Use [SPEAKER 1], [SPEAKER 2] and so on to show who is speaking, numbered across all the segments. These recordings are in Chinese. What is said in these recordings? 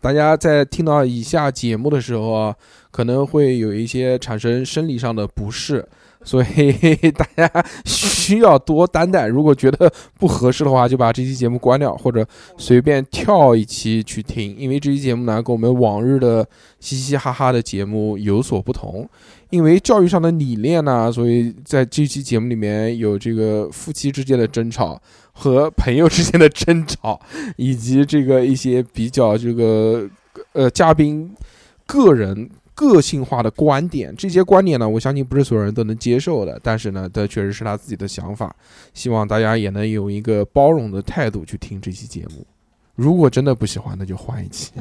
[SPEAKER 1] 大家在听到以下节目的时候啊，可能会有一些产生生理上的不适，所以大家需要多担待。如果觉得不合适的话，就把这期节目关掉，或者随便跳一期去听。因为这期节目呢，跟我们往日的嘻嘻哈哈的节目有所不同。因为教育上的理念呢，所以在这期节目里面有这个夫妻之间的争吵和朋友之间的争吵，以及这个一些比较这个呃嘉宾个人个性化的观点。这些观点呢，我相信不是所有人都能接受的，但是呢，这确实是他自己的想法。希望大家也能有一个包容的态度去听这期节目。如果真的不喜欢，那就换一期。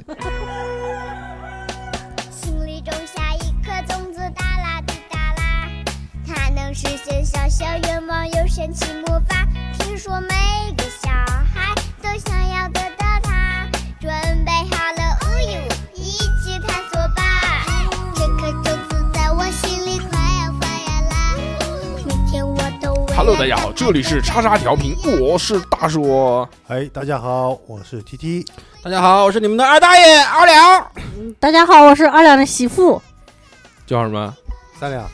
[SPEAKER 2] 心里种下一颗种子，哒啦滴哒啦，它能实现小小愿望，有神奇魔法。听说每个小孩都想要得到它，准备好了，哦哟，一起探索吧！这颗种子在我心里快要发芽啦，每天我都为
[SPEAKER 1] Hello，
[SPEAKER 2] 了
[SPEAKER 1] 大家好，这里是叉叉调频，我是大硕。
[SPEAKER 3] 哎，大家好，我是 T T。
[SPEAKER 4] 大家好，我是你们的二大爷二两。
[SPEAKER 5] 大家好，我是二两的媳妇，
[SPEAKER 1] 叫什么？
[SPEAKER 3] 三 两，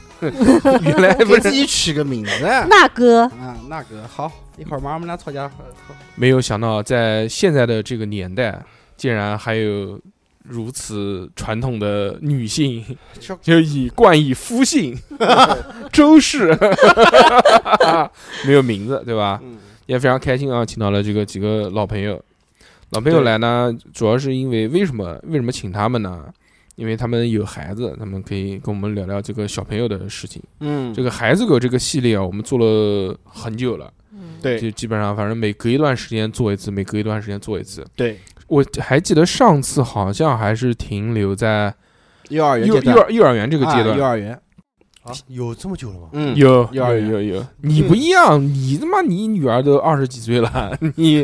[SPEAKER 1] 原来不
[SPEAKER 4] 给自
[SPEAKER 1] 是
[SPEAKER 4] 己取个名字
[SPEAKER 3] 嗯
[SPEAKER 5] 那哥，
[SPEAKER 4] 啊，那个好，一会儿马上我们俩吵架。
[SPEAKER 1] 没有想到，在现在的这个年代，竟然还有如此传统的女性
[SPEAKER 4] 就，
[SPEAKER 1] 就以冠以夫 姓周氏，没有名字，对吧？
[SPEAKER 4] 嗯，
[SPEAKER 1] 也非常开心啊，请到了这个几个老朋友。老朋友来呢，主要是因为为什么？为什么请他们呢？因为他们有孩子，他们可以跟我们聊聊这个小朋友的事情。
[SPEAKER 4] 嗯，
[SPEAKER 1] 这个孩子狗这个系列啊，我们做了很久了。
[SPEAKER 4] 对
[SPEAKER 1] 就基本上反正每隔一段时间做一次，每隔一段时间做一次。
[SPEAKER 4] 对，
[SPEAKER 1] 我还记得上次好像还是停留在
[SPEAKER 4] 幼儿园
[SPEAKER 1] 幼
[SPEAKER 4] 阶段
[SPEAKER 1] 幼儿幼儿园这
[SPEAKER 4] 这
[SPEAKER 1] 个阶
[SPEAKER 4] 幼
[SPEAKER 1] 段。
[SPEAKER 4] 儿园，
[SPEAKER 3] 啊，有这么久了吗？
[SPEAKER 4] 嗯，
[SPEAKER 1] 有
[SPEAKER 4] 幼儿园
[SPEAKER 1] 有有，你不一样，你他妈你女儿都二十几岁了， 你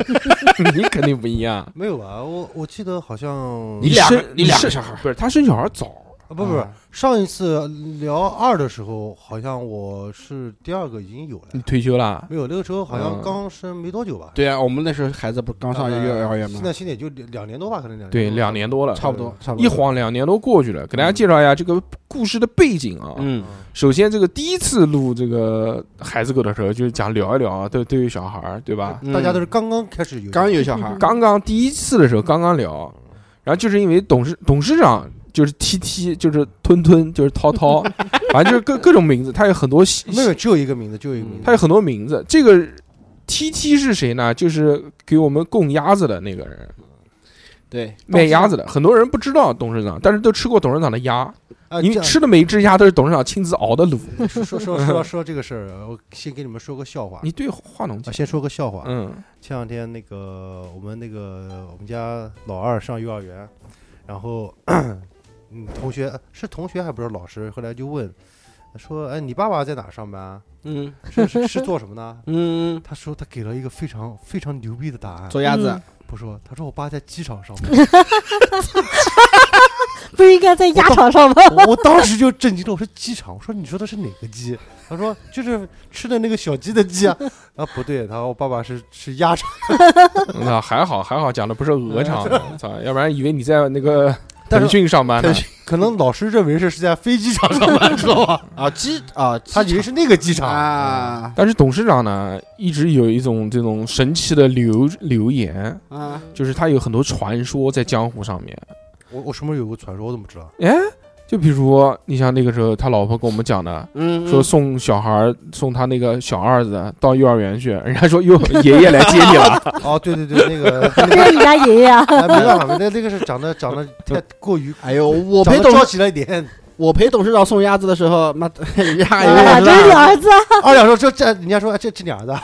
[SPEAKER 1] 你肯定不一样。
[SPEAKER 3] 没有吧？我我记得好像
[SPEAKER 4] 你俩
[SPEAKER 1] 生
[SPEAKER 4] 你俩
[SPEAKER 1] 生
[SPEAKER 4] 小孩
[SPEAKER 1] 不是他生小孩早，
[SPEAKER 3] 啊，不不不，上一次聊二的时候，好像我是第二个已经有了
[SPEAKER 1] 你，退休了，
[SPEAKER 3] 没有那个时候好
[SPEAKER 1] 嗯
[SPEAKER 3] 像刚生没多久吧？
[SPEAKER 4] 对啊，我们那时候孩子不刚上
[SPEAKER 3] 大概
[SPEAKER 4] 幼
[SPEAKER 1] 呃
[SPEAKER 4] 儿园吗
[SPEAKER 3] 现？在现在也就两两年多吧，可能两
[SPEAKER 1] 对，
[SPEAKER 3] 多
[SPEAKER 1] 两年多了，
[SPEAKER 4] 差不多，差不多
[SPEAKER 1] 一。晃两年多过去了，给大家介绍一下这个故事的背景啊。
[SPEAKER 4] 嗯
[SPEAKER 1] 首先，这个第一次录这个孩子狗的时候，就是讲聊一聊啊，对对于小孩儿，对吧？
[SPEAKER 4] 嗯
[SPEAKER 3] 大家都是刚刚开始有
[SPEAKER 4] 刚有小孩，
[SPEAKER 1] 刚刚第一次的时候，刚刚聊，然后就是因为董事董事长就是 T T，就是吞吞，就是涛 涛，反正就是各各种名字，他有很多细，
[SPEAKER 3] 没有，只有一个名字，只有一个
[SPEAKER 4] 嗯
[SPEAKER 3] 名字。
[SPEAKER 1] 他有很多名字。这个 T T 是谁呢？就是给我们供鸭子的那个人，
[SPEAKER 4] 对，
[SPEAKER 1] 卖鸭子的。很多人不知道董事长，但是都吃过董事长的鸭，
[SPEAKER 3] 啊，
[SPEAKER 1] 因
[SPEAKER 3] 这
[SPEAKER 1] 为
[SPEAKER 3] 样
[SPEAKER 1] 吃的每一只鸭都是董事长亲自熬的卤。
[SPEAKER 3] 说说说说说这个事儿，我先 给你们说个笑话
[SPEAKER 1] 你。对话筒
[SPEAKER 3] 啊，
[SPEAKER 1] 讲，
[SPEAKER 3] 先说个笑话。
[SPEAKER 1] 嗯，
[SPEAKER 3] 前两天那个我们那个我们家老二上幼儿园，然后 嗯同学是同学还不是老师，后来就问说：“哎，你爸爸在哪上班啊？
[SPEAKER 4] 嗯
[SPEAKER 3] 是是是做什么呢
[SPEAKER 4] 嗯？”，
[SPEAKER 3] 他说他给了一个非常非常牛逼的答案，
[SPEAKER 4] 做鸭子，
[SPEAKER 3] 不说他说我爸在机场上班，
[SPEAKER 5] 不是应该在鸭场上吗？
[SPEAKER 3] 我我当时就震惊了，我说机场，我说你说的是哪个鸡？他说就是吃的那个小鸡的鸡啊， 啊不对，他说我爸爸是是鸭场，
[SPEAKER 1] 那还好还好，讲的不是鹅厂， 操，要不然以为你在那个
[SPEAKER 3] 嗯但是
[SPEAKER 1] 腾讯上班呢
[SPEAKER 3] 腾。可能老师认为是是在飞机场上班，知道
[SPEAKER 1] 嗯
[SPEAKER 3] 吧？
[SPEAKER 4] 啊鸡啊，
[SPEAKER 3] 他以为是那个机场。嗯
[SPEAKER 4] 啊
[SPEAKER 1] 但是董事长呢，一直有一种这种神奇的流流言，
[SPEAKER 4] 啊，
[SPEAKER 1] 就是他有很多传说在江湖上面。
[SPEAKER 3] 我我什么时候有个传说，我怎么知道？
[SPEAKER 1] 哎，就比如你像那个时候他老婆跟我们讲的，
[SPEAKER 4] 嗯，
[SPEAKER 1] 说送小孩儿送他那个小儿子到幼儿园去，人家说哟爷爷来接你 了，
[SPEAKER 3] 哦，对对对，那个那
[SPEAKER 5] 这
[SPEAKER 3] 个，
[SPEAKER 5] 是你家爷 爷啊？
[SPEAKER 3] 哎，没办法，那那个是长得长得太过于，
[SPEAKER 4] 哎呦，我
[SPEAKER 3] 长
[SPEAKER 4] 陪
[SPEAKER 3] 得
[SPEAKER 4] 董
[SPEAKER 3] 着急了一 点。
[SPEAKER 4] 我陪董事长送鸭子的时候，妈的，人 家
[SPEAKER 5] 哎呀，
[SPEAKER 4] 也
[SPEAKER 5] 这是你儿子啊，
[SPEAKER 3] 二两说这这，人家说哎这这俩 的，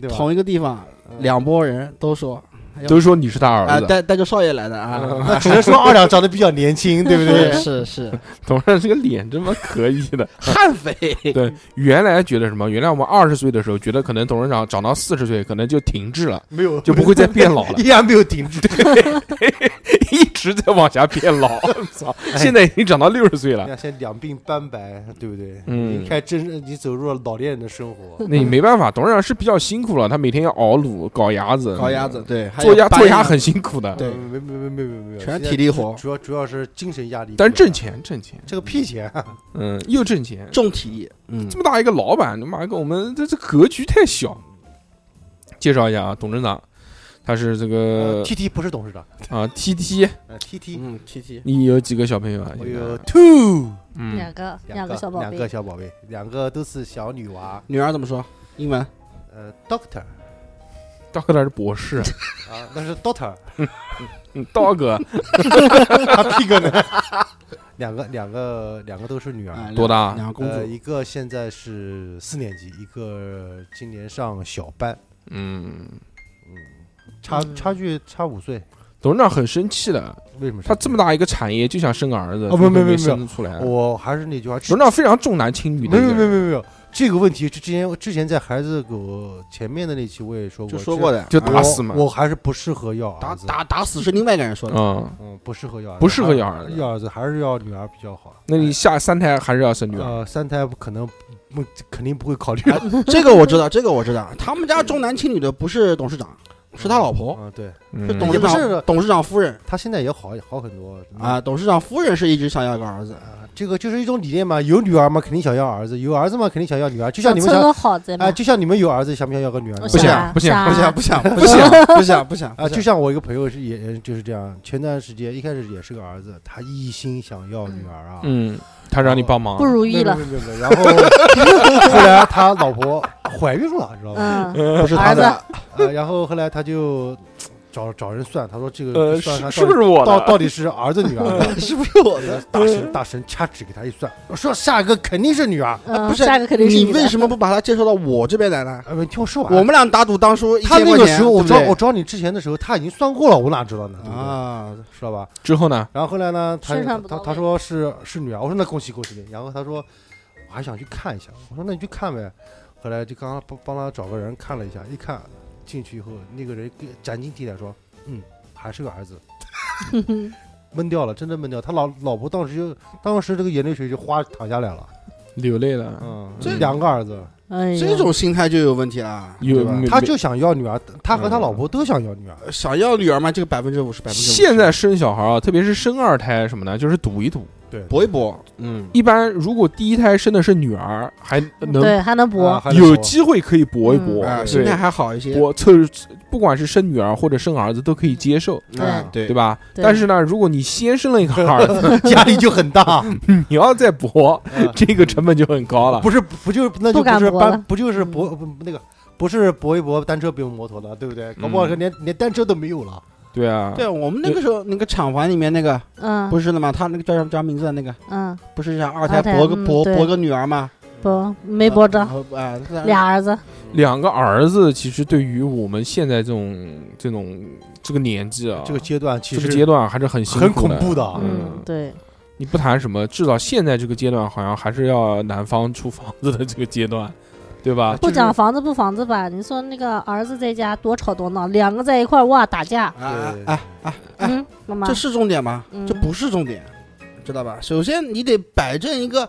[SPEAKER 3] 对吧？嗯
[SPEAKER 4] 同一个地方，两拨人都说
[SPEAKER 1] 都说嗯你是嗯他
[SPEAKER 4] 啊
[SPEAKER 1] 儿，子。
[SPEAKER 4] 带带着少爷来的啊，
[SPEAKER 3] 嗯那只能说二两长得比较年轻，对不对？
[SPEAKER 4] 是 是，
[SPEAKER 1] 董事长这个脸真妈可以的。
[SPEAKER 4] 悍匪，
[SPEAKER 1] 对，原来觉得什么？原来我们二十岁的时候，觉得可能董事长长到四十岁，可能就停滞了，
[SPEAKER 3] 没有
[SPEAKER 1] 就不会再变老了。
[SPEAKER 3] 依然没有停止。
[SPEAKER 1] 一直在往下变 老，哎嗯操！现在已经长到六十岁
[SPEAKER 3] 你
[SPEAKER 1] 了，
[SPEAKER 3] 看现在两鬓斑白，对不对？
[SPEAKER 1] 嗯
[SPEAKER 3] 你开始真你走入了老年人的生 活，
[SPEAKER 1] 那你没办法，董事长是比较辛苦了，他每天要熬卤、搞鸭子、
[SPEAKER 4] 搞鸭子，对，还有
[SPEAKER 1] 做鸭
[SPEAKER 4] 搬
[SPEAKER 1] 做鸭很辛苦的，
[SPEAKER 4] 对
[SPEAKER 3] 嗯没没没没没没有，
[SPEAKER 4] 全
[SPEAKER 3] 现
[SPEAKER 4] 是
[SPEAKER 3] 在
[SPEAKER 4] 体力活，
[SPEAKER 3] 主要主要是精神压力比较大，
[SPEAKER 1] 但是挣钱挣钱，
[SPEAKER 3] 这个屁钱，
[SPEAKER 1] 嗯，又挣钱。
[SPEAKER 4] 重体力，嗯
[SPEAKER 1] 这，么大一个老板，他妈跟我们这这格局太小。介绍一下啊，董事长，他是这个
[SPEAKER 3] 呃 T T 不是董事长呃
[SPEAKER 1] 啊 TT，
[SPEAKER 3] ，T T
[SPEAKER 4] 嗯，T T，
[SPEAKER 1] 你有几个小朋友啊？
[SPEAKER 3] 我
[SPEAKER 1] 现在
[SPEAKER 3] 有 two
[SPEAKER 1] 嗯，
[SPEAKER 5] 个
[SPEAKER 3] 两
[SPEAKER 5] 个小宝
[SPEAKER 3] 两
[SPEAKER 5] 贝
[SPEAKER 3] 个，小宝贝，两个都是小女娃，
[SPEAKER 4] 女儿怎么说？英文
[SPEAKER 3] 呃，Doctor
[SPEAKER 1] 道哥他是博士，
[SPEAKER 3] 啊，那是 Daughter，
[SPEAKER 1] 嗯，道哥
[SPEAKER 3] 他屁个呢？两个两个两个都是女儿，
[SPEAKER 4] 啊，
[SPEAKER 1] 多大
[SPEAKER 4] 两个公
[SPEAKER 3] 呃，
[SPEAKER 4] 主，
[SPEAKER 3] 一个现在是四年级，一个今年上小班，
[SPEAKER 1] 嗯，
[SPEAKER 3] 差差距差五岁，
[SPEAKER 1] 董事长很生气的，
[SPEAKER 3] 为什么？
[SPEAKER 1] 他这么
[SPEAKER 3] 大，
[SPEAKER 1] 大一个产业就想生个儿子，
[SPEAKER 3] 哦不
[SPEAKER 1] 怎么
[SPEAKER 3] 没没
[SPEAKER 1] 没
[SPEAKER 3] 没
[SPEAKER 1] 生出来。啊董
[SPEAKER 3] 我还是那句话，
[SPEAKER 1] 事长非常重男轻女的
[SPEAKER 3] 没
[SPEAKER 1] 一个人，
[SPEAKER 3] 有没有没有没有这个问题，之之前之前在孩子狗前面的那期我也说过，
[SPEAKER 4] 就说过
[SPEAKER 3] 的，
[SPEAKER 4] 的，
[SPEAKER 1] 就
[SPEAKER 4] 啊
[SPEAKER 1] 打死嘛，
[SPEAKER 3] 我还是不适合要
[SPEAKER 4] 打
[SPEAKER 3] 儿子，
[SPEAKER 4] 打打死是另外一个人说的，
[SPEAKER 1] 嗯，
[SPEAKER 3] 嗯，不适合要儿子，
[SPEAKER 1] 不适合要
[SPEAKER 3] 还
[SPEAKER 1] 儿子
[SPEAKER 3] 要儿子还是要女儿比较好。
[SPEAKER 1] 那你下三胎还是要生女儿？
[SPEAKER 3] 呃，三胎不可能不肯定不会考虑，
[SPEAKER 4] 这个我知道，这个我知道，他们家重男轻女的不是董事长，是他老婆，
[SPEAKER 3] 嗯，对
[SPEAKER 1] 嗯
[SPEAKER 4] 是董事
[SPEAKER 3] 也不是嗯
[SPEAKER 4] 长董事长夫人
[SPEAKER 3] 他现在也好好很多
[SPEAKER 4] 啊，董事长夫人是一直想要一个儿子，
[SPEAKER 3] 这个就是一种理念嘛，有女儿嘛，肯定想要儿子；有儿子嘛，肯定想要女儿。就像你们
[SPEAKER 5] 凑
[SPEAKER 3] 想，
[SPEAKER 5] 个好子嘛
[SPEAKER 3] 哎，，就像你们有儿子，想不想要个女儿呢？
[SPEAKER 5] 我
[SPEAKER 1] 不
[SPEAKER 5] 想
[SPEAKER 1] 行
[SPEAKER 5] 啊
[SPEAKER 1] 不行
[SPEAKER 5] 想啊
[SPEAKER 4] 不想不
[SPEAKER 1] 不
[SPEAKER 4] 想不想
[SPEAKER 1] 想
[SPEAKER 4] 不想不想
[SPEAKER 3] 啊，就是像我一个朋友是也也就是这样，前段时间一开始也是个儿子，他一心想要女儿啊，
[SPEAKER 1] 嗯，他让你帮忙
[SPEAKER 5] 不，如
[SPEAKER 3] 没
[SPEAKER 5] 意
[SPEAKER 3] 有，
[SPEAKER 5] 了
[SPEAKER 3] 没，有没有没有然后后 来他老婆怀孕了，知道吧？
[SPEAKER 5] 嗯，
[SPEAKER 4] 不是他
[SPEAKER 5] 儿子
[SPEAKER 4] 的，
[SPEAKER 3] 呃，然后后来他就找找人算，他说这个
[SPEAKER 1] 呃，
[SPEAKER 3] 算他
[SPEAKER 1] 是是不是我
[SPEAKER 3] 到
[SPEAKER 1] 的？
[SPEAKER 3] 到底是儿子女儿？
[SPEAKER 4] 是不是我的？
[SPEAKER 3] 大神大神掐指给他一算，我说下一个肯定是女儿。
[SPEAKER 5] 嗯，
[SPEAKER 4] 不是
[SPEAKER 5] 下一个肯定是
[SPEAKER 4] 你
[SPEAKER 5] 的
[SPEAKER 4] 为什么不把他介绍到我这边来呢？
[SPEAKER 3] 呃，听我说完。
[SPEAKER 4] 我们俩打赌当初一
[SPEAKER 3] 他
[SPEAKER 4] 千
[SPEAKER 3] 那
[SPEAKER 4] 块
[SPEAKER 3] 个
[SPEAKER 4] 钱，
[SPEAKER 3] 时候，我
[SPEAKER 4] 对不
[SPEAKER 3] 找
[SPEAKER 4] 对
[SPEAKER 3] 我找你之前的时候，他已经算过了，我哪知道呢？对不对？
[SPEAKER 4] 啊，
[SPEAKER 3] 知道吧？
[SPEAKER 1] 之后呢？
[SPEAKER 3] 然后后来呢，他
[SPEAKER 5] 身上不到
[SPEAKER 3] 他
[SPEAKER 5] 位
[SPEAKER 3] 他说是是女儿，我说那恭喜恭喜你。然后他说我还想去看一下，我说那你去看呗。后来就刚刚帮帮他找个人看了一下，一看进去以后，那个人跟斩钉地铁说，嗯，还是个儿 子，闷掉了，真的闷掉。他老老婆当时就当时这个眼泪水就哗淌下来了，
[SPEAKER 1] 流泪了，
[SPEAKER 3] 嗯，
[SPEAKER 4] 这
[SPEAKER 3] 两个儿子，
[SPEAKER 5] 哎呀
[SPEAKER 4] 这种心态就有问题啊了，
[SPEAKER 1] 有
[SPEAKER 4] 对吧
[SPEAKER 1] 没嗯
[SPEAKER 3] 他就想要女儿，他和他老婆都想要女儿。
[SPEAKER 4] 想要女儿嘛，这个百分之五十，百分之
[SPEAKER 1] 现在生小孩啊，特别是生二胎什么的，就是赌一赌。
[SPEAKER 3] 对，
[SPEAKER 4] 搏一搏，嗯，
[SPEAKER 1] 一般如果第一胎生的是女儿，还能
[SPEAKER 5] 对还能
[SPEAKER 3] 啊
[SPEAKER 5] 补，
[SPEAKER 3] 还得
[SPEAKER 1] 有
[SPEAKER 3] 说嗯
[SPEAKER 1] 机会可以搏一搏
[SPEAKER 4] 啊，，心
[SPEAKER 1] 对
[SPEAKER 4] 态还好一些，
[SPEAKER 1] 搏凑，不管是生女儿或者生儿子都可以接受，
[SPEAKER 4] 啊对
[SPEAKER 1] 对吧？
[SPEAKER 5] 对
[SPEAKER 1] 但是呢，如果你先生了一个儿 子，
[SPEAKER 3] 压力就很大，
[SPEAKER 1] 你要再搏
[SPEAKER 3] 嗯，
[SPEAKER 1] 这个成本就很高了。
[SPEAKER 3] 不是不就那就
[SPEAKER 5] 不敢
[SPEAKER 3] 不是
[SPEAKER 5] 搏
[SPEAKER 3] 搬
[SPEAKER 5] 了嗯
[SPEAKER 3] 不就是搏不那个不是搏一搏单车不用摩托了，对不对？搞不好
[SPEAKER 1] 嗯
[SPEAKER 3] 连连单车都没有了。
[SPEAKER 1] 对啊，
[SPEAKER 4] 对我们那个时候那个厂房里面那个
[SPEAKER 5] 嗯
[SPEAKER 4] 不是的嘛，他那个叫什么叫名字的那个，
[SPEAKER 5] 嗯，
[SPEAKER 4] 不是想二
[SPEAKER 5] 二
[SPEAKER 4] 胎
[SPEAKER 5] 胎
[SPEAKER 4] 博个
[SPEAKER 5] 嗯
[SPEAKER 4] 博
[SPEAKER 5] 对
[SPEAKER 4] 博个女儿嘛，
[SPEAKER 5] 不没博着
[SPEAKER 4] 然，后啊，
[SPEAKER 5] 俩儿子，
[SPEAKER 1] 两个儿子其实对于我们现在这种这种这个年纪啊，
[SPEAKER 3] 这个阶段其
[SPEAKER 1] 这
[SPEAKER 3] 实
[SPEAKER 1] 个阶段还是很辛
[SPEAKER 3] 很
[SPEAKER 1] 苦
[SPEAKER 3] 恐
[SPEAKER 1] 的。
[SPEAKER 3] 怖的啊，
[SPEAKER 1] 嗯
[SPEAKER 5] 嗯，对，
[SPEAKER 1] 你不谈什么，至少现在这个阶段，好像还是要男方出房子的这个阶段， 对吧？
[SPEAKER 5] 不
[SPEAKER 3] 就是
[SPEAKER 5] 讲房子不房子吧，你说那个儿子在家多吵多闹，两个在一块儿哇打架，
[SPEAKER 4] 啊
[SPEAKER 3] 对
[SPEAKER 4] 啊啊，哎
[SPEAKER 5] 嗯，妈妈
[SPEAKER 4] 这，是重点吗？
[SPEAKER 5] 嗯
[SPEAKER 4] 这不是重点，知道吧？首先你得摆正一个，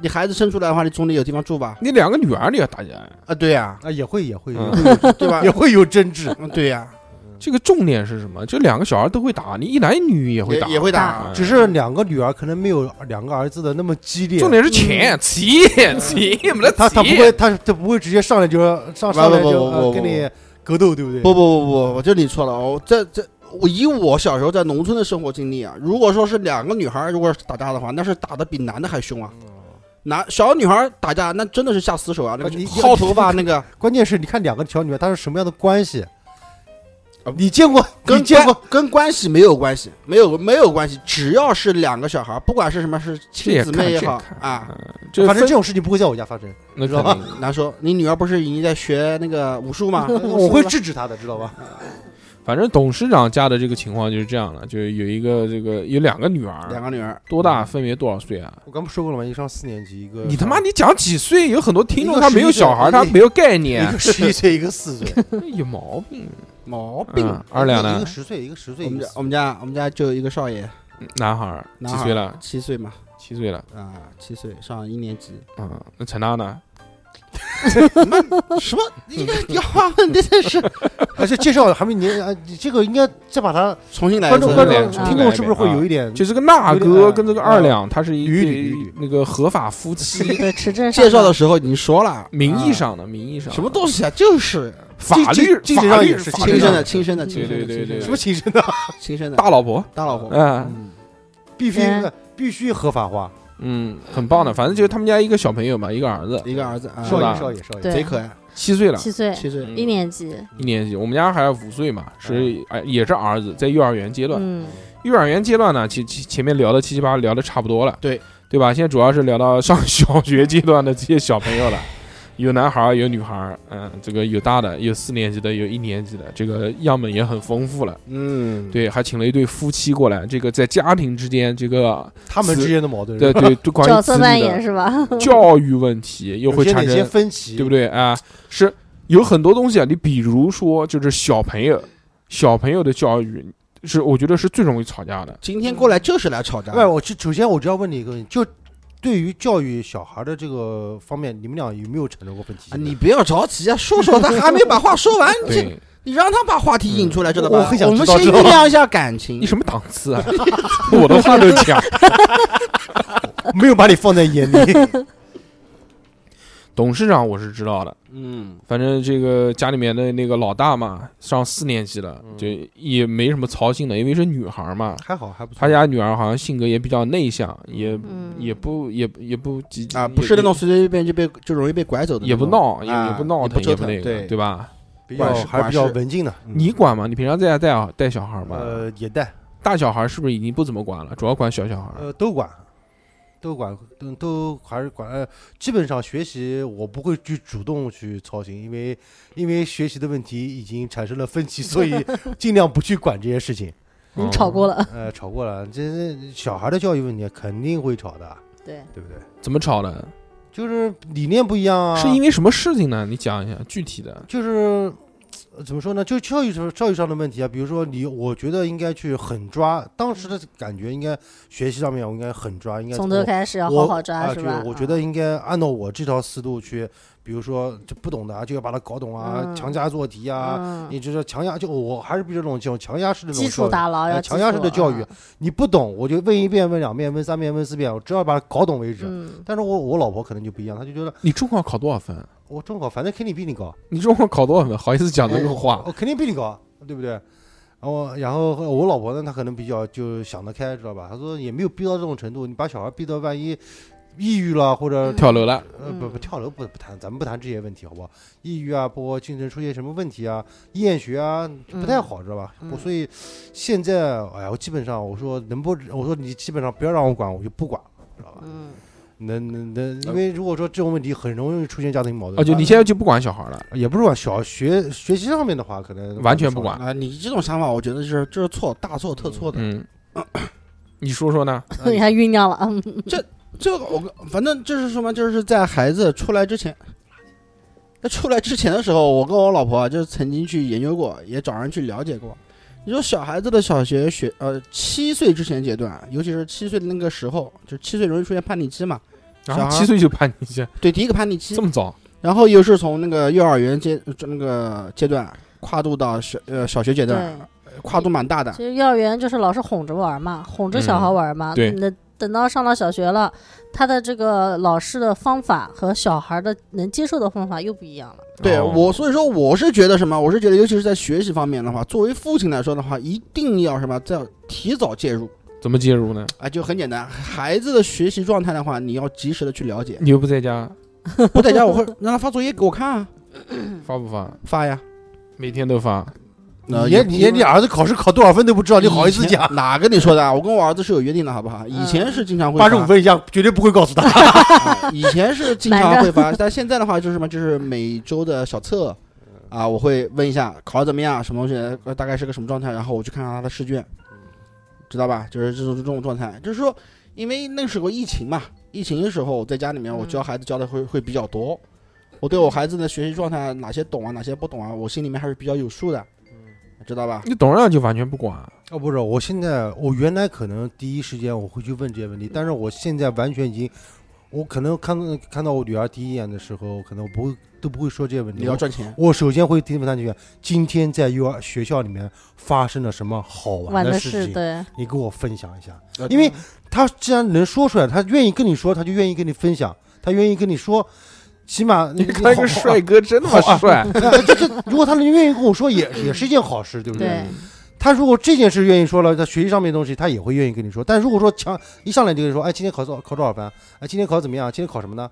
[SPEAKER 4] 你孩子生出来的话，你总得有地方住吧？
[SPEAKER 1] 你两个女儿你要打架，
[SPEAKER 4] 啊，对呀，
[SPEAKER 3] 啊也会也会
[SPEAKER 1] 嗯
[SPEAKER 3] 也会 有
[SPEAKER 4] 对吧
[SPEAKER 3] 也？会有争执，
[SPEAKER 4] 嗯对呀，
[SPEAKER 1] 这个重点是什么？就两个小孩都会打，你一男一女也会
[SPEAKER 4] 也
[SPEAKER 1] 打，
[SPEAKER 4] 也会打
[SPEAKER 1] 嗯，
[SPEAKER 3] 只是两个女儿可能没有两个儿子的那么激烈。
[SPEAKER 1] 重点是钱，钱钱没得
[SPEAKER 3] 他他不
[SPEAKER 1] 钱
[SPEAKER 3] 会他他不会直接上来就上
[SPEAKER 4] 不
[SPEAKER 3] 上来
[SPEAKER 4] 不
[SPEAKER 3] 就
[SPEAKER 4] 不
[SPEAKER 3] 呃
[SPEAKER 4] 不
[SPEAKER 3] 跟
[SPEAKER 4] 不
[SPEAKER 3] 你格斗，对不对？
[SPEAKER 4] 不不不不，我这里错了，我这这。我以我小时候在农村的生活经历啊，如果说是两个女孩如果是打架的话，那是打的比男的还凶啊。男小女孩打架那真的是下死手啊，那
[SPEAKER 3] 啊你
[SPEAKER 4] 个薅头发那个，
[SPEAKER 3] 关键是你看两个小女儿，她是什么样的关系
[SPEAKER 4] 啊？
[SPEAKER 3] 你见过？你
[SPEAKER 4] 跟
[SPEAKER 3] 见
[SPEAKER 4] 关
[SPEAKER 3] 过？
[SPEAKER 4] 跟关系没有关系，没有没有关系，只要是两个小孩，不管是什么是
[SPEAKER 1] 这
[SPEAKER 4] 亲
[SPEAKER 1] 也
[SPEAKER 4] 姊
[SPEAKER 1] 看这
[SPEAKER 4] 妹
[SPEAKER 1] 也
[SPEAKER 4] 也好
[SPEAKER 1] 看
[SPEAKER 4] 啊，，
[SPEAKER 1] 嗯这
[SPEAKER 3] 反正
[SPEAKER 1] 分
[SPEAKER 3] 这种事情不会在我家 发生，
[SPEAKER 1] 那
[SPEAKER 3] 知道
[SPEAKER 1] 肯定
[SPEAKER 4] 难说。你女儿不是已经在学那个武 术吗？
[SPEAKER 3] 我会制止她的，知道吧？
[SPEAKER 1] 反正董事长家的这个情况就是这样了，就是有一个这个有两个女
[SPEAKER 4] 两
[SPEAKER 1] 儿，
[SPEAKER 4] 个女儿
[SPEAKER 1] 多大分别多少岁啊？
[SPEAKER 3] 我刚不说过了吗？一个上四年级，一个
[SPEAKER 1] 你他
[SPEAKER 3] 上
[SPEAKER 1] 妈你讲几岁？有很多听众他没有小孩，
[SPEAKER 3] 一个
[SPEAKER 1] 他
[SPEAKER 3] 十一岁
[SPEAKER 1] 没有概
[SPEAKER 3] 一
[SPEAKER 1] 念
[SPEAKER 3] 个，十一岁，一个四岁，
[SPEAKER 1] 有毛病。
[SPEAKER 4] 毛病。
[SPEAKER 1] 嗯，二两
[SPEAKER 3] 一
[SPEAKER 1] 呢
[SPEAKER 3] 个？十岁，一个十岁，
[SPEAKER 4] 我
[SPEAKER 3] 一
[SPEAKER 4] 们
[SPEAKER 3] 个
[SPEAKER 4] 家
[SPEAKER 3] 四
[SPEAKER 4] 我们家我们家就有一个少爷，
[SPEAKER 1] 男孩儿，
[SPEAKER 4] 男
[SPEAKER 1] 几
[SPEAKER 4] 孩
[SPEAKER 1] 岁了？
[SPEAKER 4] 七岁嘛，
[SPEAKER 1] 七岁了。
[SPEAKER 4] 啊，七岁上一年级。
[SPEAKER 1] 嗯，那陈娜呢？
[SPEAKER 4] 什么？你这个话问真的是
[SPEAKER 3] 而且哎介绍还没年啊，这个应该再把它
[SPEAKER 4] 重新来一
[SPEAKER 3] 观
[SPEAKER 4] 次
[SPEAKER 3] 众
[SPEAKER 1] 重
[SPEAKER 3] 观
[SPEAKER 1] 哎来一
[SPEAKER 3] 众
[SPEAKER 1] 遍啊
[SPEAKER 3] 听众是不是会有一点
[SPEAKER 1] 就这个娜哥跟这个二两，他是一
[SPEAKER 3] 捋捋捋
[SPEAKER 1] 对那个合法夫妻，
[SPEAKER 5] 对，持证上
[SPEAKER 4] 介绍
[SPEAKER 5] 的
[SPEAKER 4] 的时候已经说了，
[SPEAKER 1] 名义
[SPEAKER 4] 啊
[SPEAKER 1] 上的，名义上的
[SPEAKER 4] 什么东西啊？就是
[SPEAKER 1] 法
[SPEAKER 3] 精
[SPEAKER 1] 律
[SPEAKER 3] 精神
[SPEAKER 1] 法
[SPEAKER 3] 上
[SPEAKER 1] 律
[SPEAKER 3] 也是
[SPEAKER 1] 法
[SPEAKER 3] 精
[SPEAKER 1] 律
[SPEAKER 4] 亲
[SPEAKER 3] 神
[SPEAKER 4] 生
[SPEAKER 1] 上
[SPEAKER 4] 的，亲生的，亲生
[SPEAKER 1] 对
[SPEAKER 4] 的，
[SPEAKER 1] 对
[SPEAKER 4] 亲
[SPEAKER 1] 对
[SPEAKER 4] 生
[SPEAKER 1] 对
[SPEAKER 4] 的
[SPEAKER 3] 什么亲生的？
[SPEAKER 4] 亲生的
[SPEAKER 1] 大老婆，
[SPEAKER 4] 大老婆。
[SPEAKER 1] 嗯
[SPEAKER 4] 嗯，
[SPEAKER 3] 必须
[SPEAKER 5] 嗯
[SPEAKER 3] 必须合法化，
[SPEAKER 1] 嗯，很棒的。反正就是他们家一个小朋友嘛，一个儿子，
[SPEAKER 4] 一个儿子啊，
[SPEAKER 3] 少
[SPEAKER 1] 吧
[SPEAKER 3] 爷少爷少爷，
[SPEAKER 5] 对
[SPEAKER 4] 贼可爱，
[SPEAKER 1] 七岁了，嗯
[SPEAKER 5] 七岁，
[SPEAKER 4] 七
[SPEAKER 3] 嗯
[SPEAKER 4] 岁。
[SPEAKER 5] 一年级，
[SPEAKER 1] 一年级。我们家还是五岁嘛，是哎也是儿子，在幼儿园阶段。
[SPEAKER 5] 嗯，
[SPEAKER 1] 幼儿园阶段呢，其其前面聊的七七八聊的差不多了，
[SPEAKER 4] 对
[SPEAKER 1] 对吧？现在主要是聊到上小学阶段的这些小朋友了， 有男孩儿有女孩儿，嗯，这个有大的，有四年级的，有一年级的，这个样本也很丰富了。
[SPEAKER 4] 嗯，
[SPEAKER 1] 对，还请了一对夫妻过来，这个在家庭之间这个
[SPEAKER 3] 他们
[SPEAKER 1] 子
[SPEAKER 3] 之间的矛盾，
[SPEAKER 1] 对， 对，对关于
[SPEAKER 5] 角色
[SPEAKER 1] 子
[SPEAKER 5] 扮
[SPEAKER 1] 女
[SPEAKER 5] 演
[SPEAKER 1] 的
[SPEAKER 5] 是吧？
[SPEAKER 1] 教育问题，又
[SPEAKER 3] 有
[SPEAKER 1] 会
[SPEAKER 3] 些
[SPEAKER 1] 产
[SPEAKER 3] 哪些
[SPEAKER 1] 生，
[SPEAKER 3] 分歧，
[SPEAKER 1] 对不？对啊？是有很多东西啊，你比如说就是小朋友，小朋友的教育是我觉得是最容易吵架的。
[SPEAKER 4] 今天过来就是来吵架
[SPEAKER 3] 不，是，我就首先我就要问你一个问题，就对于教育小孩的这个方面，你们俩有没有产生过分歧
[SPEAKER 4] 啊？你不要着急啊，说说他还没把话说完，你
[SPEAKER 1] 对
[SPEAKER 4] 你让他把话题引出来，知道吧？
[SPEAKER 3] 我很想
[SPEAKER 4] 我们
[SPEAKER 3] 知道
[SPEAKER 4] 先
[SPEAKER 3] 知道
[SPEAKER 4] 酝
[SPEAKER 3] 吧
[SPEAKER 4] 酿一下感情
[SPEAKER 1] 你。什么档次 啊？我的话都讲，
[SPEAKER 3] 没有把你放在 眼里，
[SPEAKER 1] 董事长我是知道的。
[SPEAKER 4] 嗯，
[SPEAKER 1] 反正这个家里面的那个老大嘛，上四年级了，
[SPEAKER 4] 嗯
[SPEAKER 1] 就也没什么操心的，因为是女孩嘛。
[SPEAKER 3] 还好还不错。
[SPEAKER 1] 他家女儿好像性格也比较内向，也
[SPEAKER 5] 嗯，
[SPEAKER 1] 也不也也不急
[SPEAKER 4] 啊，不是那种随随便便就被就容易被拐走的，
[SPEAKER 1] 也不，闹，也
[SPEAKER 4] 啊
[SPEAKER 1] 也不闹
[SPEAKER 4] 也不
[SPEAKER 1] 腾，也不
[SPEAKER 4] 折腾
[SPEAKER 1] 那个，
[SPEAKER 4] 对嗯
[SPEAKER 1] 对吧？
[SPEAKER 3] 比较
[SPEAKER 4] 管事
[SPEAKER 3] 还是比较
[SPEAKER 4] 管事
[SPEAKER 3] 文静的，
[SPEAKER 1] 嗯你管吗？你平常在家带啊带小孩吗？
[SPEAKER 3] 呃也带，
[SPEAKER 1] 大小孩是不是已经不怎么管了，主要管小小孩？
[SPEAKER 3] 呃都管，都管，都都还是管。呃基本上学习我不会去主动去操心，因为因为学习的问题已经产生了分歧，所以尽量不去管这些事情。
[SPEAKER 5] 你吵过
[SPEAKER 1] 了？
[SPEAKER 5] 了，
[SPEAKER 3] 呃，吵过了，这小孩的教育问题肯定会吵的，
[SPEAKER 5] 对，
[SPEAKER 3] 对不对？
[SPEAKER 1] 哦怎么吵的？
[SPEAKER 3] 就是理念不一样啊，
[SPEAKER 1] 是因为什么事情呢？你讲一下具体的。
[SPEAKER 3] 就是呃怎么说呢？就教育上教育上的问题啊，比如说你，我觉得应该去狠抓当时的感觉，应该学习上面我应该狠抓，应该
[SPEAKER 5] 从
[SPEAKER 3] 怎
[SPEAKER 5] 头
[SPEAKER 3] 么
[SPEAKER 5] 开始要
[SPEAKER 3] 我
[SPEAKER 5] 好好抓
[SPEAKER 3] 啊，
[SPEAKER 5] 是
[SPEAKER 3] 对
[SPEAKER 5] 吧？嗯
[SPEAKER 3] 我觉得应该按照我这条思路去，比如说这不懂的啊就要把它搞懂啊，
[SPEAKER 5] 嗯
[SPEAKER 3] 强加做题啊，
[SPEAKER 5] 啊
[SPEAKER 3] 你就是强压，就我还是比较这种这种强压式的那种
[SPEAKER 5] 基础
[SPEAKER 3] 教育。
[SPEAKER 5] 打牢
[SPEAKER 3] 呃
[SPEAKER 5] 要
[SPEAKER 3] 强
[SPEAKER 5] 基
[SPEAKER 3] 压式的
[SPEAKER 5] 础
[SPEAKER 3] 教育
[SPEAKER 5] 啊，
[SPEAKER 3] 你不懂我就问一遍、问两遍、问三遍、问四遍，我只要把它搞懂为止。
[SPEAKER 5] 嗯，
[SPEAKER 3] 但是我我老婆可能就不一样，她就觉得
[SPEAKER 1] 你中考考多少分？
[SPEAKER 3] 我中考反正肯定比你高，
[SPEAKER 1] 你中考考多少分？好意思讲这个话？
[SPEAKER 3] 我肯定比你高，对不对？然后，然后我老婆呢，她可能比较就想得开，知道吧？她说也没有逼到这种程度，你把小孩逼到万一抑郁了或者、
[SPEAKER 1] 跳楼了？
[SPEAKER 3] 呃不不
[SPEAKER 5] 嗯
[SPEAKER 3] 跳楼不不谈，咱们不谈这些问题好不好？抑郁啊，包括精神出现什么问题啊，厌学啊，就不太
[SPEAKER 5] 嗯
[SPEAKER 3] 好，知道吧？我
[SPEAKER 5] 嗯
[SPEAKER 3] 所以现在哎呀，我基本上我说能不我说你基本上不要让我管，我就不管了，知道吧？
[SPEAKER 5] 嗯，
[SPEAKER 3] 能能能，因为如果说这种问题很容易出现家庭矛盾
[SPEAKER 1] 啊，就你现在就不管小孩了？
[SPEAKER 3] 也不是管小学学习上面的话，可能
[SPEAKER 1] 完全不
[SPEAKER 3] 管。
[SPEAKER 1] 管
[SPEAKER 4] 啊，你这种想法，我觉得是这是错，大错特错的。
[SPEAKER 1] 嗯， 你说说呢？
[SPEAKER 5] 你还酝酿了，嗯
[SPEAKER 4] 这个我跟反正就是什么，就是在孩子出来之前，在出来之前的时候，我跟我老婆啊，就是曾经去研究过，也找人去了解过。你说小孩子的小学学呃七岁之前阶段，尤其是七岁的那个时候，就呃七岁容易出现叛逆期嘛，小孩
[SPEAKER 1] 啊，七岁就叛逆期，
[SPEAKER 4] 对，第一个叛逆期
[SPEAKER 1] 这，么早？
[SPEAKER 4] 然后又是从那个幼儿园阶就那个阶段跨度到小呃小学阶段，
[SPEAKER 5] 对，
[SPEAKER 4] 跨度蛮大的
[SPEAKER 5] 其。实幼儿园就是老是哄着玩嘛，哄着小孩玩嘛。
[SPEAKER 1] 嗯对
[SPEAKER 5] 那等到上到小学了，他的这个老师的方法和小孩的能接受的方法又不一样了。
[SPEAKER 4] 对
[SPEAKER 1] 哦
[SPEAKER 4] 我，所以说我是觉得什么？我是觉得，尤其是在学习方面的话，作为父亲来说的话，一定要什么？要提早介入
[SPEAKER 1] 怎么介入呢？
[SPEAKER 4] 啊，就很简单。孩子的学习状态的话，你要及时的去了解。
[SPEAKER 1] 你又不在家，
[SPEAKER 4] 不在家，我会让他发作业给我看啊，
[SPEAKER 1] 发不发？
[SPEAKER 4] 发呀。
[SPEAKER 1] 每天都发。
[SPEAKER 4] 那
[SPEAKER 3] 你连
[SPEAKER 4] 也
[SPEAKER 3] 你连你儿子考试考多少分都不知道，你好意思
[SPEAKER 4] 以前
[SPEAKER 3] 讲？
[SPEAKER 4] 哪跟你说的啊？我跟我儿子是有约定的，好不好？以前是经常会发
[SPEAKER 3] 八十五分以下绝对不会告诉他。
[SPEAKER 4] 啊 以前是经常会发，但现在的话就是什么，就是每周的小测啊，我会问一下考得怎么样，什么东西，呃大概是个什么状态，然后我去看看他的试卷，知道吧？就是这种这种状态，就是说，因为那时候疫情嘛，疫情的时候我在家里面，我教孩子教的会会比较多，我对我孩子的学习状态哪些懂啊，哪些不懂啊，我心里面还是比较有数的。知道吧？
[SPEAKER 1] 你董事长就完全不管，
[SPEAKER 3] 哦，不是，我现在我原来可能第一时间我会去问这些问题，但是我现在完全已经，我可能看到看到我女儿第一眼的时候，可能我不会都不会说这些问题。
[SPEAKER 4] 你要赚钱，
[SPEAKER 3] 我首先会提问他几句：今天在幼儿学校里面发生了什么好玩
[SPEAKER 5] 玩
[SPEAKER 3] 的
[SPEAKER 5] 的
[SPEAKER 3] 事
[SPEAKER 5] 是
[SPEAKER 3] 情？
[SPEAKER 5] 对，
[SPEAKER 3] 你给我分享一下。因为他既然能说出来，他愿意跟你说，他就愿意跟你分享，他愿意跟你说，起码
[SPEAKER 1] 你看一个帅哥真他
[SPEAKER 3] 好
[SPEAKER 1] 妈
[SPEAKER 3] 啊
[SPEAKER 1] 帅，
[SPEAKER 3] 这这，啊如果他能愿意跟我说，也也是一件好事，对不对？
[SPEAKER 5] 对
[SPEAKER 3] 他如果这件事愿意说了，他学习上面的东西他也会愿意跟你说。但如果说强一上来就跟你说，哎，今天考多考多少分？哎，今天考怎么样？今天考什么呢？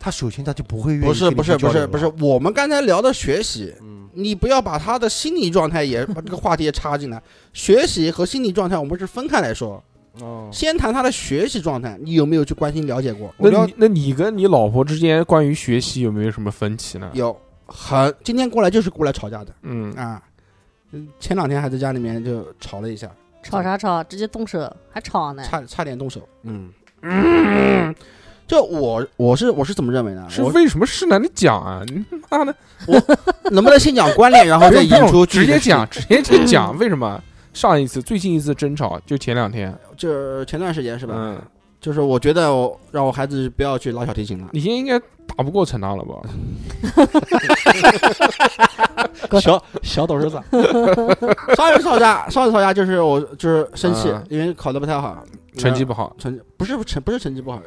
[SPEAKER 3] 他首先他就不会愿意
[SPEAKER 4] 不是
[SPEAKER 3] 跟你
[SPEAKER 4] 不
[SPEAKER 3] 去
[SPEAKER 4] 是不
[SPEAKER 3] 交流
[SPEAKER 4] 是
[SPEAKER 3] 了
[SPEAKER 4] 不是，，我们刚才聊的学习，
[SPEAKER 3] 嗯，
[SPEAKER 4] 你不要把他的心理状态也把这个话题也插 进来。学习和心理状态我们是分开来说，
[SPEAKER 3] 哦，
[SPEAKER 4] 先谈他的学习状态，你有没有去关心了解过？我
[SPEAKER 1] 那
[SPEAKER 4] 了
[SPEAKER 1] 你那你跟你老婆之间关于学习有没有什么分歧呢？
[SPEAKER 4] 有很今天过来就是过来吵架的
[SPEAKER 1] 嗯，
[SPEAKER 4] 啊，嗯前两天还在家里面就吵了一下，
[SPEAKER 5] 吵啥吵，直接动手还吵
[SPEAKER 1] 哎
[SPEAKER 5] 呢，
[SPEAKER 4] 差差点动手。
[SPEAKER 3] 嗯，
[SPEAKER 4] 就我我是我是怎么认为呢？
[SPEAKER 1] 是
[SPEAKER 4] 我
[SPEAKER 1] 为什么是呢？你讲啊，你妈的，
[SPEAKER 4] 能不能先讲观 念，然后
[SPEAKER 1] 不
[SPEAKER 4] 再
[SPEAKER 1] 用
[SPEAKER 4] 引
[SPEAKER 1] 不用
[SPEAKER 4] 出具
[SPEAKER 1] 直
[SPEAKER 4] 体的
[SPEAKER 1] 接
[SPEAKER 4] 事
[SPEAKER 1] 讲，直接去 讲为什么？上一次最近一次争吵就前两天，
[SPEAKER 4] 就是前段时间是吧？
[SPEAKER 1] 嗯，
[SPEAKER 4] 就是我觉得我让我孩子不要去拉小提琴了。
[SPEAKER 1] 你现在应该打不过陈大了吧？
[SPEAKER 4] 嗯小小董事长，上一次吵架，上一次吵架就是我就是生气
[SPEAKER 1] 嗯，
[SPEAKER 4] 因为考得不太好，
[SPEAKER 1] 成绩
[SPEAKER 4] 不
[SPEAKER 1] 不好，
[SPEAKER 4] 成绩不是成不是成绩不好，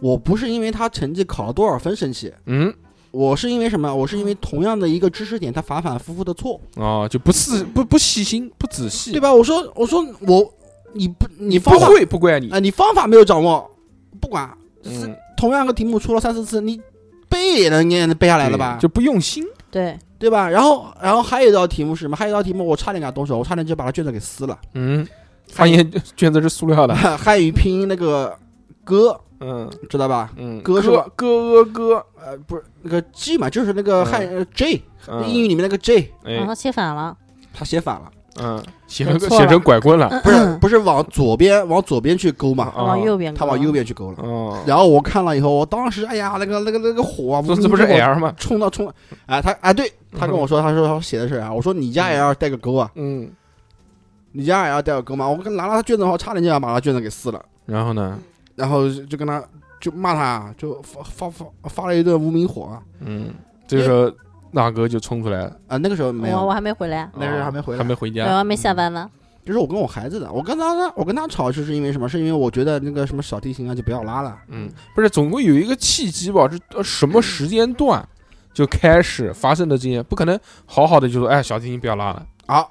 [SPEAKER 4] 我不是因为他成绩考了多少分生气，
[SPEAKER 1] 嗯，
[SPEAKER 4] 我是因为什么？我是因为同样的一个知识点，他反反复复的错，
[SPEAKER 1] 哦，就不细不不细心不仔细
[SPEAKER 4] 对，吧？我说我说我你不你方
[SPEAKER 1] 不
[SPEAKER 4] 法
[SPEAKER 1] 会不怪你
[SPEAKER 4] 啊、，你方法没有掌握，不管，是
[SPEAKER 1] 嗯，
[SPEAKER 4] 同样的题目出了三四次，你背也能也能背下来了吧
[SPEAKER 1] 对？就不用心，
[SPEAKER 5] 对，
[SPEAKER 4] 对吧？然后，然后还有一道题目是什么？还有一道题目，我差点给他动手，我差点就把他卷子给撕了。
[SPEAKER 1] 嗯，发现 卷子是塑料的，
[SPEAKER 4] 汉语拼音那个“哥
[SPEAKER 1] 嗯”，
[SPEAKER 4] 知道吧？
[SPEAKER 1] 嗯，
[SPEAKER 4] 哥是吧
[SPEAKER 1] 哥哥哥，
[SPEAKER 4] 呃，不是那个 “G” 嘛，就是那个汉、呃 “J”，、英
[SPEAKER 1] 嗯，
[SPEAKER 4] 语里面那个 “J”，
[SPEAKER 5] 然
[SPEAKER 1] 哎，
[SPEAKER 5] 后写反了，
[SPEAKER 4] 他写反了，
[SPEAKER 1] 嗯，写了个
[SPEAKER 5] 啊写错了嗯
[SPEAKER 1] 写成拐棍
[SPEAKER 3] 啊
[SPEAKER 1] 了，
[SPEAKER 4] 不是不是往左边往左边去勾嘛，
[SPEAKER 1] 啊
[SPEAKER 5] 往右边，
[SPEAKER 4] 他往右，边去勾了。
[SPEAKER 1] 哦，
[SPEAKER 4] 然后我看了以后，我当时哎呀，那个那个那个火啊，
[SPEAKER 1] 这这不是 L 吗？
[SPEAKER 4] 冲到冲，哎，他哎对他跟我说，他说他写的是啊，我说你家也要带个勾啊，
[SPEAKER 1] 嗯，
[SPEAKER 4] 你家也要带个勾嘛，我跟拿了他卷子后，差点就要把他卷子给撕了。
[SPEAKER 1] 然后呢？
[SPEAKER 4] 然后就跟他就骂他，就发发发发了一顿无名火啊！
[SPEAKER 1] 嗯，这个时候大哥就冲出来了，
[SPEAKER 4] 啊那个时候没
[SPEAKER 5] 我我
[SPEAKER 4] 有，
[SPEAKER 5] 还没回来，
[SPEAKER 4] 那时候还没回来嗯
[SPEAKER 1] 还没回
[SPEAKER 5] 我
[SPEAKER 1] 家，
[SPEAKER 5] 还没下班呢，
[SPEAKER 4] 就是我跟我孩子的，我跟他我跟他吵就是因为什么？是因为我觉得那个什么小提琴啊就不要拉了，
[SPEAKER 1] 嗯，不是，总归有一个契机吧？这呃什么时间段就开始发生的这些，不可能好好的就说，哎，小提琴不要拉了，
[SPEAKER 4] 啊，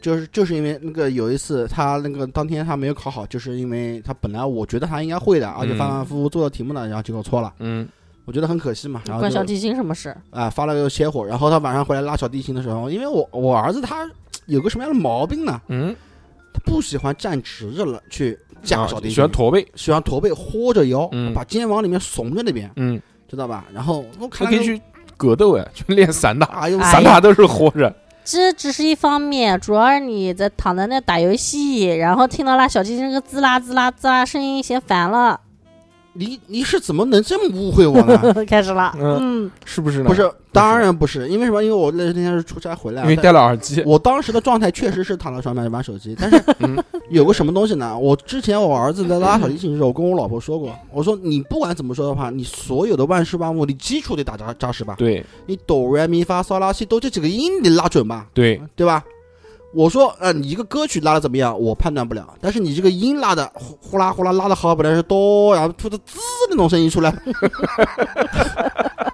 [SPEAKER 4] 就是就是因为那个有一次他那个当天他没有考好，就是因为他本来我觉得他应该会的，而且反反复复做的题目呢，然后结果错了，
[SPEAKER 1] 嗯，
[SPEAKER 4] 我觉得很可惜嘛，然后
[SPEAKER 5] 关小
[SPEAKER 4] 就
[SPEAKER 5] 提琴什么事？
[SPEAKER 4] 啊发了个邪火，然后他晚上回来拉小提琴的时候，因为我我儿子他有个什么样的毛病呢？
[SPEAKER 1] 嗯，
[SPEAKER 4] 他不喜欢站直着了去架
[SPEAKER 1] 啊
[SPEAKER 4] 小提琴，
[SPEAKER 1] 喜欢驼背，
[SPEAKER 4] 喜欢驼背，豁着腰，
[SPEAKER 1] 嗯
[SPEAKER 4] 把肩往里面耸着那边，
[SPEAKER 1] 嗯，
[SPEAKER 4] 知道吧？然后我
[SPEAKER 1] 还
[SPEAKER 4] 看
[SPEAKER 1] 可以
[SPEAKER 4] 着
[SPEAKER 1] 去格斗哎， 去练散打，
[SPEAKER 4] 哎呦，
[SPEAKER 5] 哎
[SPEAKER 1] 散打都是活着，
[SPEAKER 5] 这只是一方面，主要是你在躺在那打游戏，然后听到那小提琴那个滋啦滋啦滋啦声音，嫌烦了，
[SPEAKER 4] 你你是怎么能这么误会 我呢？
[SPEAKER 5] 开始了。
[SPEAKER 1] 嗯
[SPEAKER 5] 嗯，
[SPEAKER 1] 是不是呢？
[SPEAKER 4] 不，是，当然不是，因为什么？因为我那天是出差回来
[SPEAKER 1] 因为，
[SPEAKER 4] 但
[SPEAKER 1] 戴了耳机，
[SPEAKER 4] 我当时的状态确实是躺在床上玩手机，但是
[SPEAKER 1] 嗯
[SPEAKER 4] 有个什么东西呢？我之前我儿子在拉小提琴的时候，我跟我老婆说过，我说你不管怎么说的话，你所有的万事万物，你基础得打扎扎实吧，
[SPEAKER 1] 对
[SPEAKER 4] 你哆来咪发嗦拉西哆这几个音你得拉准吧，
[SPEAKER 1] 对，
[SPEAKER 4] 对吧？我说，呃，你一个歌曲拉的怎么样，我判断不了，但是你这个音拉的呼呼啦呼啦拉的好，本来是哆，然后出的滋那种声音出来，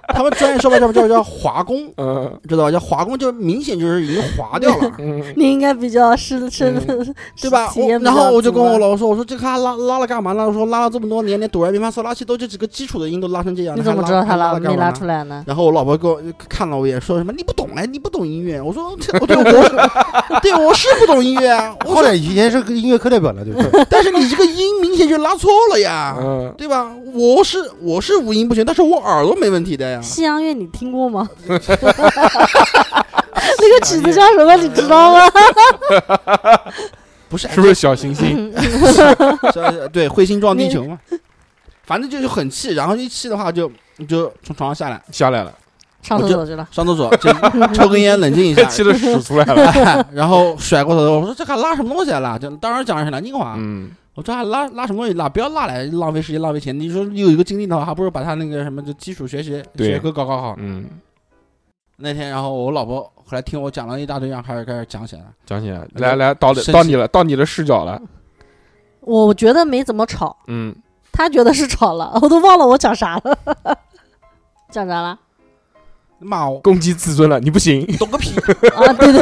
[SPEAKER 4] 他们专业说法叫叫叫滑弓，
[SPEAKER 1] 嗯，
[SPEAKER 4] 知道吧？叫滑弓，就明显就是已经滑掉了
[SPEAKER 1] 嗯，
[SPEAKER 5] 你应该比较深深，
[SPEAKER 4] 嗯对吧？
[SPEAKER 5] 体
[SPEAKER 4] 我
[SPEAKER 5] 验比较
[SPEAKER 4] 然后我就跟我
[SPEAKER 5] 足吧
[SPEAKER 4] 老婆说，我说这个他拉拉了干嘛呢？我说拉了这么多年，连哆来咪发嗦拉西哆这几个基础的音都拉成这样，
[SPEAKER 5] 你怎么
[SPEAKER 4] 还
[SPEAKER 5] 知道
[SPEAKER 4] 还
[SPEAKER 5] 他
[SPEAKER 4] 拉了
[SPEAKER 5] 没
[SPEAKER 4] 干嘛
[SPEAKER 5] 拉
[SPEAKER 4] 呢嗯
[SPEAKER 5] 出来呢？
[SPEAKER 4] 然后我老婆给我看了我一眼，说什么你不懂哎，你不懂音乐。我说 我对我是对我是不懂音乐啊，我
[SPEAKER 3] 后来以前是个音乐课代表了，对不对？
[SPEAKER 4] 但是你这个音明显就拉错了呀，
[SPEAKER 1] 嗯
[SPEAKER 4] 对吧？我是我是五音不全，但是我耳朵没问题的呀。
[SPEAKER 5] 西洋乐你听过 吗？那个曲子叫什么？你知道 吗？
[SPEAKER 4] 不是，
[SPEAKER 1] 是不是小行星？
[SPEAKER 5] 嗯
[SPEAKER 4] 是是对，彗星撞地球嘛。反正就是很气，然后一气的话就就从床上下来，
[SPEAKER 1] 下来了，
[SPEAKER 5] 上厕所去了。
[SPEAKER 4] 上厕所，这抽根烟冷静一 下，哎
[SPEAKER 1] 气的屎出来了。
[SPEAKER 4] 然后甩过头来，我说这还拉什么东西啊拉？就当时讲的是南京话，
[SPEAKER 1] 嗯，
[SPEAKER 4] 我哦这还拉拉什么东西拉？不要拉来，浪费时间，浪费钱。你说有一个精力的话，还不如把他那个什么就基础学习
[SPEAKER 1] 对
[SPEAKER 4] 学科搞搞好。
[SPEAKER 1] 嗯，
[SPEAKER 4] 那天，然后我老婆后来听我讲了一大堆，然后开始开始讲起来了。
[SPEAKER 1] 讲起来，来来，到到你了，到你的视角了。
[SPEAKER 5] 我觉得没怎么吵，
[SPEAKER 1] 嗯，
[SPEAKER 5] 他觉得是吵了，我都忘了我讲啥了， 讲啥了？
[SPEAKER 4] 骂我
[SPEAKER 1] 攻击自尊了，你不行。
[SPEAKER 4] 懂个屁，
[SPEAKER 5] 啊，对对，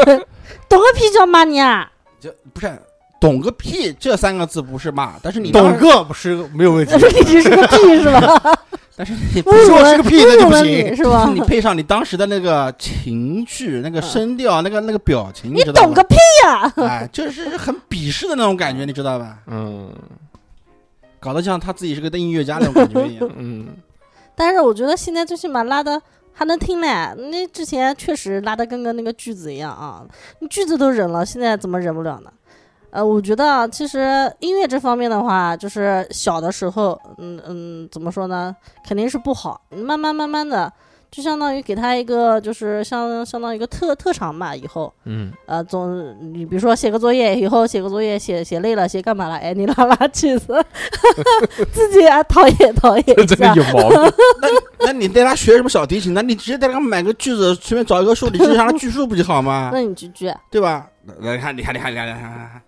[SPEAKER 5] 懂个屁叫骂你啊！
[SPEAKER 4] 就不是懂个屁这三个字不是骂，但是你当
[SPEAKER 3] 懂
[SPEAKER 4] 时，
[SPEAKER 3] 个不是没有问题
[SPEAKER 5] 你，是个屁是吧？
[SPEAKER 4] 但是你
[SPEAKER 5] 侮辱
[SPEAKER 3] 说
[SPEAKER 5] 了
[SPEAKER 3] 是个屁那就
[SPEAKER 5] 侮辱
[SPEAKER 3] 不
[SPEAKER 5] 了
[SPEAKER 3] 行
[SPEAKER 5] 你是吧？
[SPEAKER 4] 你配上你当时的那个情绪、那个声调、啊那个那个表情，
[SPEAKER 5] 嗯
[SPEAKER 4] 你
[SPEAKER 5] 你
[SPEAKER 4] 知道
[SPEAKER 5] 懂
[SPEAKER 4] 吗
[SPEAKER 5] 个屁呀、
[SPEAKER 4] 哎，就是很鄙视的那种感觉，你知道吧？
[SPEAKER 1] 嗯。
[SPEAKER 4] 搞得像他自己是个音乐家那种感觉一样
[SPEAKER 1] 嗯，
[SPEAKER 5] 但是我觉得现在最起码拉的还能听嘞，那之前确实拉的跟个那个句子一样啊，你句子都忍了，现在怎么忍不了呢？呃，我觉得啊，其实音乐这方面的话，就是小的时候，嗯嗯，怎么说呢，肯定是不好，慢慢慢慢的，就相当于给他一个，就是相相当于一个特特长吧，以后，
[SPEAKER 1] 嗯，
[SPEAKER 5] 呃，总你比如说写个作业，以后写个作业写写累了，写干嘛了？哎，你拉拉去， 自己啊陶冶陶冶
[SPEAKER 1] 这
[SPEAKER 5] 一
[SPEAKER 1] 真的
[SPEAKER 5] 下。
[SPEAKER 1] 有啊毛病。
[SPEAKER 4] 那你带他学什么小提琴呢？你直接带他买个锯子，随便找一个树，你直接让他锯树不就好吗？
[SPEAKER 5] 那你句句
[SPEAKER 4] 对吧？来，你看，你看，你看，你看，你看你看，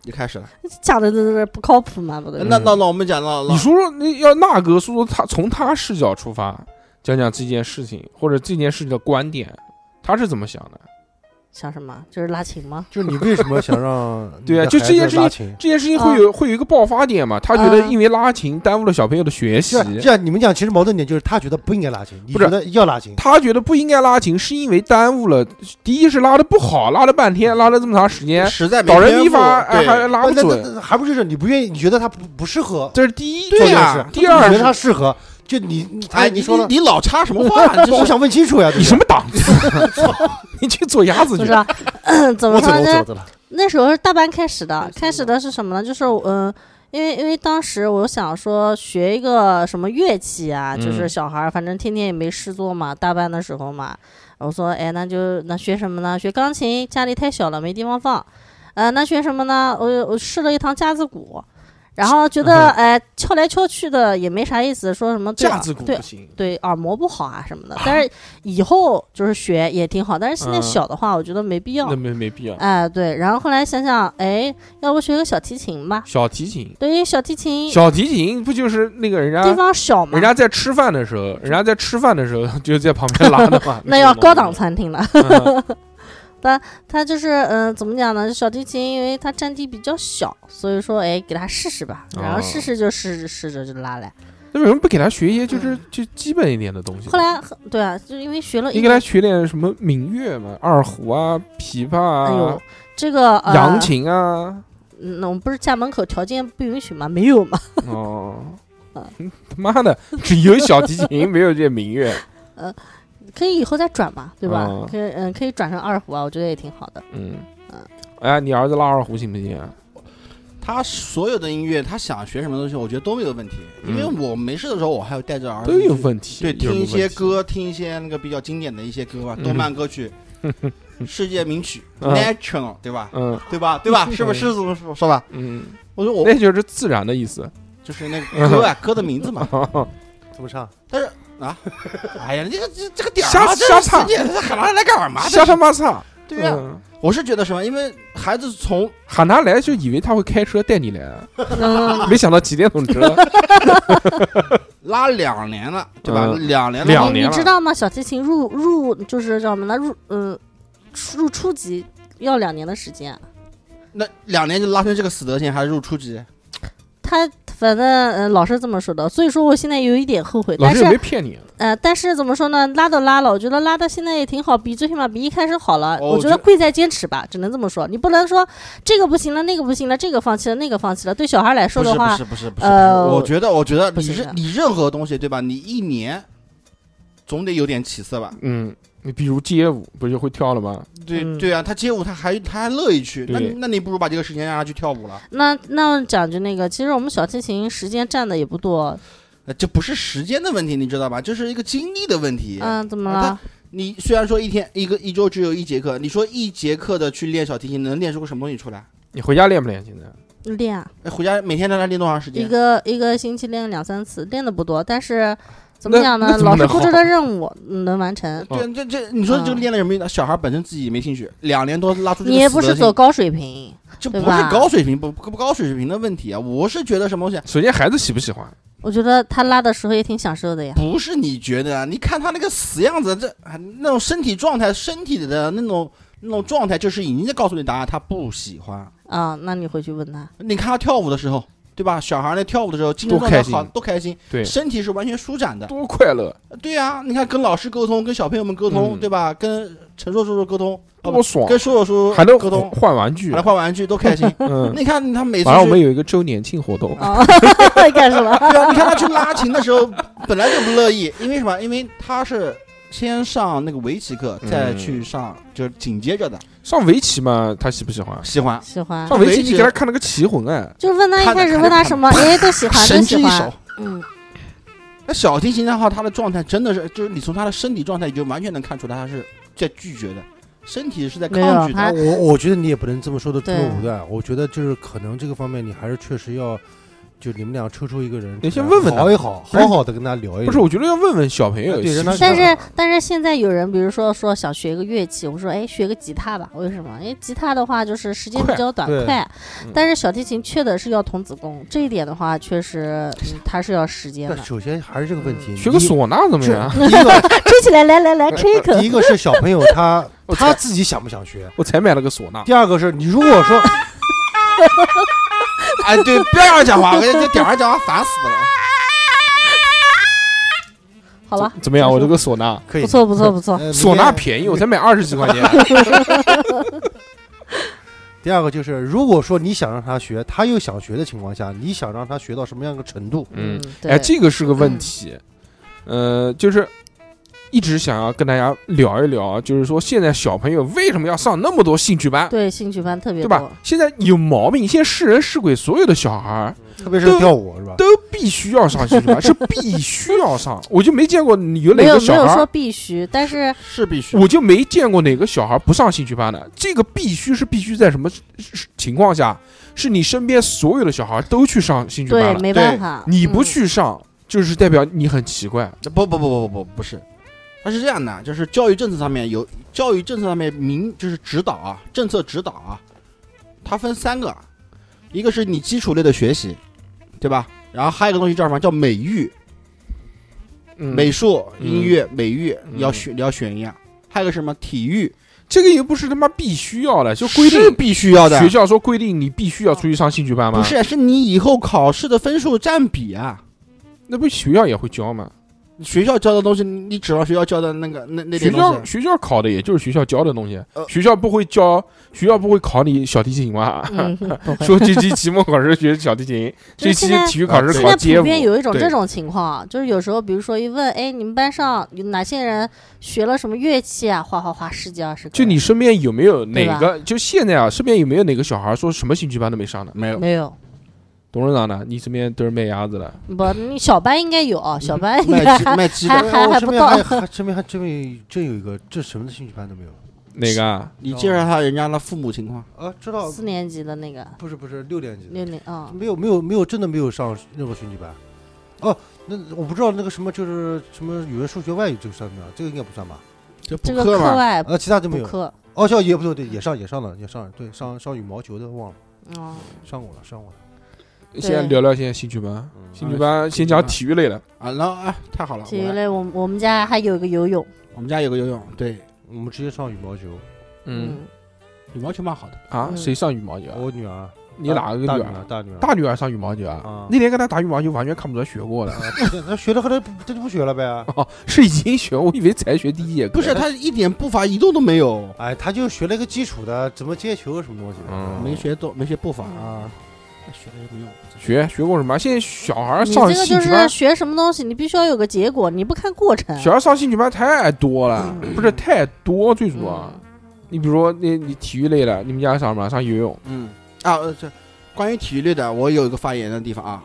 [SPEAKER 4] 就开始了。
[SPEAKER 5] 讲的这这不靠谱嘛，不对？
[SPEAKER 4] 那那那我们讲了，
[SPEAKER 1] 你说说，那要那哥说说他从他视角出发，讲讲这件事情或者这件事情的观点，他是怎么想的？
[SPEAKER 5] 想什么？就是拉琴吗？
[SPEAKER 3] 就是你为什么想让
[SPEAKER 1] 对啊
[SPEAKER 3] 你的
[SPEAKER 1] 就这件
[SPEAKER 3] 孩子
[SPEAKER 1] 事情
[SPEAKER 3] 拉琴？
[SPEAKER 1] 这件事情会有、会有一个爆发点嘛？他觉得因为拉琴耽误了小朋友的学习
[SPEAKER 3] 这，样这样，你们讲其实矛盾点就是他觉得不应该拉琴，你
[SPEAKER 1] 不是
[SPEAKER 3] 觉得要拉琴，
[SPEAKER 1] 他觉得不应该拉琴，是因为耽误了。第一是拉的不好，拉了半天，拉了这么长时间，
[SPEAKER 4] 实在没
[SPEAKER 1] 导人
[SPEAKER 4] 天
[SPEAKER 1] 迷
[SPEAKER 4] 赋
[SPEAKER 1] 发，哎
[SPEAKER 4] 对
[SPEAKER 1] 还拉不
[SPEAKER 3] 那那
[SPEAKER 1] 准，
[SPEAKER 3] 那还不是这你不愿意，你觉得他不不适合
[SPEAKER 1] 这是第一。
[SPEAKER 4] 对
[SPEAKER 3] 做这
[SPEAKER 4] 呀
[SPEAKER 3] 件事，
[SPEAKER 1] 第二
[SPEAKER 3] 你觉得
[SPEAKER 1] 是
[SPEAKER 3] 他适合，就你你
[SPEAKER 4] 哎，
[SPEAKER 3] 哎，你
[SPEAKER 4] 你
[SPEAKER 3] 说呢？
[SPEAKER 4] 你老插什么话？这
[SPEAKER 3] 我
[SPEAKER 4] 是
[SPEAKER 3] 想问清楚呀，
[SPEAKER 1] 你什么档次？ 你去做鸭子
[SPEAKER 5] 不
[SPEAKER 1] 去
[SPEAKER 5] 是？啊， 怎么
[SPEAKER 3] 我走了，我
[SPEAKER 5] 说
[SPEAKER 3] 走
[SPEAKER 5] 呢
[SPEAKER 3] 了？走了。
[SPEAKER 5] 那时候是大班开始的，开始的是什么呢？就是嗯。因为因为当时我想说学一个什么乐器啊，
[SPEAKER 1] 嗯
[SPEAKER 5] 就是小孩儿反正天天也没事做嘛，大班的时候嘛，我说哎那就那学什么呢？学钢琴，家里太小了没地方放，呃那学什么呢？我我试了一堂架子鼓，然后觉得哎敲来敲去的也没啥意思，说什么对
[SPEAKER 1] 嗯架子鼓
[SPEAKER 5] 对
[SPEAKER 1] 不行。
[SPEAKER 5] 对耳膜不好啊什么的。但是以后就是学也挺好，但是现在
[SPEAKER 1] 嗯
[SPEAKER 5] 小的话，我觉得没必要
[SPEAKER 1] 那。没没必要。
[SPEAKER 5] 哎，对，然后后来想想，哎，要不学个小提琴吧？
[SPEAKER 1] 小提琴，
[SPEAKER 5] 对，因为小提琴
[SPEAKER 1] 小提琴不就是那个人
[SPEAKER 5] 地
[SPEAKER 1] 家
[SPEAKER 5] 方小嘛
[SPEAKER 1] 人，家在吃饭的时候，人家在吃饭的时候就在旁边拉的嘛
[SPEAKER 5] ？那要高档餐厅了。
[SPEAKER 1] 嗯。
[SPEAKER 5] 它就是嗯、呃怎么讲呢？小提琴因为它占地比较小，所以说哎，给它试试吧。然后
[SPEAKER 1] 哦
[SPEAKER 5] 试试就试着试着就拉来。
[SPEAKER 1] 那为什么不给他学一些就是就基本一点的东西？
[SPEAKER 5] 嗯后来对啊，就因为学了一
[SPEAKER 1] 你给他
[SPEAKER 5] 年，
[SPEAKER 1] 学点什么民乐嘛，二胡啊、琵琶啊
[SPEAKER 5] 哎呦、，这个呃，
[SPEAKER 1] 扬琴 啊，
[SPEAKER 5] 嗯，那我们不是家门口条件不允许吗？没有嘛。
[SPEAKER 1] 哦
[SPEAKER 5] 啊，
[SPEAKER 1] 他妈的，只有小提琴，没有这民 乐。
[SPEAKER 5] 可以以后再转嘛，对吧？
[SPEAKER 1] 嗯
[SPEAKER 5] 可以，嗯，可以转成二胡啊，我觉得也挺好 的。
[SPEAKER 1] 嗯
[SPEAKER 5] 啊，
[SPEAKER 1] 哎，你儿子拉二胡行不行啊？
[SPEAKER 4] 他所有的音乐，他想学什么东西，我觉得都没有问题。因为我没事的时候，我还有带着儿子
[SPEAKER 1] 都有
[SPEAKER 4] 去
[SPEAKER 1] 问题，
[SPEAKER 4] 对，
[SPEAKER 1] 有什么
[SPEAKER 4] 听一些
[SPEAKER 1] 问题，
[SPEAKER 4] 歌，听一些那个比较经典的一些歌吧，
[SPEAKER 1] 嗯
[SPEAKER 4] 动漫歌曲、世界名曲、
[SPEAKER 1] 嗯
[SPEAKER 4] National，对吧？
[SPEAKER 1] 嗯
[SPEAKER 4] 对吧？对吧？是不是是这么说说吧？
[SPEAKER 1] 嗯，
[SPEAKER 4] 我说我
[SPEAKER 1] 那就是自然的意思。
[SPEAKER 4] 就是那个歌啊，歌的名字嘛。
[SPEAKER 3] 怎么唱？
[SPEAKER 4] 哎呀，这个这这个点儿
[SPEAKER 1] 瞎
[SPEAKER 4] 啊，这
[SPEAKER 1] 瞎
[SPEAKER 4] 是
[SPEAKER 1] 唱
[SPEAKER 4] 这这喊他来干嘛？
[SPEAKER 1] 瞎
[SPEAKER 4] 这
[SPEAKER 1] 他
[SPEAKER 4] 是
[SPEAKER 1] 妈唱，
[SPEAKER 4] 对呀，
[SPEAKER 1] 嗯
[SPEAKER 4] 我是觉得什么？因为孩子从
[SPEAKER 1] 喊他来就以为他会开车带你来，啊
[SPEAKER 5] 嗯，
[SPEAKER 1] 没想到骑电动车。
[SPEAKER 4] 拉两年了，对吧？
[SPEAKER 1] 嗯
[SPEAKER 4] 两年了，
[SPEAKER 1] 两
[SPEAKER 5] 哎你
[SPEAKER 1] 年
[SPEAKER 5] 你
[SPEAKER 1] 了
[SPEAKER 5] 知道吗？小提琴入入就是叫什么呢？入嗯入初级要两年的时间。
[SPEAKER 4] 那两年就拉成这个死德行，还入初级。
[SPEAKER 5] 他反正嗯老师这么说的，所以说我现在有一点后悔。
[SPEAKER 1] 老
[SPEAKER 5] 但
[SPEAKER 1] 师也没
[SPEAKER 5] 是
[SPEAKER 1] 骗你，啊
[SPEAKER 5] 呃，但是怎么说呢？拉都拉了，我觉得拉的现在也挺好，比最起码比一开始好了。
[SPEAKER 4] 哦
[SPEAKER 5] 我
[SPEAKER 4] 我
[SPEAKER 5] 觉
[SPEAKER 4] 觉
[SPEAKER 5] 得
[SPEAKER 4] 得
[SPEAKER 5] 贵在坚持吧，只能这么说。你不能说这个不行了，那个不行了，这个放弃了，那个放弃了。对小孩来说
[SPEAKER 4] 不
[SPEAKER 5] 的
[SPEAKER 4] 是不
[SPEAKER 5] 话，
[SPEAKER 4] 是不是不是，
[SPEAKER 5] 呃
[SPEAKER 4] 我觉得我觉得
[SPEAKER 5] 不
[SPEAKER 4] 你
[SPEAKER 5] 行
[SPEAKER 4] 是
[SPEAKER 5] 的
[SPEAKER 4] 你任何东西对吧？你一年总得有点起色吧？
[SPEAKER 1] 嗯，你比如街舞，不是就会跳了吗？
[SPEAKER 4] 对、
[SPEAKER 5] 嗯
[SPEAKER 4] 对啊，他街舞他还他还乐意去，那
[SPEAKER 1] 对
[SPEAKER 4] 那你不如把这个时间让他去跳舞了，
[SPEAKER 5] 那那讲句那个，其实我们小提琴时间占的也不多。
[SPEAKER 4] 呃这不是时间的问题，你知道吧？这是一个精力的问题。
[SPEAKER 5] 嗯，怎么
[SPEAKER 4] 啊
[SPEAKER 5] 了？
[SPEAKER 4] 你虽然说一天一个一周只有一节课，你说一节课的去练小提琴，能练出个什么东西出来？
[SPEAKER 1] 你回家练不练？现在
[SPEAKER 5] 练啊
[SPEAKER 4] 哎，回家每天大概练多长时
[SPEAKER 5] 一
[SPEAKER 4] 间？
[SPEAKER 5] 个一个星期练两三次，练的不多，但是怎么讲
[SPEAKER 1] 那
[SPEAKER 5] 呢？
[SPEAKER 1] 那怎么
[SPEAKER 5] 老师
[SPEAKER 1] 能
[SPEAKER 5] 布置的任务嗯能完成。
[SPEAKER 4] 对，这这，你说这个练了什么用呢？小孩本身自己没兴趣，两年多拉出去，
[SPEAKER 5] 你也不是走，高水平，
[SPEAKER 4] 这不
[SPEAKER 5] 对
[SPEAKER 4] 是
[SPEAKER 5] 吧
[SPEAKER 4] 高水平，不不高水平的问题啊！我是觉得什么东西，
[SPEAKER 1] 首先孩子喜不喜欢？
[SPEAKER 5] 我觉得他拉的时候也挺享受的呀。
[SPEAKER 4] 不是你觉得啊？你看他那个死样子，这啊那种身体状态，身体的那种那种状态，就是已经在告诉你答案，他不喜欢。
[SPEAKER 5] 啊，那你回去问他，
[SPEAKER 4] 你看他跳舞的时候，对吧？小孩儿那跳舞的时候，精
[SPEAKER 1] 多
[SPEAKER 4] 神状态
[SPEAKER 1] 开心
[SPEAKER 4] 好，多开心，
[SPEAKER 1] 对
[SPEAKER 4] 身体是完全舒展的。
[SPEAKER 1] 多快乐，
[SPEAKER 4] 对呀、你看跟老师沟通，跟小朋友们沟通，
[SPEAKER 1] 嗯
[SPEAKER 4] 对吧？跟陈硕叔叔沟通，哦
[SPEAKER 1] 多爽，
[SPEAKER 4] 跟硕硕叔叔
[SPEAKER 1] 还能
[SPEAKER 4] 沟通，
[SPEAKER 1] 换玩具
[SPEAKER 4] 还。能换玩具，都开心。
[SPEAKER 1] 嗯，
[SPEAKER 4] 你看他每次
[SPEAKER 1] 马上我们
[SPEAKER 4] 去，
[SPEAKER 1] 有一个周年庆活动，
[SPEAKER 5] 啊，干什么？
[SPEAKER 4] 对啊，你看他去拉琴的时候，本来就不乐意，因为什么？因为他是先上那个围棋课，
[SPEAKER 1] 嗯
[SPEAKER 4] 再去上就是紧接着的
[SPEAKER 1] 上围棋嘛，他喜不喜欢？
[SPEAKER 4] 喜欢。
[SPEAKER 5] 喜欢，
[SPEAKER 1] 上
[SPEAKER 4] 围
[SPEAKER 1] 围棋
[SPEAKER 4] 棋
[SPEAKER 1] 你给他看了个棋魂哎，
[SPEAKER 5] 就问他一
[SPEAKER 4] 看着
[SPEAKER 5] 开始
[SPEAKER 4] 看着
[SPEAKER 5] 问他
[SPEAKER 4] 看着
[SPEAKER 5] 什么，哎，都喜欢，都
[SPEAKER 4] 神之
[SPEAKER 5] 喜
[SPEAKER 4] 一手
[SPEAKER 5] 欢，。嗯，
[SPEAKER 4] 那小提琴的话，他的状态真的是，就是你从他的身体状态，你就完全能看出来他是在拒绝的，身体是在
[SPEAKER 5] 没有
[SPEAKER 4] 抗拒
[SPEAKER 5] 他
[SPEAKER 4] 的。
[SPEAKER 3] 啊我我觉得你也不能这么说的这
[SPEAKER 5] 啊对
[SPEAKER 3] 么武断，我觉得就是可能这个方面你还是确实要，就你们俩抽出一个人，
[SPEAKER 1] 你先问问他
[SPEAKER 3] 好一好，
[SPEAKER 1] 不是
[SPEAKER 3] 好好的跟他聊一聊。
[SPEAKER 1] 不是，我觉得要问问小朋友
[SPEAKER 3] 哎对
[SPEAKER 1] 喜不
[SPEAKER 3] 让
[SPEAKER 1] 喜
[SPEAKER 3] 他
[SPEAKER 1] 欢，
[SPEAKER 5] 但是但是现在有人，比如说说想学一个乐器，我说哎学个吉他吧，为什么？因为吉他的话就是时间比
[SPEAKER 1] 快
[SPEAKER 5] 较短
[SPEAKER 3] 对
[SPEAKER 5] 快
[SPEAKER 1] 嗯，
[SPEAKER 5] 但是小提琴缺的是要童子功，这一点的话确实嗯它是要时间的
[SPEAKER 3] 但。首先还是这个问题，
[SPEAKER 1] 学个
[SPEAKER 3] 你
[SPEAKER 1] 唢呐怎么
[SPEAKER 3] 这
[SPEAKER 1] 样？啊
[SPEAKER 3] 第 一个，
[SPEAKER 5] 吹起来，来来来，吹一口
[SPEAKER 1] 呃
[SPEAKER 3] 第。一个是小朋友他
[SPEAKER 1] 我
[SPEAKER 3] 他
[SPEAKER 1] 才
[SPEAKER 3] 自己想不想学，
[SPEAKER 1] 我才买了个唢呐，
[SPEAKER 3] 第二个是你如果 说
[SPEAKER 4] 哎，对，不要让他讲话，我这这点儿讲话烦死了。
[SPEAKER 5] 好了，
[SPEAKER 1] 怎么样？
[SPEAKER 5] 结束
[SPEAKER 1] 我这个唢呐，
[SPEAKER 3] 可以
[SPEAKER 5] 不，错不错不错。
[SPEAKER 3] 呃
[SPEAKER 1] 唢呐。
[SPEAKER 3] 明天
[SPEAKER 1] 便宜，我才买二十几块钱。啊
[SPEAKER 3] 第二个就是，如果说你想让他学，他又想学的情况下，你想让他学到什么样的程度？
[SPEAKER 1] 嗯，
[SPEAKER 5] 对嗯
[SPEAKER 1] 哎，，这个是个问题，呃，就是一直想要跟大家聊一聊，就是说现在小朋友为什么要上那么多兴趣班，
[SPEAKER 5] 对兴趣班特别
[SPEAKER 1] 对
[SPEAKER 5] 多
[SPEAKER 1] 吧，？现在有毛病，现在是人是鬼，所有的小孩儿
[SPEAKER 3] 特别是
[SPEAKER 1] 对
[SPEAKER 3] 跳舞是吧？
[SPEAKER 1] 都必须要上兴趣班，是必须要 上，我就没见过有哪
[SPEAKER 5] 没有
[SPEAKER 1] 个
[SPEAKER 5] 没
[SPEAKER 1] 小
[SPEAKER 5] 有
[SPEAKER 1] 孩
[SPEAKER 5] 说
[SPEAKER 1] 儿。
[SPEAKER 5] 必须，但是
[SPEAKER 4] 是必须。
[SPEAKER 1] 我就没见过哪个小孩儿不上兴趣班的。这个必须是必须在什么情况下？是你身边所有的小孩儿都去上兴趣班
[SPEAKER 5] 对
[SPEAKER 1] 了，
[SPEAKER 5] 没办法，
[SPEAKER 1] 你不
[SPEAKER 5] 嗯
[SPEAKER 1] 去上，就是代表你很奇怪。
[SPEAKER 4] 不不不不不不不是，它是这样的，啊就是教育政策上面有教育政策上面明就是指导啊，政策指导啊，它分三个，啊一个是你基础类的学习，对吧？然后还有一个东西叫什么？叫美育，
[SPEAKER 1] 嗯
[SPEAKER 4] 美术、
[SPEAKER 1] 嗯
[SPEAKER 4] 音乐、美育，
[SPEAKER 1] 嗯
[SPEAKER 4] 你要选你要选一样。还有个什么体育，
[SPEAKER 1] 这个也不是他妈必须要的，就规定
[SPEAKER 4] 是必须要的啊
[SPEAKER 1] 学，校说规定你必须要出去上兴趣班吗？
[SPEAKER 4] 不，是是你以后考试的分数占比啊。
[SPEAKER 1] 那不学校也会教吗？
[SPEAKER 4] 学校教的东西，你你指望学校教的那个那那
[SPEAKER 1] 学
[SPEAKER 4] 点东
[SPEAKER 1] 校
[SPEAKER 4] 西？啊
[SPEAKER 1] 学校考的也就是学校教的东西，
[SPEAKER 4] 呃
[SPEAKER 1] 学校不会教，学校不会考你小提琴吗？
[SPEAKER 5] 嗯， 不会。
[SPEAKER 1] 说这期期末考试学小提琴，
[SPEAKER 5] 就
[SPEAKER 1] 这
[SPEAKER 5] 是
[SPEAKER 1] 期
[SPEAKER 5] 现在
[SPEAKER 1] 体育考试
[SPEAKER 5] 现
[SPEAKER 1] 考
[SPEAKER 5] 在
[SPEAKER 1] 街
[SPEAKER 5] 普
[SPEAKER 1] 舞。
[SPEAKER 5] 遍有一种
[SPEAKER 1] 对
[SPEAKER 5] 这种情况，啊就是有时候，比如说一问，哎，你们班上有哪些人学了什么乐器啊？哗哗哗，十几二十个。
[SPEAKER 1] 就你身边有没有
[SPEAKER 5] 对
[SPEAKER 1] 哪
[SPEAKER 5] 吧
[SPEAKER 1] 个？就现在啊，身边有没有哪个小孩说什么兴趣班都没上的？
[SPEAKER 4] 没有，
[SPEAKER 5] 没有？
[SPEAKER 1] 董事长呢？你身边都是卖鸭子的，
[SPEAKER 5] 不，你小班应该有，
[SPEAKER 1] 嗯
[SPEAKER 5] 小班应
[SPEAKER 4] 卖
[SPEAKER 5] 该
[SPEAKER 4] 鸡卖鸡
[SPEAKER 5] 还
[SPEAKER 3] 哎
[SPEAKER 4] 的，
[SPEAKER 5] 还
[SPEAKER 3] 我
[SPEAKER 5] 还
[SPEAKER 3] 身
[SPEAKER 5] 不
[SPEAKER 3] 边
[SPEAKER 5] 到
[SPEAKER 3] 还还身边还真有真有一个，这什么的兴趣班都没有
[SPEAKER 1] 哪个啊？
[SPEAKER 4] 你介绍一下人家的父母情况。
[SPEAKER 3] 啊？知道
[SPEAKER 5] 四年级的那个
[SPEAKER 3] 不是不是六年级
[SPEAKER 5] 六
[SPEAKER 3] 的，
[SPEAKER 5] 年啊，
[SPEAKER 3] 没有没有没有，真的没有上任何兴趣班。哦，那我不知道那个什么就是什么语文、数学、外语这个算不算？这个应该不算吧？
[SPEAKER 4] 这补
[SPEAKER 5] 这个
[SPEAKER 4] 课
[SPEAKER 5] 课
[SPEAKER 4] 嘛，
[SPEAKER 5] 外
[SPEAKER 1] 嗯
[SPEAKER 3] 啊，其他都没
[SPEAKER 5] 补
[SPEAKER 3] 有。
[SPEAKER 5] 呃课，
[SPEAKER 3] 哦，校也不对，对，也上也上了，也上了，对，上上羽毛球的忘了，
[SPEAKER 5] 嗯，
[SPEAKER 3] 上过了，上过了。
[SPEAKER 1] 先聊聊现在兴趣班，
[SPEAKER 3] 嗯
[SPEAKER 1] 兴趣班先讲体育类的，
[SPEAKER 4] 啊，然后哎，太好了，
[SPEAKER 5] 体育
[SPEAKER 4] 我来
[SPEAKER 5] 类，我们我们家还有一个游泳，
[SPEAKER 4] 我们家有个游泳，对，
[SPEAKER 3] 我们直接上羽毛球。
[SPEAKER 1] 嗯
[SPEAKER 4] 羽毛球蛮好的。
[SPEAKER 1] 啊，
[SPEAKER 5] 嗯
[SPEAKER 1] 谁上羽毛球啊？
[SPEAKER 3] 我女儿，啊
[SPEAKER 1] 你哪个
[SPEAKER 3] 大
[SPEAKER 1] 女
[SPEAKER 3] 女
[SPEAKER 1] 儿？
[SPEAKER 3] 大女儿，
[SPEAKER 1] 呃大女儿上羽毛球啊
[SPEAKER 3] 啊？
[SPEAKER 1] 那天跟她打羽毛球，完全看不出来学过的。
[SPEAKER 3] 啊那学了后来不这就不学了呗。
[SPEAKER 1] 哦，是已经学，我以为才学第一节课。
[SPEAKER 4] 不是，他一点步伐移动都没有，
[SPEAKER 3] 哎，他就学了一个基础的，怎么接球什么东西
[SPEAKER 1] 嗯
[SPEAKER 3] 的。
[SPEAKER 4] 没学动，没学步伐
[SPEAKER 5] 嗯
[SPEAKER 4] 啊，那学了也没用。真是
[SPEAKER 1] 学学过什么？现在小孩
[SPEAKER 5] 你
[SPEAKER 1] 上
[SPEAKER 5] 这个
[SPEAKER 1] 兴
[SPEAKER 5] 就
[SPEAKER 1] 趣
[SPEAKER 5] 是
[SPEAKER 1] 班，
[SPEAKER 5] 学什么东西，你必须要有个结果，你不看过程。
[SPEAKER 1] 小孩上兴趣班太多了，不是太多，最主
[SPEAKER 4] 啊
[SPEAKER 1] 要
[SPEAKER 5] 嗯。
[SPEAKER 1] 你比如说，那你体育类的，你们家上什么？上游泳？
[SPEAKER 4] 嗯啊，呃这关于体育类的，我有一个发言的地方啊。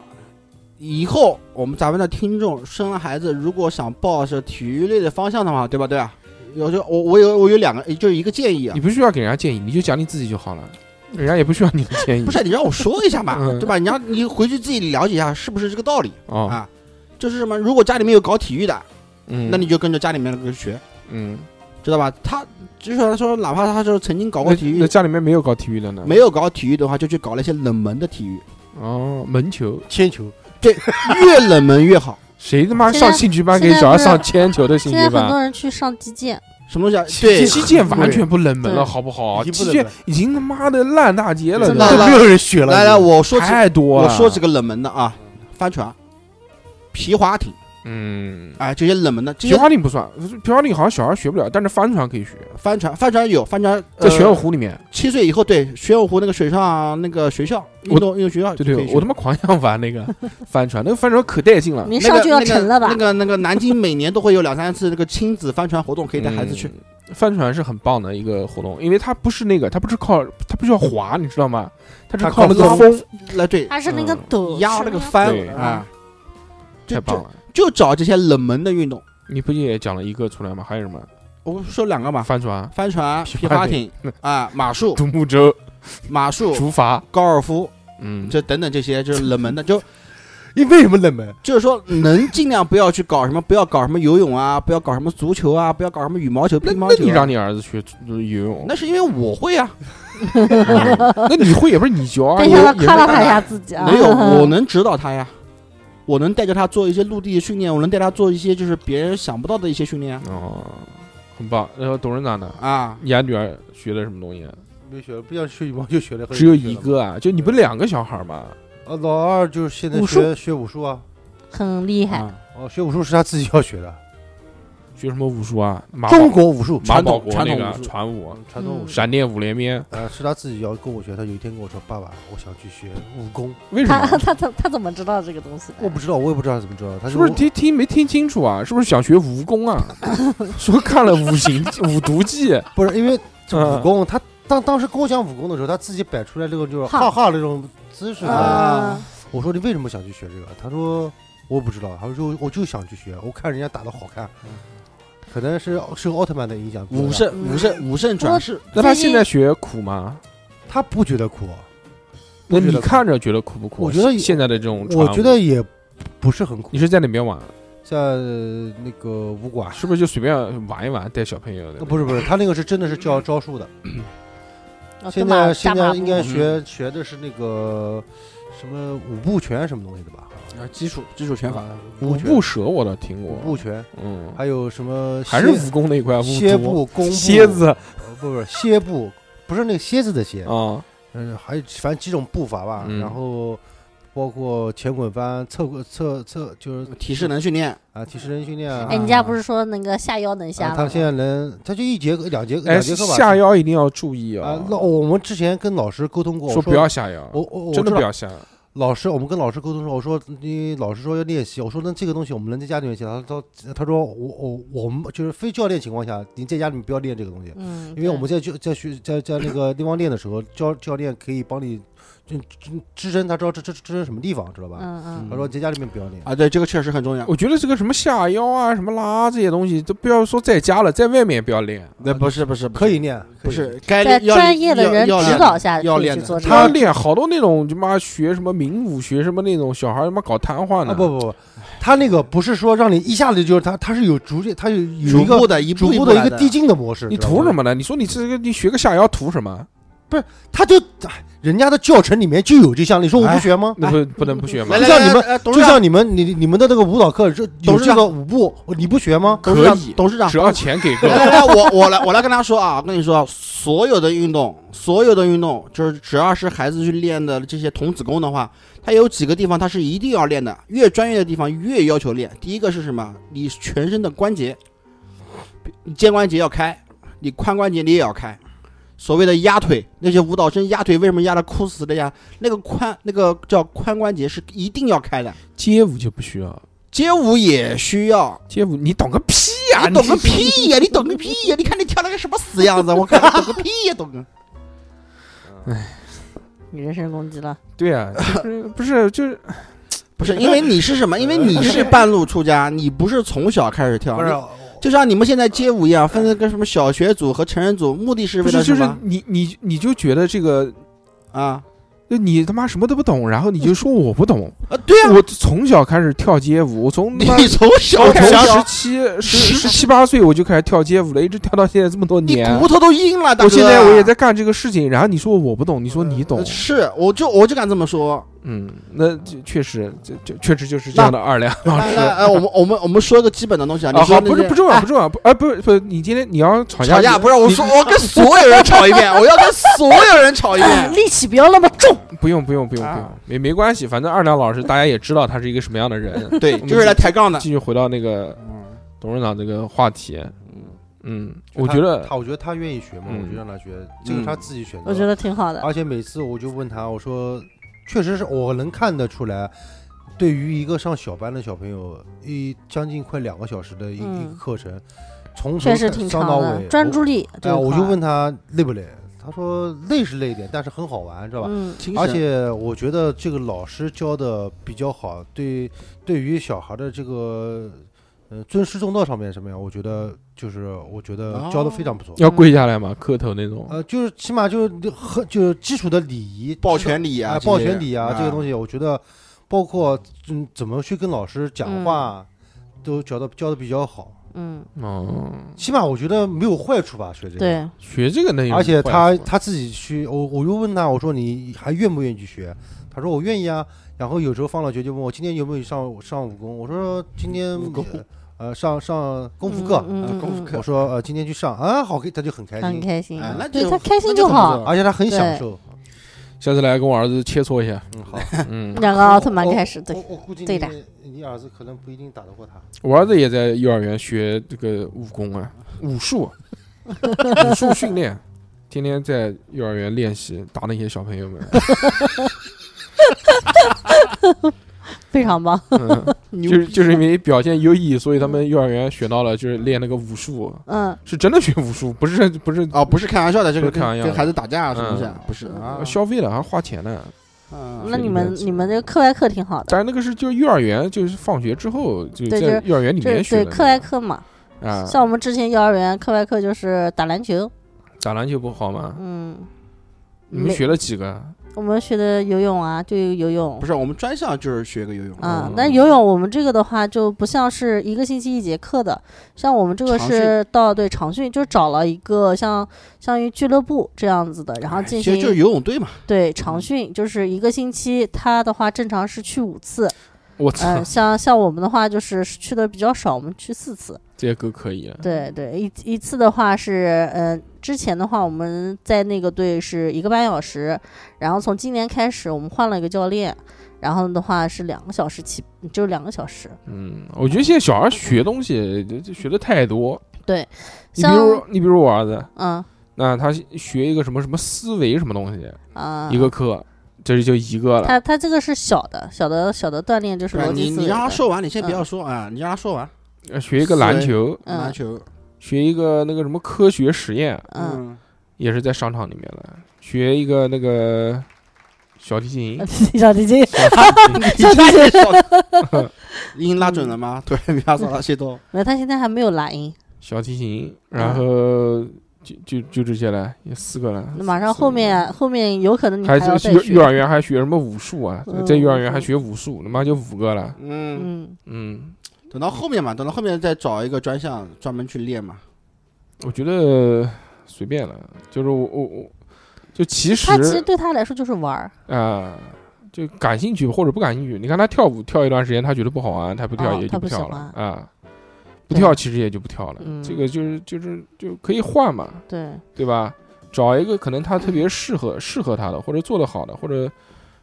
[SPEAKER 4] 以后我们咱们的听众生了孩子，如果想报是体育类的方向的话，对吧？对吧？有就我我有我有两个，就是一个建议啊
[SPEAKER 1] 你，不需要给人家建议，你就讲你自己就好了，
[SPEAKER 5] 嗯
[SPEAKER 1] 人家也不需要你的建议
[SPEAKER 4] 不是你让我说一下嘛，
[SPEAKER 1] 嗯
[SPEAKER 4] 对吧？你让你回去自己了解一下是不是这个道理
[SPEAKER 1] 哦。
[SPEAKER 4] 啊？就是什么？如果家里面有搞体育的，
[SPEAKER 1] 嗯，
[SPEAKER 4] 那你就跟着家里面那个学，
[SPEAKER 1] 嗯，
[SPEAKER 4] 知道吧？他至少来说，哪怕他就是曾经搞过
[SPEAKER 1] 那
[SPEAKER 4] 体
[SPEAKER 1] 那
[SPEAKER 4] 育，
[SPEAKER 1] 家里面没有搞体育的呢？
[SPEAKER 4] 没有搞体育的话，就去搞那些冷门的体育，
[SPEAKER 1] 哦，门球，
[SPEAKER 3] 铅球，
[SPEAKER 4] 越冷门越好。
[SPEAKER 1] 谁他妈
[SPEAKER 5] 现在
[SPEAKER 1] 上兴趣班
[SPEAKER 5] 现
[SPEAKER 1] 给
[SPEAKER 5] 在
[SPEAKER 1] 小孩
[SPEAKER 5] 不是
[SPEAKER 1] 上铅球的兴
[SPEAKER 5] 现
[SPEAKER 1] 趣
[SPEAKER 5] 在很
[SPEAKER 1] 班？
[SPEAKER 5] 多人去上击剑，
[SPEAKER 4] 什么东西啊？
[SPEAKER 1] 击
[SPEAKER 4] 对，
[SPEAKER 1] 击剑完全不冷门了，
[SPEAKER 5] 对
[SPEAKER 1] 好不好？
[SPEAKER 3] 已
[SPEAKER 1] 击
[SPEAKER 3] 经不冷
[SPEAKER 1] 剑
[SPEAKER 3] 门了
[SPEAKER 1] 已经他妈的烂大街了，
[SPEAKER 4] 真
[SPEAKER 1] 都
[SPEAKER 4] 的
[SPEAKER 3] 都没有人学了。
[SPEAKER 4] 来来，我说几
[SPEAKER 1] 太多了。
[SPEAKER 4] 我说几个冷门的啊，帆船、皮划艇，
[SPEAKER 1] 嗯，
[SPEAKER 4] 哎，这些冷门的，这
[SPEAKER 1] 皮
[SPEAKER 4] 些
[SPEAKER 1] 划艇不算，皮划艇好像小孩学不了，但是帆船可以学，
[SPEAKER 4] 帆船，帆船有帆船，
[SPEAKER 1] 在玄武
[SPEAKER 4] 呃
[SPEAKER 1] 湖里面。
[SPEAKER 4] 七岁以后，对玄武湖那个水上那个学校运
[SPEAKER 1] 我
[SPEAKER 4] 动运动学校就
[SPEAKER 1] 对
[SPEAKER 4] 可以
[SPEAKER 1] 对，
[SPEAKER 4] 学，
[SPEAKER 1] 我他妈狂想玩那个帆船，那个帆船可带劲了，
[SPEAKER 5] 你
[SPEAKER 4] 啊那
[SPEAKER 5] 上
[SPEAKER 4] 个
[SPEAKER 5] 去要
[SPEAKER 4] 那个
[SPEAKER 5] 沉了吧？
[SPEAKER 4] 那个那个南京每年都会有两三次那个亲子帆船活动，可以带孩子去。
[SPEAKER 1] 嗯帆船是很棒的一个活动，因为它不是那个，它不是靠，它不需要滑，你知道吗？它是
[SPEAKER 3] 它
[SPEAKER 1] 靠
[SPEAKER 3] 靠
[SPEAKER 1] 那个
[SPEAKER 4] 浪
[SPEAKER 1] 风，
[SPEAKER 4] 来对，
[SPEAKER 5] 它是那个
[SPEAKER 1] 嗯
[SPEAKER 5] 抖，
[SPEAKER 4] 压
[SPEAKER 5] 是
[SPEAKER 4] 那个
[SPEAKER 5] 吗
[SPEAKER 4] 帆
[SPEAKER 1] 对
[SPEAKER 4] 啊，就
[SPEAKER 1] 太棒
[SPEAKER 4] 就
[SPEAKER 1] 了。
[SPEAKER 4] 就找这些冷门的运动。
[SPEAKER 1] 你不也讲了一个出来吗？还有什么？
[SPEAKER 4] 我说两个嘛，
[SPEAKER 1] 帆船、
[SPEAKER 4] 帆船、
[SPEAKER 1] 皮
[SPEAKER 4] 皮
[SPEAKER 1] 划
[SPEAKER 4] 划艇啊，马术、
[SPEAKER 1] 独木舟、
[SPEAKER 4] 马术、
[SPEAKER 1] 竹筏，
[SPEAKER 4] 高尔夫，
[SPEAKER 1] 嗯，
[SPEAKER 4] 这等等这些就是冷门的，就
[SPEAKER 3] 你为什么冷门？
[SPEAKER 4] 就是说能尽量不要去搞什么，不要搞什么游泳啊，不要搞什么足球啊，不要搞什么羽毛球、
[SPEAKER 1] 那
[SPEAKER 4] 乒
[SPEAKER 1] 那
[SPEAKER 4] 乓球啊。
[SPEAKER 1] 你让你儿子学游泳，嗯
[SPEAKER 4] 那是因为我会啊，
[SPEAKER 1] 那你会也不是你教啊，
[SPEAKER 5] 等一
[SPEAKER 1] 也
[SPEAKER 5] 下他
[SPEAKER 1] 也是
[SPEAKER 5] 夸了他一下自己啊，
[SPEAKER 4] 没有，我能指导他呀，我能带着他做一些陆地训练，我能带他做一些就是别人想不到的一些训练啊。
[SPEAKER 1] 哦，很棒。然后董事长呢？
[SPEAKER 4] 啊，
[SPEAKER 1] 你家女儿学的什么东西啊？
[SPEAKER 3] 没学，不想学羽毛球学了，
[SPEAKER 1] 只有一。个啊，就你不两个小孩吗？
[SPEAKER 3] 呃，老二就是现在
[SPEAKER 5] 武
[SPEAKER 3] 学学武术啊，
[SPEAKER 5] 很厉害。
[SPEAKER 4] 啊
[SPEAKER 3] 哦，学武术是他自己要学的，
[SPEAKER 1] 学什么武术啊？马保
[SPEAKER 3] 中国武术，
[SPEAKER 1] 马
[SPEAKER 4] 传统
[SPEAKER 1] 保国
[SPEAKER 4] 传
[SPEAKER 1] 那
[SPEAKER 4] 统
[SPEAKER 1] 个
[SPEAKER 4] 武术
[SPEAKER 1] 传武，
[SPEAKER 3] 嗯传统武术。
[SPEAKER 1] 闪电五连鞭，
[SPEAKER 3] 呃，是他自己要跟我学。他有一天跟我说：“爸爸，我想去学武功。
[SPEAKER 1] 为什
[SPEAKER 5] 他
[SPEAKER 1] 么？ 啊
[SPEAKER 5] 他他他怎么知道这个东西的？”
[SPEAKER 3] 我不知道，我也不知道他怎么知道的。他
[SPEAKER 1] 哎是不是
[SPEAKER 3] 我
[SPEAKER 1] 听听没听清楚啊？是不是想学蜈蚣啊？ 说看了五行五毒 记，
[SPEAKER 3] 不是因为这
[SPEAKER 1] 嗯
[SPEAKER 3] 武功，他当当时跟我讲武功的时候，他自己摆出来这个就是
[SPEAKER 5] 哈
[SPEAKER 3] 哈哈那种姿势
[SPEAKER 4] 啊
[SPEAKER 3] 的。
[SPEAKER 5] 啊，
[SPEAKER 3] 我说你为什么想去学这个？他说我不知道，他说我就想去学，我看人家打的好看，
[SPEAKER 1] 嗯
[SPEAKER 3] 可能是受奥特曼的影响。
[SPEAKER 4] 武，圣
[SPEAKER 1] 嗯
[SPEAKER 4] 武圣武圣转世，
[SPEAKER 1] 那他现在学苦吗？
[SPEAKER 3] 他不觉得苦，
[SPEAKER 1] 那
[SPEAKER 3] 觉
[SPEAKER 1] 你
[SPEAKER 3] 得苦
[SPEAKER 1] 看着觉得苦不苦？
[SPEAKER 3] 我觉得
[SPEAKER 1] 现在的这种传
[SPEAKER 3] 我
[SPEAKER 1] 武，
[SPEAKER 3] 觉得也不是很苦
[SPEAKER 1] 你。是在里面玩，啊
[SPEAKER 3] 在呃那个武馆，
[SPEAKER 1] 是不是就随便玩一玩，带小朋友的？
[SPEAKER 3] 不是不是，他那个是真的是
[SPEAKER 1] 嗯
[SPEAKER 3] 教招数的。
[SPEAKER 5] 哦
[SPEAKER 3] 现
[SPEAKER 5] 跟马
[SPEAKER 3] 在现
[SPEAKER 5] 扎
[SPEAKER 3] 在
[SPEAKER 5] 马
[SPEAKER 3] 应
[SPEAKER 5] 步
[SPEAKER 3] 该
[SPEAKER 4] 步
[SPEAKER 3] 学学的是那个什么五步拳什么东西的吧？
[SPEAKER 1] 嗯
[SPEAKER 4] 啊，基础基础拳法，
[SPEAKER 3] 啊
[SPEAKER 1] 五
[SPEAKER 3] 步
[SPEAKER 1] 步
[SPEAKER 3] 拳、
[SPEAKER 1] 蛇我倒听
[SPEAKER 3] 五
[SPEAKER 1] 过，
[SPEAKER 3] 步拳，
[SPEAKER 1] 嗯，
[SPEAKER 3] 还有什么
[SPEAKER 1] 还是
[SPEAKER 3] 蝎
[SPEAKER 1] 武功那一块，
[SPEAKER 3] 蝎
[SPEAKER 1] 五
[SPEAKER 3] 步、弓步、
[SPEAKER 1] 蝎子
[SPEAKER 3] 呃不是蝎步，不是那个蝎子的蝎，
[SPEAKER 1] 啊，
[SPEAKER 3] 嗯，还有反正几种步伐吧，
[SPEAKER 1] 嗯
[SPEAKER 3] 然后包括前滚翻、侧滚、侧侧就是
[SPEAKER 4] 体适能训练，
[SPEAKER 3] 啊，体适能训练啊。
[SPEAKER 5] 嗯哎，你家不是说那个下腰能下
[SPEAKER 3] 啊
[SPEAKER 5] 吗？
[SPEAKER 3] 他现在能，他就一节课、两节课、
[SPEAKER 1] 哎，
[SPEAKER 3] 两节课吧。
[SPEAKER 1] 下腰一定要注意
[SPEAKER 3] 啊
[SPEAKER 1] 啊，，
[SPEAKER 3] 那我们之前跟老师沟通过，我
[SPEAKER 1] 说不要，下腰，
[SPEAKER 3] 我我我
[SPEAKER 1] 真的不
[SPEAKER 3] 知道
[SPEAKER 1] 要下腰。
[SPEAKER 3] 老师，我们跟老师沟通说，我说你老师说要练习，我说那这个东西我们能在家里面练习。他他他说我我我们就是非教练情况下，你在家里面不要练这个东西，
[SPEAKER 5] 嗯，
[SPEAKER 3] 因为我们在
[SPEAKER 5] 对
[SPEAKER 3] 教在学在在那个地方练的时候，教教练可以帮你就就支撑，他知道这这支撑什么地方，知道吧？
[SPEAKER 5] 嗯嗯
[SPEAKER 3] 他说在家里面不要练，
[SPEAKER 4] 啊，对，这个确实很重要。
[SPEAKER 1] 我觉得这个什么下腰啊、什么拉这些东西，都不要说在家了，在外面也不要练。
[SPEAKER 4] 那不是不是
[SPEAKER 3] 可以，练，可
[SPEAKER 4] 不
[SPEAKER 3] 以
[SPEAKER 4] 是该
[SPEAKER 5] 在
[SPEAKER 4] 练哎要
[SPEAKER 5] 专业的人
[SPEAKER 4] 要要
[SPEAKER 5] 指
[SPEAKER 4] 练
[SPEAKER 5] 导下
[SPEAKER 4] 要
[SPEAKER 5] 可以
[SPEAKER 4] 练
[SPEAKER 5] 去
[SPEAKER 4] 的
[SPEAKER 5] 做这
[SPEAKER 1] 他
[SPEAKER 5] 个。
[SPEAKER 1] 练好多那种他妈学什么民舞，学什么那种小孩他妈搞瘫痪
[SPEAKER 3] 啊
[SPEAKER 1] 的。
[SPEAKER 3] 不不不，他那个不是说让你一下子就是他，他是有逐渐，他有有
[SPEAKER 4] 逐
[SPEAKER 3] 一个
[SPEAKER 4] 步的一
[SPEAKER 3] 逐
[SPEAKER 4] 步
[SPEAKER 3] 步
[SPEAKER 4] 的
[SPEAKER 3] 的一个递，进的模式。
[SPEAKER 1] 你
[SPEAKER 3] 知道
[SPEAKER 1] 图
[SPEAKER 3] 吗
[SPEAKER 1] 什？么呢？你说你这个你学个下腰图什么？
[SPEAKER 3] 他就哎人家的教程里面就有这项，你说我不
[SPEAKER 4] 哎啊
[SPEAKER 3] 学吗？
[SPEAKER 1] 那不不能不学吗
[SPEAKER 3] 就
[SPEAKER 4] 来？来
[SPEAKER 3] 像
[SPEAKER 4] 来
[SPEAKER 3] 你们
[SPEAKER 4] 来，董
[SPEAKER 3] 就
[SPEAKER 4] 事长
[SPEAKER 3] 像你们你你们的那个舞蹈课，这有
[SPEAKER 4] 董
[SPEAKER 3] 这
[SPEAKER 4] 事长
[SPEAKER 3] 个舞步，你不啊学吗？
[SPEAKER 4] 董事
[SPEAKER 1] 可以
[SPEAKER 4] 长董事长
[SPEAKER 1] 只要钱给 够
[SPEAKER 4] 来，来来，我我来我来跟他说啊，我跟你说，所有的运动，所有的运动，就是只要是孩子去练的这些童子功的话，它有几个地方它是一定要练的，越专业的地方越要求练。第一个是什么？你全身的关节，你肩关节要开，你髋关节你也要开。所谓的压腿，那些舞蹈生压腿为什么压的哭死的呀？那个髋那个叫髋关节是一定要开的，
[SPEAKER 1] 街舞就不需要，
[SPEAKER 4] 街舞也需要。
[SPEAKER 1] 街舞你懂个屁呀！
[SPEAKER 4] 你懂个！屁呀！你懂个屁呀！你看你跳了个什么死样子？我看你懂个屁呀，懂个。
[SPEAKER 5] 你人身攻击了，
[SPEAKER 1] 对啊，就是 不是就是
[SPEAKER 4] 不是因为你是什么？因为你是半路出家，你不是从小开始跳
[SPEAKER 3] 不。是啊
[SPEAKER 4] 你，就像你们现在街舞一样，分成个什么小学组和成人组，目的是
[SPEAKER 1] 不
[SPEAKER 4] 为
[SPEAKER 1] 是
[SPEAKER 4] 了
[SPEAKER 1] 就
[SPEAKER 4] 什
[SPEAKER 1] 是
[SPEAKER 4] 么
[SPEAKER 1] 你你你就觉得这个，
[SPEAKER 4] 啊？
[SPEAKER 1] 就你他妈什么都不懂，然后你就说我不 懂，
[SPEAKER 4] 啊，对呀，
[SPEAKER 1] 我从小开始跳街舞，我从他妈
[SPEAKER 4] 你从小
[SPEAKER 1] 我从
[SPEAKER 4] 开始
[SPEAKER 1] 十七 十十七八岁我就开始跳街舞了，一直跳到现在这么多
[SPEAKER 4] 你
[SPEAKER 1] 年。
[SPEAKER 4] 骨头都硬了，大
[SPEAKER 1] 我
[SPEAKER 4] 哥。
[SPEAKER 1] 现在我也在干这个事情，然后你说我不懂，你说你懂
[SPEAKER 4] 呃，是，我就我就敢这么说。
[SPEAKER 1] 嗯，那这确实，这这确实就是这样的二两老
[SPEAKER 4] 那
[SPEAKER 1] 师。
[SPEAKER 4] 那哎，我们我们我们说个基本的东西啊，你
[SPEAKER 1] 啊，
[SPEAKER 4] 说
[SPEAKER 1] 好，
[SPEAKER 4] 那
[SPEAKER 1] 不是
[SPEAKER 4] 些
[SPEAKER 1] 不重要，
[SPEAKER 4] 哎
[SPEAKER 1] 不重要，不，哎，不是，不是，你今天你要吵架，
[SPEAKER 4] 吵架
[SPEAKER 1] 你
[SPEAKER 4] 不是我
[SPEAKER 1] 你
[SPEAKER 4] 说，我跟所有人吵一遍，我要跟所有人吵一
[SPEAKER 5] 哎
[SPEAKER 4] 遍。
[SPEAKER 5] 力气不要那么
[SPEAKER 4] 哦
[SPEAKER 5] 重。
[SPEAKER 1] 不用，不用，不用，不用，没没关系，反正二两老师大家也知道他是一个什么样的人。
[SPEAKER 4] 对
[SPEAKER 1] 我，们
[SPEAKER 4] 就是来抬杠的。
[SPEAKER 1] 继续回到那个董事长这个话题，嗯，我觉得
[SPEAKER 3] 他，我觉得他愿意学嘛，
[SPEAKER 1] 嗯
[SPEAKER 3] 我就让他学，这个他自己选择。
[SPEAKER 5] 嗯我觉得挺
[SPEAKER 4] 哦
[SPEAKER 5] 好的。
[SPEAKER 3] 而且每次我就问他，我说，确实是我能看得出来，对于一个上小班的小朋友，一将近快两个小时的一、
[SPEAKER 5] 嗯
[SPEAKER 3] 一个课程，从头
[SPEAKER 5] 确实挺
[SPEAKER 3] 上
[SPEAKER 5] 长
[SPEAKER 3] 到
[SPEAKER 5] 的，
[SPEAKER 3] 尾，
[SPEAKER 5] 专注力这
[SPEAKER 3] 我。哎，
[SPEAKER 5] 一
[SPEAKER 3] 我
[SPEAKER 5] 块
[SPEAKER 3] 就
[SPEAKER 5] 儿
[SPEAKER 3] 问他累不累，他说累是累一点，但是很好玩，知道吧？
[SPEAKER 5] 嗯，
[SPEAKER 4] 精
[SPEAKER 3] 而
[SPEAKER 4] 神
[SPEAKER 3] 且我觉得这个老师教的比较好，对对于小孩的这个呃尊师重道上面什么呀，我觉得就是我觉得教的非常不错。
[SPEAKER 5] 哦
[SPEAKER 1] 要跪下来嘛，磕头那种。
[SPEAKER 3] 呃，就是起码就是很就是基础的礼仪、
[SPEAKER 4] 抱拳礼
[SPEAKER 3] 啊、
[SPEAKER 4] 啊，
[SPEAKER 3] 抱拳礼啊，这个东
[SPEAKER 4] 西
[SPEAKER 3] 西我觉得包括嗯怎么去跟老师讲话，都教的教的比较好。
[SPEAKER 5] 嗯，
[SPEAKER 1] 嗯，
[SPEAKER 3] 起码我觉得没有坏处吧，学这个。。
[SPEAKER 5] 对，
[SPEAKER 1] 学这个能有
[SPEAKER 3] 而且他
[SPEAKER 1] 坏处吗啊
[SPEAKER 3] 他自己去，我我又问他，我说你还愿不愿意去学？他说我愿意啊。然后有时候放了学就问我今天有没有上上武功？我说今天
[SPEAKER 4] 武功
[SPEAKER 3] 呃上上功夫课。
[SPEAKER 5] 嗯嗯
[SPEAKER 4] 啊功夫
[SPEAKER 5] 嗯
[SPEAKER 4] 课
[SPEAKER 3] 我说呃今天去上啊，好，他就很开
[SPEAKER 5] 嗯很
[SPEAKER 3] 心，
[SPEAKER 5] 开心
[SPEAKER 4] 哎，那
[SPEAKER 5] 对
[SPEAKER 4] 就
[SPEAKER 5] 他开心
[SPEAKER 4] 那就很不
[SPEAKER 5] 好
[SPEAKER 4] 错。
[SPEAKER 3] 而且他很享
[SPEAKER 5] 对
[SPEAKER 3] 受。
[SPEAKER 1] 下次来跟我儿子切磋一下。
[SPEAKER 3] 嗯，好。
[SPEAKER 1] 嗯，
[SPEAKER 5] 两个奥特曼哦开始，
[SPEAKER 3] 哦我
[SPEAKER 5] 对，
[SPEAKER 3] 我估计
[SPEAKER 5] 对的
[SPEAKER 3] 你你儿子可能不一定打得过他。
[SPEAKER 1] 我儿子也在幼儿园学这个武功啊，武术，武术训练，天天在幼儿园练习打那些小朋友们。
[SPEAKER 5] 非常棒。
[SPEAKER 1] 嗯，就是就是因为表现优异，所以他们幼儿园选到了就是练那个武术，
[SPEAKER 5] 嗯，
[SPEAKER 1] 是真的学武术，不是 不是
[SPEAKER 4] 啊，不是开玩笑的，这个
[SPEAKER 1] 不是开玩
[SPEAKER 4] 跟
[SPEAKER 1] 笑的
[SPEAKER 4] 跟孩子打架啊什么的
[SPEAKER 1] 嗯，
[SPEAKER 4] 不是啊
[SPEAKER 1] 呃。消费了还花钱呢。
[SPEAKER 4] 嗯
[SPEAKER 5] 那
[SPEAKER 1] 是
[SPEAKER 5] 你
[SPEAKER 1] 一
[SPEAKER 5] 们
[SPEAKER 1] 边吃
[SPEAKER 5] 你们这个课外课挺好的，
[SPEAKER 1] 但是那个是就是幼儿园，就是放学之后就
[SPEAKER 5] 对
[SPEAKER 1] 在
[SPEAKER 5] 就
[SPEAKER 1] 幼儿园里
[SPEAKER 5] 这
[SPEAKER 1] 面学
[SPEAKER 5] 对
[SPEAKER 1] 的
[SPEAKER 5] 课外课嘛。
[SPEAKER 1] 啊，
[SPEAKER 5] 像我们之前幼儿园课外课就是打篮球，
[SPEAKER 1] 打篮球不好吗？
[SPEAKER 5] 嗯，
[SPEAKER 1] 你们
[SPEAKER 5] 没呃
[SPEAKER 1] 学了几个？
[SPEAKER 5] 我们学的游泳啊，就游泳
[SPEAKER 4] 不。是，我们专项就是学个游泳
[SPEAKER 5] 啊
[SPEAKER 1] 嗯，
[SPEAKER 5] 那游泳我们这个的话就不像是一个星期一节课的，像我们这个
[SPEAKER 4] 长
[SPEAKER 5] 是到对长训，就找了一个像相当于俱乐部这样子的，然后
[SPEAKER 4] 哎
[SPEAKER 5] 进
[SPEAKER 4] 其实就是嗯
[SPEAKER 5] 行
[SPEAKER 4] 游泳队嘛，
[SPEAKER 5] 对长训，就是一个星期，他的话正常是去五 次，
[SPEAKER 1] 我 操
[SPEAKER 5] 嗯，，像像我们的话就是去的比较少，我们去四次，
[SPEAKER 1] 这些歌可以
[SPEAKER 4] 嗯
[SPEAKER 1] 了。
[SPEAKER 5] 对对，一一次的话是，嗯、之前的话我们在那个队是一个半小时，然后从今年开始我们换了一个教练，然后的话是两个小时起，就两个小时。
[SPEAKER 1] 嗯，我觉得现在小孩学东西就就学的太多。
[SPEAKER 5] 对，
[SPEAKER 1] 你比如
[SPEAKER 5] 像
[SPEAKER 1] 你比如我儿子，
[SPEAKER 5] 嗯
[SPEAKER 1] 那他学一个什么什么思维什么东西，
[SPEAKER 5] 啊，
[SPEAKER 1] 嗯一个课，这就一个了。
[SPEAKER 5] 他他这个是小的小的小的锻炼，就是
[SPEAKER 4] 对吧
[SPEAKER 5] 逻
[SPEAKER 4] 你
[SPEAKER 5] 辑思
[SPEAKER 4] 你
[SPEAKER 5] 维
[SPEAKER 4] 让他
[SPEAKER 5] 的。
[SPEAKER 4] 说完，你先不要说啊，你让他说完。
[SPEAKER 1] 呃学一个篮球，
[SPEAKER 5] 嗯
[SPEAKER 4] 篮球，
[SPEAKER 1] 学一个那个什么科学实验，
[SPEAKER 5] 嗯，，
[SPEAKER 1] 也是在商场里面的，学一个那个小提琴，
[SPEAKER 5] 呃小提琴，
[SPEAKER 4] 你看你说音拉准了吗？ 突然米亚萨拉西多，
[SPEAKER 5] 没有，他现在还没有拉音，
[SPEAKER 1] 小提琴，
[SPEAKER 5] 嗯
[SPEAKER 1] 然后就就就这些了，也四个了。
[SPEAKER 4] 嗯
[SPEAKER 5] 马上后面后面有可能你
[SPEAKER 1] 还
[SPEAKER 5] 嗯要
[SPEAKER 1] 是
[SPEAKER 5] 再
[SPEAKER 1] 幼
[SPEAKER 5] 学
[SPEAKER 1] 幼儿园还学什么武术啊？在
[SPEAKER 5] 嗯
[SPEAKER 1] 在幼儿园还学武术，他妈就五个了。
[SPEAKER 4] 嗯，
[SPEAKER 5] 嗯，
[SPEAKER 1] 嗯，
[SPEAKER 4] 等到后面嘛，等到后面再找一个专项专门去练嘛。
[SPEAKER 1] 我觉得随便了，就是我我我，就其实
[SPEAKER 5] 他其实对他来说就是玩儿，
[SPEAKER 1] 啊、就感兴趣或者不感兴趣。你看他跳舞跳一段时间，他觉得不好玩，他不跳
[SPEAKER 5] 哦
[SPEAKER 1] 也
[SPEAKER 5] 他
[SPEAKER 1] 就
[SPEAKER 5] 不喜
[SPEAKER 1] 跳了啊
[SPEAKER 5] 欢、
[SPEAKER 1] 不
[SPEAKER 5] 对
[SPEAKER 1] 跳其实也就不跳了。
[SPEAKER 5] 嗯
[SPEAKER 1] 这个就是就是就可以换嘛，
[SPEAKER 5] 对，
[SPEAKER 1] 对吧？找一个可能他特别适合适合他的，或者做得好的，或者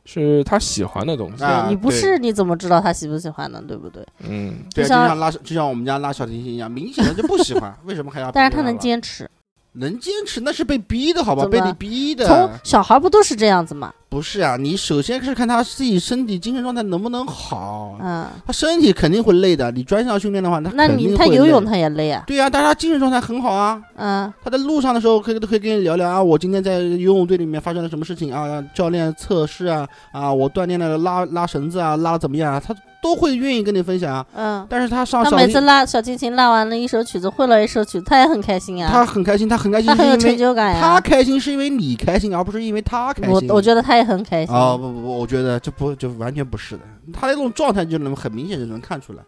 [SPEAKER 1] 是他喜欢的东西。
[SPEAKER 4] 啊，
[SPEAKER 5] 你不
[SPEAKER 4] 对
[SPEAKER 5] 试你怎么知道他喜不喜欢呢？对不对？
[SPEAKER 1] 嗯，
[SPEAKER 4] 对，啊
[SPEAKER 5] 就
[SPEAKER 4] 就
[SPEAKER 5] 像
[SPEAKER 4] 像拉就像我们家拉小提琴一样，明显的就不喜欢，为什么还要？
[SPEAKER 5] 但是他能，坚持，
[SPEAKER 4] 能坚持那是被逼的好吧？
[SPEAKER 5] 怎么
[SPEAKER 4] 被你逼的。
[SPEAKER 5] 从小孩不都是这样子嘛？
[SPEAKER 4] 不是啊，你首先是看他自己身体精神状态能不能好，
[SPEAKER 5] 嗯，
[SPEAKER 4] 他身体肯定会累的。你专项训练的话，他
[SPEAKER 5] 那
[SPEAKER 4] 肯
[SPEAKER 5] 你
[SPEAKER 4] 定
[SPEAKER 5] 他
[SPEAKER 4] 会
[SPEAKER 5] 游
[SPEAKER 4] 累
[SPEAKER 5] 泳他也累啊，
[SPEAKER 4] 对呀、但是他精神状态很好啊。
[SPEAKER 5] 嗯
[SPEAKER 4] 他在路上的时候可以都可以跟你聊聊啊，我今天在游泳队里面发生了什么事情啊，教练测试啊，啊，我锻炼了拉拉绳子啊，拉得怎么样啊，他都会愿意跟你分享啊。
[SPEAKER 5] 嗯。
[SPEAKER 4] 但是他上
[SPEAKER 5] 他
[SPEAKER 4] 小
[SPEAKER 5] 每
[SPEAKER 4] 提
[SPEAKER 5] 次拉小提琴拉完了一首曲子，会了一首曲子，他也很开心啊，
[SPEAKER 4] 他很开心，他很开心
[SPEAKER 5] 他
[SPEAKER 4] 是
[SPEAKER 5] 很有
[SPEAKER 4] 因
[SPEAKER 5] 成
[SPEAKER 4] 为
[SPEAKER 5] 就感呀、啊
[SPEAKER 4] 他开心是因为你开心，而不是因为他开
[SPEAKER 5] 我
[SPEAKER 4] 心。
[SPEAKER 5] 我觉得他也很开心。
[SPEAKER 4] 啊、不不不，我觉得这不就完全不是的，他那种状态就能很明显就能看出来，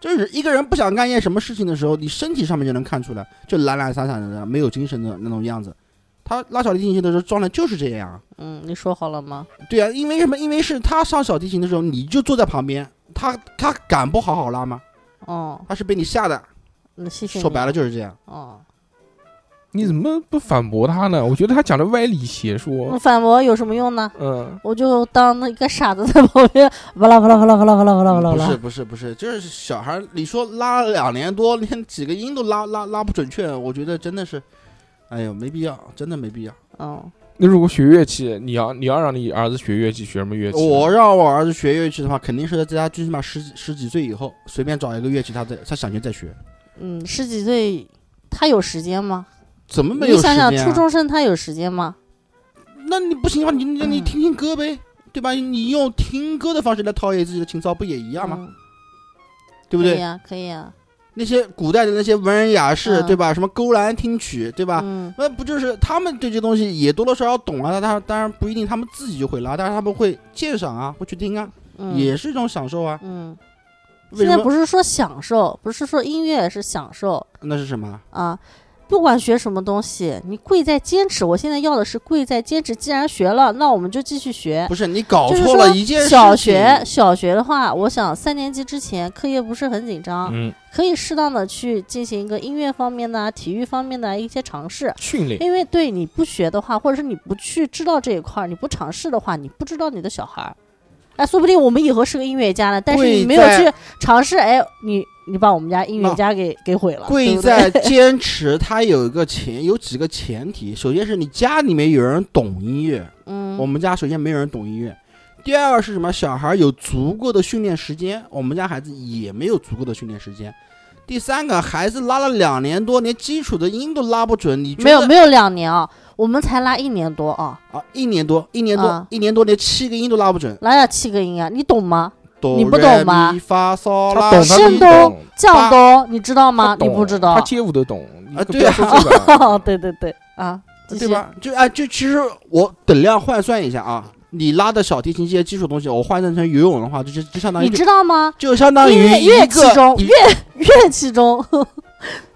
[SPEAKER 4] 就是一个人不想干一件什么事情的时候，你身体上面就能看出来，就懒懒散散的，没有精神的那种样子。他拉小提琴的时候状态就是这样，
[SPEAKER 5] 嗯，你说好了吗？
[SPEAKER 4] 对啊，因为什么？因为是他上小提琴的时候，你就坐在旁边，他他敢不好好拉吗？
[SPEAKER 5] 哦，
[SPEAKER 4] 他是被你吓的，
[SPEAKER 5] 那谢谢你。
[SPEAKER 4] 说白了就是这样。
[SPEAKER 5] 哦，
[SPEAKER 1] 你怎么不反驳他呢？我觉得他讲的歪理邪
[SPEAKER 5] 那
[SPEAKER 1] 说。
[SPEAKER 5] 反驳有什么用呢？
[SPEAKER 1] 嗯，
[SPEAKER 5] 我就当那一个傻子在旁 边，巴拉巴拉巴拉巴拉巴拉巴拉巴拉
[SPEAKER 4] 不是不是不是，就是小孩儿，你说拉了两年多，连几个音都拉拉拉不准确，我觉得真的是，哎呦，没必要，真的没必要。
[SPEAKER 5] 嗯，
[SPEAKER 1] 那如果学乐器，你要你要让你儿子学乐器，学什么乐器呢？
[SPEAKER 4] 我让我儿子学乐器的话，肯定是在他最起码十几十几岁以后，随便找一个乐器，他再他想学再学，
[SPEAKER 5] 嗯，十几岁他有时间吗？
[SPEAKER 4] 怎么没
[SPEAKER 5] 你
[SPEAKER 4] 有时间、
[SPEAKER 5] 想
[SPEAKER 4] 啊？
[SPEAKER 5] 想，初中生他有时间吗？
[SPEAKER 4] 那你不行啊的话，你你你
[SPEAKER 5] 嗯
[SPEAKER 4] 听听歌呗，对吧？你用听歌的方式来陶冶自己的情操，不也一样吗？
[SPEAKER 5] 嗯
[SPEAKER 4] 对不
[SPEAKER 5] 可以啊
[SPEAKER 4] 对？
[SPEAKER 5] 呀，可以呀，
[SPEAKER 4] 那些古代的那些文人雅士，
[SPEAKER 5] 嗯
[SPEAKER 4] 对吧？什么勾栏听曲，对吧？
[SPEAKER 5] 嗯
[SPEAKER 4] 那不就是他们对这东西也多多少少懂啊？当然当然不一定他们自己就会拉，但是他们会鉴赏啊，会去听啊，
[SPEAKER 5] 嗯，
[SPEAKER 4] 也是一种享受啊。
[SPEAKER 5] 嗯。
[SPEAKER 4] 为
[SPEAKER 5] 现
[SPEAKER 4] 什
[SPEAKER 5] 在
[SPEAKER 4] 么？
[SPEAKER 5] 不是说享受，不是说音乐是享受
[SPEAKER 4] 那是什么？
[SPEAKER 5] 啊。不管学什么东西，你贵在坚持。我现在要的是贵在坚持。既然学了，那我们就继续学。
[SPEAKER 4] 不是你搞
[SPEAKER 5] 就是说
[SPEAKER 4] 错了一件事情。
[SPEAKER 5] 小学小学的话，我想三年级之前课业不是很紧张，
[SPEAKER 1] 嗯，
[SPEAKER 5] 可以适当的去进行一个音乐方面的啊、体育方面的啊一些尝试。
[SPEAKER 1] 训练
[SPEAKER 5] 因为对你不学的话，或者是你不去知道这一块儿，你不尝试的话，你不知道你的小孩儿，哎，说不定我们以后是个音乐家呢，但是
[SPEAKER 4] 贵
[SPEAKER 5] 你没有
[SPEAKER 4] 在
[SPEAKER 5] 去尝试，哎，你你把我们家音乐
[SPEAKER 4] 那
[SPEAKER 5] 家给给毁了， 对
[SPEAKER 4] 贵
[SPEAKER 5] 不
[SPEAKER 4] 在
[SPEAKER 5] 对
[SPEAKER 4] 坚持，它有一个前有几个前 提，首先是你家里面有人懂音乐，我
[SPEAKER 5] 嗯
[SPEAKER 4] 们家首先没有人懂音乐。第二个是什么？小孩有足够的训练时间，我们家孩子也没有足够的训练时间。第三个，孩子拉了两年多，连基础的音都拉不准，你觉得
[SPEAKER 5] 没有没有两年啊，我们才拉一年多啊，
[SPEAKER 4] 啊？一年多，一年多，
[SPEAKER 5] 啊
[SPEAKER 4] 一年多，连七个音都拉不准。
[SPEAKER 5] 拉了七个音啊，你懂吗？
[SPEAKER 4] 哆
[SPEAKER 5] 你不懂
[SPEAKER 4] 来
[SPEAKER 5] 吗
[SPEAKER 4] 咪发骚
[SPEAKER 1] 他
[SPEAKER 4] 拉
[SPEAKER 1] 懂，
[SPEAKER 4] 西
[SPEAKER 1] 他都
[SPEAKER 5] 山东
[SPEAKER 1] 懂，
[SPEAKER 5] 降
[SPEAKER 4] 八
[SPEAKER 5] 哆你知道吗
[SPEAKER 1] 他？
[SPEAKER 5] 你
[SPEAKER 1] 懂
[SPEAKER 5] 不知道
[SPEAKER 1] 他街舞都懂你
[SPEAKER 4] 啊
[SPEAKER 1] 可
[SPEAKER 4] 对
[SPEAKER 1] 不要说
[SPEAKER 4] 啊
[SPEAKER 1] 这个
[SPEAKER 5] 对对对啊，继
[SPEAKER 4] 对
[SPEAKER 5] 续？
[SPEAKER 4] 吧？就哎，就其实我等量换算一下啊，你拉的小提琴这些基础东西，我换算成游泳的话，就就就相当于
[SPEAKER 5] 你
[SPEAKER 4] 就
[SPEAKER 5] 知道吗？
[SPEAKER 4] 就相当于
[SPEAKER 5] 音乐
[SPEAKER 4] 一
[SPEAKER 5] 乐
[SPEAKER 4] 个
[SPEAKER 5] 器中
[SPEAKER 4] 一
[SPEAKER 5] 乐器中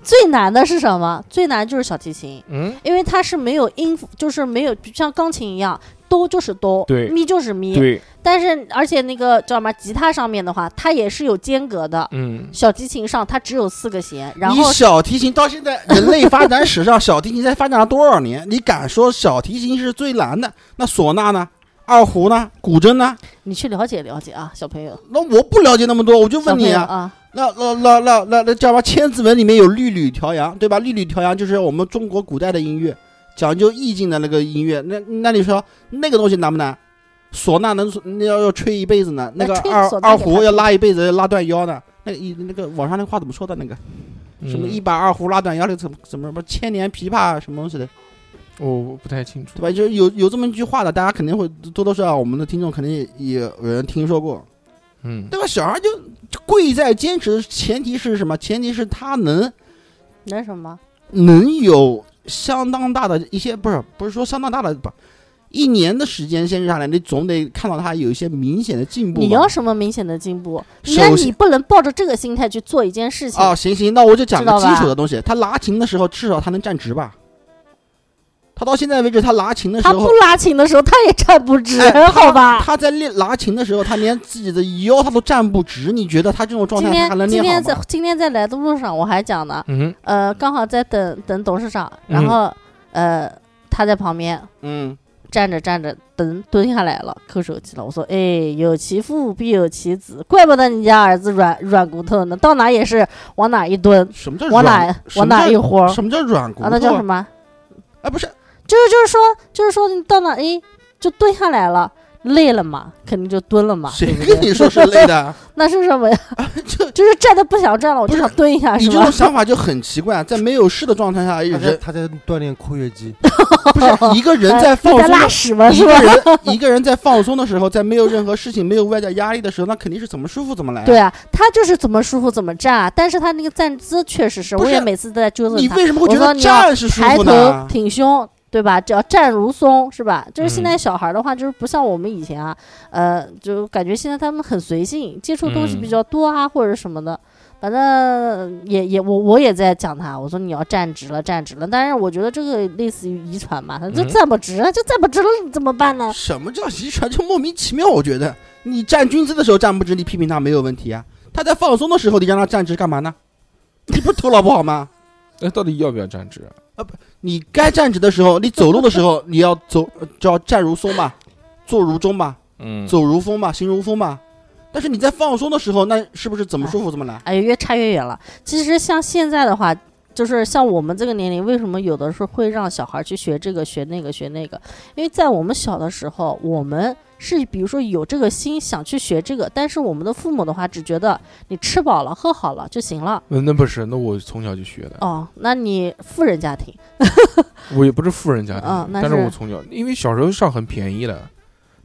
[SPEAKER 5] 最难的是什么？最难就是小提琴，
[SPEAKER 1] 嗯，
[SPEAKER 5] 因为它是没有音符，就是没有像钢琴一样，哆就是哆，
[SPEAKER 1] 对
[SPEAKER 5] 咪就是咪。
[SPEAKER 1] 对，
[SPEAKER 5] 但是而且那个叫什么，吉他上面的话，它也是有间隔的。
[SPEAKER 1] 嗯，
[SPEAKER 5] 小提琴上它只有四个弦，然
[SPEAKER 4] 你
[SPEAKER 5] 后
[SPEAKER 4] 小提琴到现在人类发展史上，小提琴才发展了多少年？你敢说小提琴是最难的？那唢呐呢？二胡呢？古筝呢？
[SPEAKER 5] 你去了解了解啊，小朋友，
[SPEAKER 4] 那我不了解那么多，我就
[SPEAKER 5] 小
[SPEAKER 4] 问
[SPEAKER 5] 朋
[SPEAKER 4] 你
[SPEAKER 5] 友
[SPEAKER 4] 啊。
[SPEAKER 5] 啊，
[SPEAKER 4] 那那那那那那叫什么？千字文里面有律吕调阳，对吧？律吕调阳就是我们中国古代的音乐，讲究意境的那个音乐。那那你说那个东西难不难？唢呐能那要要吹一辈子呢，那
[SPEAKER 5] 那
[SPEAKER 4] 个
[SPEAKER 5] 呃吹唢
[SPEAKER 4] 二
[SPEAKER 5] 呐
[SPEAKER 4] 二
[SPEAKER 5] 也
[SPEAKER 4] 胡
[SPEAKER 5] 还
[SPEAKER 4] 要
[SPEAKER 5] 不
[SPEAKER 4] 拉一辈子，要拉断腰呢。那个一那个网上那话怎么说的？那个？什么
[SPEAKER 1] 嗯
[SPEAKER 4] 一把二胡拉短腰的，怎么怎么什么千年琵琶啊什么东西的，
[SPEAKER 1] 我不太清楚
[SPEAKER 4] 对。吧？就是有有这么一句话的，大家肯定会多多少少，我们的听众肯定也也有人听说过，
[SPEAKER 1] 嗯，
[SPEAKER 4] 对吧？小孩就贵在坚持，前提是什么？前提是他能
[SPEAKER 5] 那什么，
[SPEAKER 4] 能有相当大的一些，不是不是说相当大的吧。一年的时间先下来，你总得看到他有一些明显的进步吧。
[SPEAKER 5] 你要什么明显的进步？
[SPEAKER 4] 首
[SPEAKER 5] 那
[SPEAKER 4] 先
[SPEAKER 5] 你不能抱着这个心态去做一件事情。
[SPEAKER 4] 啊，行行，那我就讲
[SPEAKER 5] 知
[SPEAKER 4] 个
[SPEAKER 5] 道
[SPEAKER 4] 基
[SPEAKER 5] 吧
[SPEAKER 4] 础的东西。他拉琴的时候，至少他能站直吧？他到现在为止，他拉琴的时
[SPEAKER 5] 他
[SPEAKER 4] 候
[SPEAKER 5] 不，拉琴的时候，他也站不直，
[SPEAKER 4] 哎
[SPEAKER 5] 好吧？
[SPEAKER 4] 他在练拉琴的时候，他连自己的腰他都站不直，你觉得他这种状
[SPEAKER 5] 今
[SPEAKER 4] 态他还能
[SPEAKER 5] 天今
[SPEAKER 4] 练好
[SPEAKER 5] 天在
[SPEAKER 4] 吗？
[SPEAKER 5] 今天在来的路上，我还讲呢，
[SPEAKER 1] 嗯，
[SPEAKER 5] 呃，刚好在等等董事长，然
[SPEAKER 1] 嗯
[SPEAKER 5] 后、呃他在旁边
[SPEAKER 4] 嗯，
[SPEAKER 5] 站着站着，等蹲下来了，抠手机了。我说，哎，有其父必有其子，怪不得你家儿子软软骨头呢，到哪也是往哪一蹲，
[SPEAKER 4] 什么叫
[SPEAKER 5] 往
[SPEAKER 4] 软？
[SPEAKER 5] 哪
[SPEAKER 4] 什么
[SPEAKER 5] 往哪
[SPEAKER 4] 叫
[SPEAKER 5] 一豁儿啊
[SPEAKER 4] 什么叫软骨头
[SPEAKER 5] 啊，
[SPEAKER 4] 啊
[SPEAKER 5] 那叫什么？
[SPEAKER 4] 哎，不是，
[SPEAKER 5] 就是就是说就是说你到哪哎，就蹲下来了，累了嘛，肯定就蹲了嘛。
[SPEAKER 4] 谁
[SPEAKER 5] 对不对
[SPEAKER 4] 跟你说是累的？
[SPEAKER 5] 那是什么呀？
[SPEAKER 4] 这
[SPEAKER 5] 就是站的不想站了，我就想蹲一下，
[SPEAKER 4] 你
[SPEAKER 5] 是
[SPEAKER 4] 这
[SPEAKER 5] 吧
[SPEAKER 4] 种？想法就很奇怪，啊在没有事的状态下，
[SPEAKER 3] 他在
[SPEAKER 4] 人
[SPEAKER 3] 他在锻炼括约肌，
[SPEAKER 4] 不是一个人 在放
[SPEAKER 5] 你哦在
[SPEAKER 4] 松
[SPEAKER 5] 呃拉
[SPEAKER 4] 的
[SPEAKER 5] 屎吗？
[SPEAKER 4] 一
[SPEAKER 5] 是
[SPEAKER 4] 个
[SPEAKER 5] 吧？
[SPEAKER 4] 人一个人在放松的时候，在没有任何事情、没有外在压力的时候，那肯定是怎么舒服怎么来。
[SPEAKER 5] 对，啊，他就是怎么舒服怎么站啊，但是他那个站姿确实是，
[SPEAKER 4] 不
[SPEAKER 5] 我也
[SPEAKER 4] 是
[SPEAKER 5] 每次都在纠正
[SPEAKER 4] 你
[SPEAKER 5] 他。
[SPEAKER 4] 为什么会觉
[SPEAKER 5] 我说
[SPEAKER 4] 得
[SPEAKER 5] 你要
[SPEAKER 4] 站是舒
[SPEAKER 5] 抬
[SPEAKER 4] 服啊
[SPEAKER 5] 头
[SPEAKER 4] 呢？
[SPEAKER 5] 挺胸，对吧？只要站如松，是吧？就是现在
[SPEAKER 1] 嗯
[SPEAKER 5] 小孩儿的话，就是不像我们以前啊，呃，就感觉现在他们很随性，接触东西比
[SPEAKER 1] 嗯
[SPEAKER 5] 较多啊，或者什么的。反正也也我我也在讲他，我说你要站直了，站直了。但是我觉得这个类似于遗传嘛，他就
[SPEAKER 1] 嗯
[SPEAKER 5] 站不直，就站不直了，你怎么办呢？
[SPEAKER 4] 什么叫遗传？就莫名其妙。我觉得你站军姿的时候站不直，你批评他没有问题啊。他在放松的时候，你让他站直干嘛呢？你不是头脑不好吗？
[SPEAKER 1] 那到底要不要站直？啊
[SPEAKER 4] 你该站直的时候，你走路的时候，你要走，呃就要站如松嘛，坐如钟嘛，
[SPEAKER 1] 嗯，
[SPEAKER 4] 走如风嘛，行如风嘛。但是你在放松的时候，那是不是怎么舒服怎么来？
[SPEAKER 5] 哎呀，越差越远了。其实像现在的话，就是像我们这个年龄，为什么有的时候会让小孩去学这个、学那个、学那个？因为在我们小的时候，我们是比如说有这个心想去学这个，但是我们的父母的话只觉得你吃饱了、喝好了就行了。
[SPEAKER 1] 那那不是，那我从小就学的，
[SPEAKER 5] 哦，那你富人家庭，
[SPEAKER 1] 我也不是富人家庭，
[SPEAKER 5] 嗯那
[SPEAKER 1] 但是
[SPEAKER 5] 是
[SPEAKER 1] 我从小，因为小时候上很便宜的，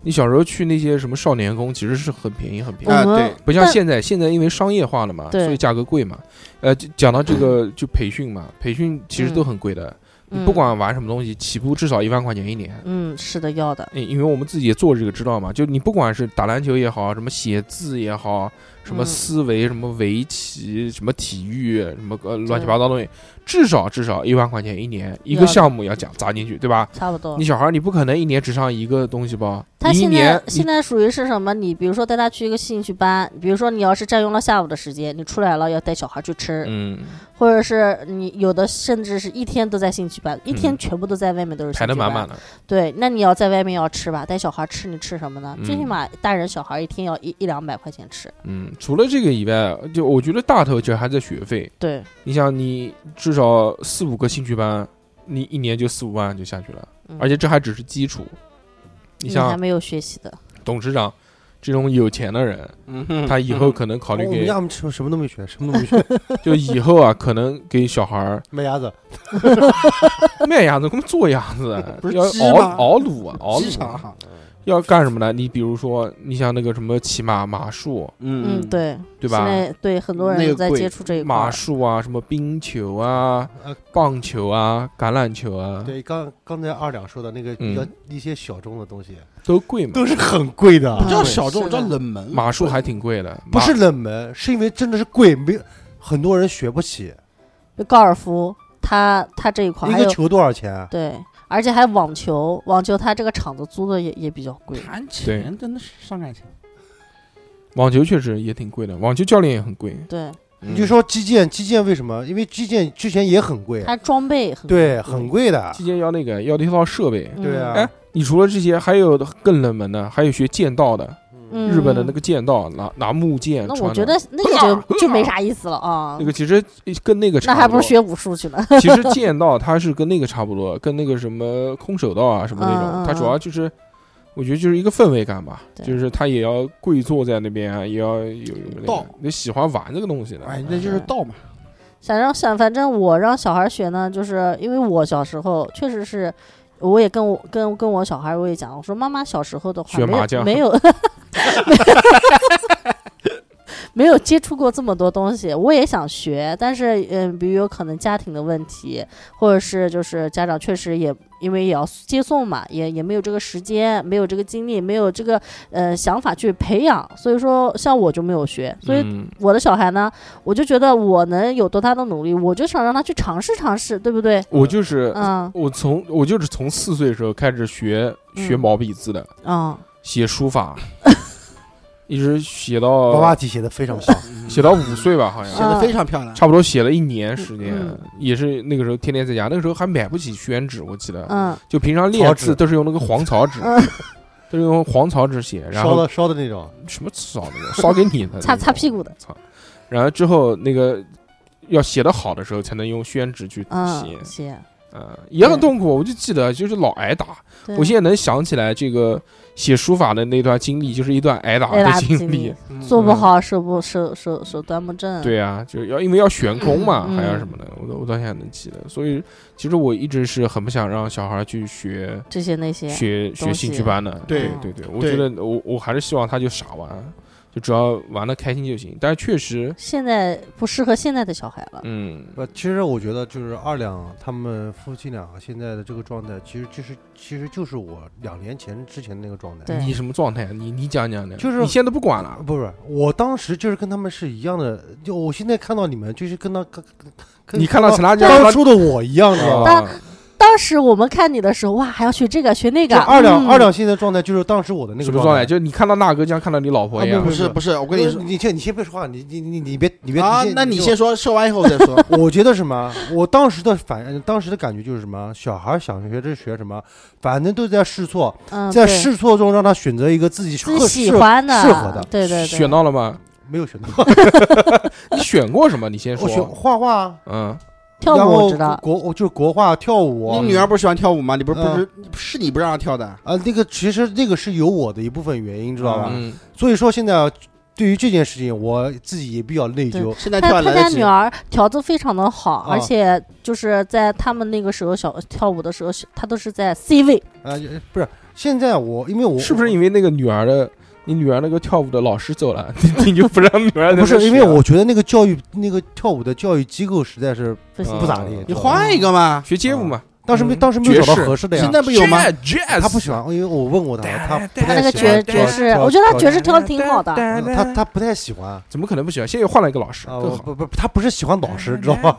[SPEAKER 1] 你小时候去那些什么少年宫，其实是很便宜，很便宜。
[SPEAKER 5] 我
[SPEAKER 4] 啊
[SPEAKER 5] 们、
[SPEAKER 4] 对
[SPEAKER 1] 不像
[SPEAKER 5] 嗯但
[SPEAKER 1] 现在，现在因为商业化了嘛，
[SPEAKER 5] 对
[SPEAKER 1] 所以价格贵嘛。呃，就讲到这个就培训嘛，培训其实都
[SPEAKER 5] 嗯
[SPEAKER 1] 很贵的，你
[SPEAKER 5] 嗯
[SPEAKER 1] 不管玩什么东西，起步至少一万块钱一年。
[SPEAKER 5] 嗯，是的，要的，
[SPEAKER 1] 因因为我们自己也做这个，知道嘛？就你不管是打篮球也好，什么写字也好，什么
[SPEAKER 5] 嗯
[SPEAKER 1] 思维、什么围棋、什么体育、什么呃乱七八糟东西，至少至少一万块钱一年，一
[SPEAKER 5] 要
[SPEAKER 1] 个
[SPEAKER 5] 的
[SPEAKER 1] 项目要讲砸进去，对吧？
[SPEAKER 5] 差不多
[SPEAKER 1] 你。小孩儿你不可能一年只上一个东西吧？
[SPEAKER 5] 他
[SPEAKER 1] 你一
[SPEAKER 5] 现
[SPEAKER 1] 年
[SPEAKER 5] 在现在属于是什么？你比如说带他去一个兴趣班，比如说你要是占用了下午的时间，你出来了要带小孩去吃，
[SPEAKER 1] 嗯，
[SPEAKER 5] 或者是你有的甚至是一天都在兴趣班，一天
[SPEAKER 1] 嗯
[SPEAKER 5] 全部都在外面都是兴
[SPEAKER 1] 排
[SPEAKER 5] 趣
[SPEAKER 1] 得
[SPEAKER 5] 班，
[SPEAKER 1] 满满的，
[SPEAKER 5] 对，那你要在外面要吃吧，带小孩吃你吃什么呢？最起
[SPEAKER 1] 嗯
[SPEAKER 5] 码大人小孩一天要一一两百块钱吃，
[SPEAKER 1] 嗯。除了这个以外，就我觉得大头就还在学费。
[SPEAKER 5] 对，
[SPEAKER 1] 你想，你至少四五个兴趣班，你一年就四五万就下去了，
[SPEAKER 5] 嗯
[SPEAKER 1] 而且这还只是基础。你
[SPEAKER 5] 你
[SPEAKER 1] 像
[SPEAKER 5] 还没有学习的，
[SPEAKER 1] 董事长这种有钱的人，
[SPEAKER 4] 嗯哼
[SPEAKER 1] 他以后可能考虑
[SPEAKER 3] 哦嗯我们
[SPEAKER 1] 给，
[SPEAKER 3] 家什么什么都没学，什么都 没学，
[SPEAKER 1] 就以后啊，可能给小孩儿
[SPEAKER 3] 卖鸭子，
[SPEAKER 1] 卖鸭子，跟 做鸭子啊，
[SPEAKER 4] 不是
[SPEAKER 1] 要
[SPEAKER 4] 鸡
[SPEAKER 1] 熬
[SPEAKER 4] 吗
[SPEAKER 1] 熬卤啊，熬
[SPEAKER 4] 机
[SPEAKER 1] 卤啊
[SPEAKER 4] 场，
[SPEAKER 1] 要干什么呢？你比如说，你像那个什么骑马马术，
[SPEAKER 4] 嗯
[SPEAKER 5] 嗯，，对，
[SPEAKER 1] 对吧
[SPEAKER 5] 现在对很多
[SPEAKER 4] 那
[SPEAKER 5] 人
[SPEAKER 4] 个
[SPEAKER 5] 都在
[SPEAKER 4] 贵
[SPEAKER 5] 接触这一块
[SPEAKER 1] 马
[SPEAKER 5] 儿，
[SPEAKER 1] 术啊，什么冰球啊
[SPEAKER 3] 呃、
[SPEAKER 1] 棒球啊、橄榄球啊，
[SPEAKER 3] 对，刚刚才二两说的那个比较
[SPEAKER 1] 嗯
[SPEAKER 3] 一些小众的东西，
[SPEAKER 1] 都贵嘛。
[SPEAKER 3] 都是很贵的，啊
[SPEAKER 5] 嗯
[SPEAKER 4] 不叫小众，
[SPEAKER 5] 是的
[SPEAKER 4] 叫冷门。
[SPEAKER 1] 马术还挺贵的，
[SPEAKER 3] 不
[SPEAKER 1] 马
[SPEAKER 3] 是冷门，是因为真的是贵，没很多人学不起。
[SPEAKER 5] 就高尔夫，他他这一块儿
[SPEAKER 3] 一
[SPEAKER 5] 哦还
[SPEAKER 3] 个
[SPEAKER 5] 有
[SPEAKER 3] 球多少钱？啊
[SPEAKER 5] 对，而且还网球，网球他这个场子租的也也比较贵，
[SPEAKER 4] 谈钱真的是伤感情。
[SPEAKER 1] 网球确实也挺贵的，网球教练也很贵。
[SPEAKER 5] 对，
[SPEAKER 1] 你
[SPEAKER 3] 你就说击剑，击剑为什么？因为击剑之前也很贵，
[SPEAKER 5] 他装备很
[SPEAKER 3] 对，很贵的
[SPEAKER 1] 期。嗯间要那个要那套设备，
[SPEAKER 5] 嗯
[SPEAKER 3] 对啊
[SPEAKER 1] 哎，你除了这些，还有更冷门的，还有学剑道的，
[SPEAKER 5] 嗯
[SPEAKER 1] 日本的那个剑道，拿拿木剑
[SPEAKER 5] 那
[SPEAKER 1] 穿
[SPEAKER 5] 我
[SPEAKER 1] 的
[SPEAKER 5] 觉得那 个就就没啥意思了啊
[SPEAKER 1] 那。个其实跟那个差
[SPEAKER 5] 那
[SPEAKER 1] 多，
[SPEAKER 5] 还不是学武术去了？
[SPEAKER 1] 其实剑道它是跟那个差不多，跟那个什么空手道啊什么那
[SPEAKER 5] 嗯
[SPEAKER 1] 种，
[SPEAKER 5] 嗯
[SPEAKER 1] 它主
[SPEAKER 5] 嗯
[SPEAKER 1] 要就是。我觉得就是一个氛围感吧，
[SPEAKER 5] 对
[SPEAKER 1] 就是他也要跪坐在那边啊，也要有有那
[SPEAKER 4] 道
[SPEAKER 1] 个，你喜欢玩这个东西的，
[SPEAKER 4] 哎，那就是道嘛。
[SPEAKER 5] 想让想，反正我让小孩学呢，就是因为我小时候确实是，我也跟我跟跟我小孩我也讲，我说妈妈小时候的话
[SPEAKER 1] 学
[SPEAKER 5] 没有
[SPEAKER 1] 麻将
[SPEAKER 5] 没有 没有没有接触过这么多东西，我也想学，但是嗯，比如有可能家庭的问题，或者是就是家长确实也因为也要接送嘛，也也没有这个时间，没有这个精力，没有这个呃想法去培养，所以说像我就没有学，所以
[SPEAKER 1] 嗯
[SPEAKER 5] 我的小孩呢，我就觉得我能有多大的努力，我就想让他去尝试尝试，对不对？
[SPEAKER 1] 我就是
[SPEAKER 3] 呃
[SPEAKER 5] 嗯
[SPEAKER 1] 我从我就是从四岁的时候开始学学
[SPEAKER 5] 嗯
[SPEAKER 1] 毛笔字的，
[SPEAKER 5] 嗯，
[SPEAKER 1] 写书 法，一直写到
[SPEAKER 3] 娃娃体写的非
[SPEAKER 1] 哎
[SPEAKER 3] 常像，
[SPEAKER 1] 写到五岁吧，好
[SPEAKER 4] 写
[SPEAKER 1] 像
[SPEAKER 4] 的非常漂亮。
[SPEAKER 1] 差不多写了一年时间
[SPEAKER 5] 嗯，
[SPEAKER 1] 也是那个时候天天在家，那个时候还买不起宣纸，我记
[SPEAKER 3] 呃
[SPEAKER 1] 得，
[SPEAKER 5] 嗯，
[SPEAKER 1] 就平常
[SPEAKER 3] 草
[SPEAKER 1] 练
[SPEAKER 3] 纸
[SPEAKER 1] 字都是用那个黄草 纸，都是用黄草纸写，然
[SPEAKER 3] 烧
[SPEAKER 1] 后
[SPEAKER 3] 的烧的那种，
[SPEAKER 1] 什么烧那个烧给你的，
[SPEAKER 5] 擦擦屁股的，
[SPEAKER 1] 操，然后之后那个要写的好的时候才能用宣纸去
[SPEAKER 5] 嗯
[SPEAKER 1] 写，
[SPEAKER 5] 写，
[SPEAKER 1] 呃，也很痛苦。我就记得就是老挨打，
[SPEAKER 5] 对
[SPEAKER 1] 我现在能想起来这个写书法的那段经历，就是一段挨打
[SPEAKER 5] 挨打的
[SPEAKER 1] 经
[SPEAKER 5] 经历
[SPEAKER 3] 嗯
[SPEAKER 5] 做不好手不手手手端不正，
[SPEAKER 1] 对啊，就是要因为要悬空嘛，
[SPEAKER 5] 嗯
[SPEAKER 1] 还要什么的，我到我到现在能记得。所以其实我一直是很不想让小孩去学
[SPEAKER 5] 这些那些，
[SPEAKER 1] 学
[SPEAKER 5] 东
[SPEAKER 1] 学兴
[SPEAKER 5] 西
[SPEAKER 1] 趣班的。
[SPEAKER 4] 对
[SPEAKER 1] 对对，我
[SPEAKER 4] 对
[SPEAKER 1] 觉得我我还是希望他就傻玩，就只要玩的开心就行。但是确实，
[SPEAKER 5] 现在不适合现在的小孩了。
[SPEAKER 1] 嗯，
[SPEAKER 3] 不，其实我觉得就是二两他们夫妻俩现在的这个状态，其实就是其实就是我两年前之前那个状态。
[SPEAKER 5] 对
[SPEAKER 1] 你什么状态？啊你你讲讲讲，
[SPEAKER 3] 就是
[SPEAKER 1] 你现在不管了
[SPEAKER 3] 啊，。不是，我当时就是跟他们是一样的，就我现在看到你们，就是跟他跟跟
[SPEAKER 1] 你看到陈拉家
[SPEAKER 3] 当初的我一样，你知道吧？
[SPEAKER 1] 啊
[SPEAKER 5] 当当时我们看你的时候，哇，还要学这个学那
[SPEAKER 3] 就
[SPEAKER 5] 个，
[SPEAKER 3] 二两、
[SPEAKER 5] 嗯
[SPEAKER 3] 二两现在状态就是当时我的那
[SPEAKER 1] 什么
[SPEAKER 3] 个状
[SPEAKER 1] 状态？就是你看到那哥就像看到你老婆一
[SPEAKER 3] 啊
[SPEAKER 1] 样
[SPEAKER 3] 不
[SPEAKER 4] 不是不是，我
[SPEAKER 3] 不
[SPEAKER 4] 跟你
[SPEAKER 3] 是
[SPEAKER 4] 说
[SPEAKER 3] 你先你先别说话，你你你你别你别
[SPEAKER 4] 啊，那你
[SPEAKER 3] 你
[SPEAKER 4] 先说，说完以后再 说。
[SPEAKER 3] 我觉得什么？我当时的反，当时的感觉就是什么？小孩想学这学什么，反正都在试错，
[SPEAKER 5] 嗯，
[SPEAKER 3] 在
[SPEAKER 5] 对
[SPEAKER 3] 试错中让他选择一个自己
[SPEAKER 5] 自
[SPEAKER 3] 合
[SPEAKER 5] 己喜欢的，
[SPEAKER 3] 适合的
[SPEAKER 5] 对对对，
[SPEAKER 1] 选到了吗？
[SPEAKER 3] 没有选到。
[SPEAKER 1] 你选过什么？你先
[SPEAKER 3] 我选
[SPEAKER 1] 说。
[SPEAKER 3] 画画，
[SPEAKER 1] 嗯，
[SPEAKER 5] 跳
[SPEAKER 3] 然
[SPEAKER 5] 舞
[SPEAKER 3] 后
[SPEAKER 5] 我知道，
[SPEAKER 3] 国我就是国画跳舞。
[SPEAKER 4] 你女儿不是喜欢跳舞吗？你不是不是是你不让她跳的？
[SPEAKER 3] 啊，那个其实那个是有我的一部分原因，知道吧？
[SPEAKER 1] 嗯，
[SPEAKER 3] 所以说现在啊对于这件事情，我自己也比较内疚。
[SPEAKER 4] 现在
[SPEAKER 5] 他
[SPEAKER 4] 跳还
[SPEAKER 5] 他
[SPEAKER 4] 来
[SPEAKER 5] 家
[SPEAKER 4] 得
[SPEAKER 5] 女
[SPEAKER 4] 及。
[SPEAKER 5] 儿调子非常的好，
[SPEAKER 3] 啊
[SPEAKER 5] 而且就是在他们那个时候小跳舞的时候，她都是在 C 位，
[SPEAKER 3] 啊，也不是，现在我因为我
[SPEAKER 1] 是不是因为那个女儿的，你女儿那个跳舞的老师走了，你你就不让女儿在那
[SPEAKER 3] 不是
[SPEAKER 1] 学啊
[SPEAKER 3] 因为我觉得那个教育那个跳舞的教育机构实在是
[SPEAKER 5] 不行
[SPEAKER 1] 嗯
[SPEAKER 3] 不咋地，
[SPEAKER 4] 你
[SPEAKER 3] 知道吧
[SPEAKER 4] 换一个嘛，
[SPEAKER 1] 学街舞嘛？
[SPEAKER 3] 当时没
[SPEAKER 1] 嗯
[SPEAKER 3] 当时哦没有找
[SPEAKER 1] 爵
[SPEAKER 3] 到
[SPEAKER 1] 士
[SPEAKER 3] 合适的呀。
[SPEAKER 4] 现在不有吗？
[SPEAKER 1] Jazz，
[SPEAKER 3] 他不喜欢，因为我问过他，他不
[SPEAKER 5] 他
[SPEAKER 3] 太
[SPEAKER 5] 那个
[SPEAKER 3] 喜
[SPEAKER 5] 爵
[SPEAKER 3] 欢啊
[SPEAKER 5] 爵
[SPEAKER 3] 跳
[SPEAKER 5] 士，
[SPEAKER 3] 跳
[SPEAKER 5] 我觉得他
[SPEAKER 3] 跳
[SPEAKER 5] 爵士跳的挺好的，
[SPEAKER 3] 嗯他他不太喜欢啊，
[SPEAKER 1] 怎么可能不喜欢？现在又换了一个老师，更
[SPEAKER 3] 我
[SPEAKER 1] 好。
[SPEAKER 3] 啊不不，他不是喜欢老师，知道吧？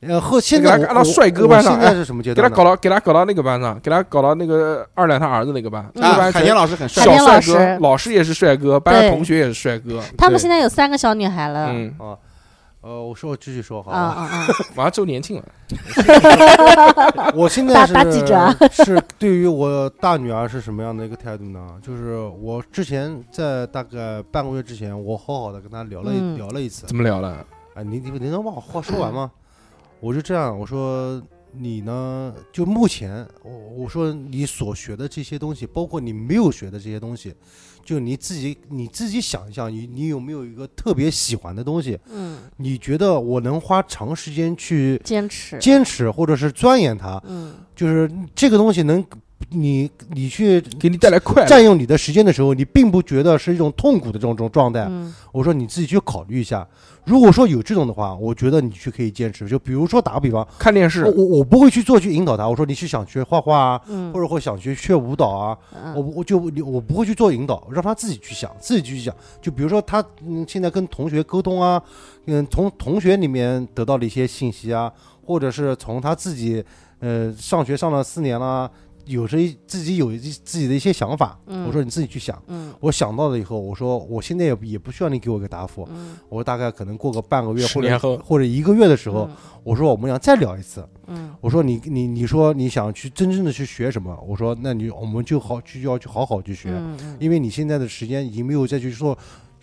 [SPEAKER 3] 呃，和现
[SPEAKER 1] 给他
[SPEAKER 3] 在我
[SPEAKER 1] 按照
[SPEAKER 3] 我
[SPEAKER 1] 帅哥
[SPEAKER 3] 我
[SPEAKER 1] 班上哎
[SPEAKER 3] 现在是什么阶
[SPEAKER 1] 给他
[SPEAKER 3] 段呢？
[SPEAKER 1] 搞到给他搞到那个班上，给他搞到那个二奶他儿子那个班，那个
[SPEAKER 4] 啊，
[SPEAKER 1] 班
[SPEAKER 4] 海
[SPEAKER 1] 全
[SPEAKER 4] 天老师很帅
[SPEAKER 1] 小
[SPEAKER 5] 海，天
[SPEAKER 1] 帅
[SPEAKER 5] 老
[SPEAKER 1] 哥，
[SPEAKER 5] 师
[SPEAKER 1] 老师也是帅哥，班上
[SPEAKER 5] 对
[SPEAKER 1] 同学也是帅哥。
[SPEAKER 5] 他们
[SPEAKER 3] 对
[SPEAKER 5] 现在有三个小女孩了，
[SPEAKER 1] 嗯，
[SPEAKER 3] 啊，呃，我说我继续说好
[SPEAKER 5] 啊
[SPEAKER 3] 吧。
[SPEAKER 5] 啊
[SPEAKER 1] 马上周年庆了，
[SPEAKER 3] 啊我现在
[SPEAKER 5] 打
[SPEAKER 3] 是
[SPEAKER 5] 打几折啊
[SPEAKER 3] 是对于我大女儿是什么样的一个态度呢？就是我之前在大概半个月之前，我好好的跟她聊了一、
[SPEAKER 5] 嗯
[SPEAKER 3] 聊了一次。
[SPEAKER 1] 怎么聊了？
[SPEAKER 3] 哎，你你你能把我话说完吗？我就这样，我说你呢，就目前我我说你所学的这些东西，包括你没有学的这些东西，就你自己你自己想一想，你你有没有一个特别喜欢的东西？
[SPEAKER 5] 啊，嗯，
[SPEAKER 3] 你觉得我能花长时间去
[SPEAKER 5] 坚持，
[SPEAKER 3] 坚持或者是钻研它？
[SPEAKER 5] 嗯，
[SPEAKER 3] 就是这个东西能你你去
[SPEAKER 1] 给你带来快乐。
[SPEAKER 3] 占用你的时间的时候，你并不觉得是一种痛苦的这种这种状态。
[SPEAKER 5] 嗯，
[SPEAKER 3] 我说你自己去考虑一下，如果说有这种的话，我觉得你去可以坚持。就比如说打个比方，
[SPEAKER 1] 看电
[SPEAKER 3] 我
[SPEAKER 1] 视，
[SPEAKER 3] 我我不会去做去引导他，我说你是想学画画啊，
[SPEAKER 5] 嗯
[SPEAKER 3] 或者或想学学舞蹈啊，我
[SPEAKER 5] 嗯，
[SPEAKER 3] 不我就我不会去做引导，让他自己去想，自己去想。就比如说他嗯现在跟同学沟通啊，嗯从同学里面得到的一些信息啊，或者是从他自己呃上学上了四年啦、有时一自己有一自己的一些想法，
[SPEAKER 5] 嗯
[SPEAKER 3] 我说你自己去想。
[SPEAKER 5] 嗯
[SPEAKER 3] 我想到了以后，我说我现在也也不需要你给我个答复，
[SPEAKER 5] 嗯，
[SPEAKER 3] 我说大概可能过个半个月
[SPEAKER 1] 十
[SPEAKER 3] 或
[SPEAKER 1] 年
[SPEAKER 3] 者
[SPEAKER 1] 后
[SPEAKER 3] 或者一个月的时候，我说我们想再聊一次。
[SPEAKER 5] 嗯，
[SPEAKER 3] 我说你你你说你想去真正的去学什么？我说那你我们就好就要去好好去学，
[SPEAKER 5] 嗯，嗯
[SPEAKER 3] 因为你现在的时间已经没有再去做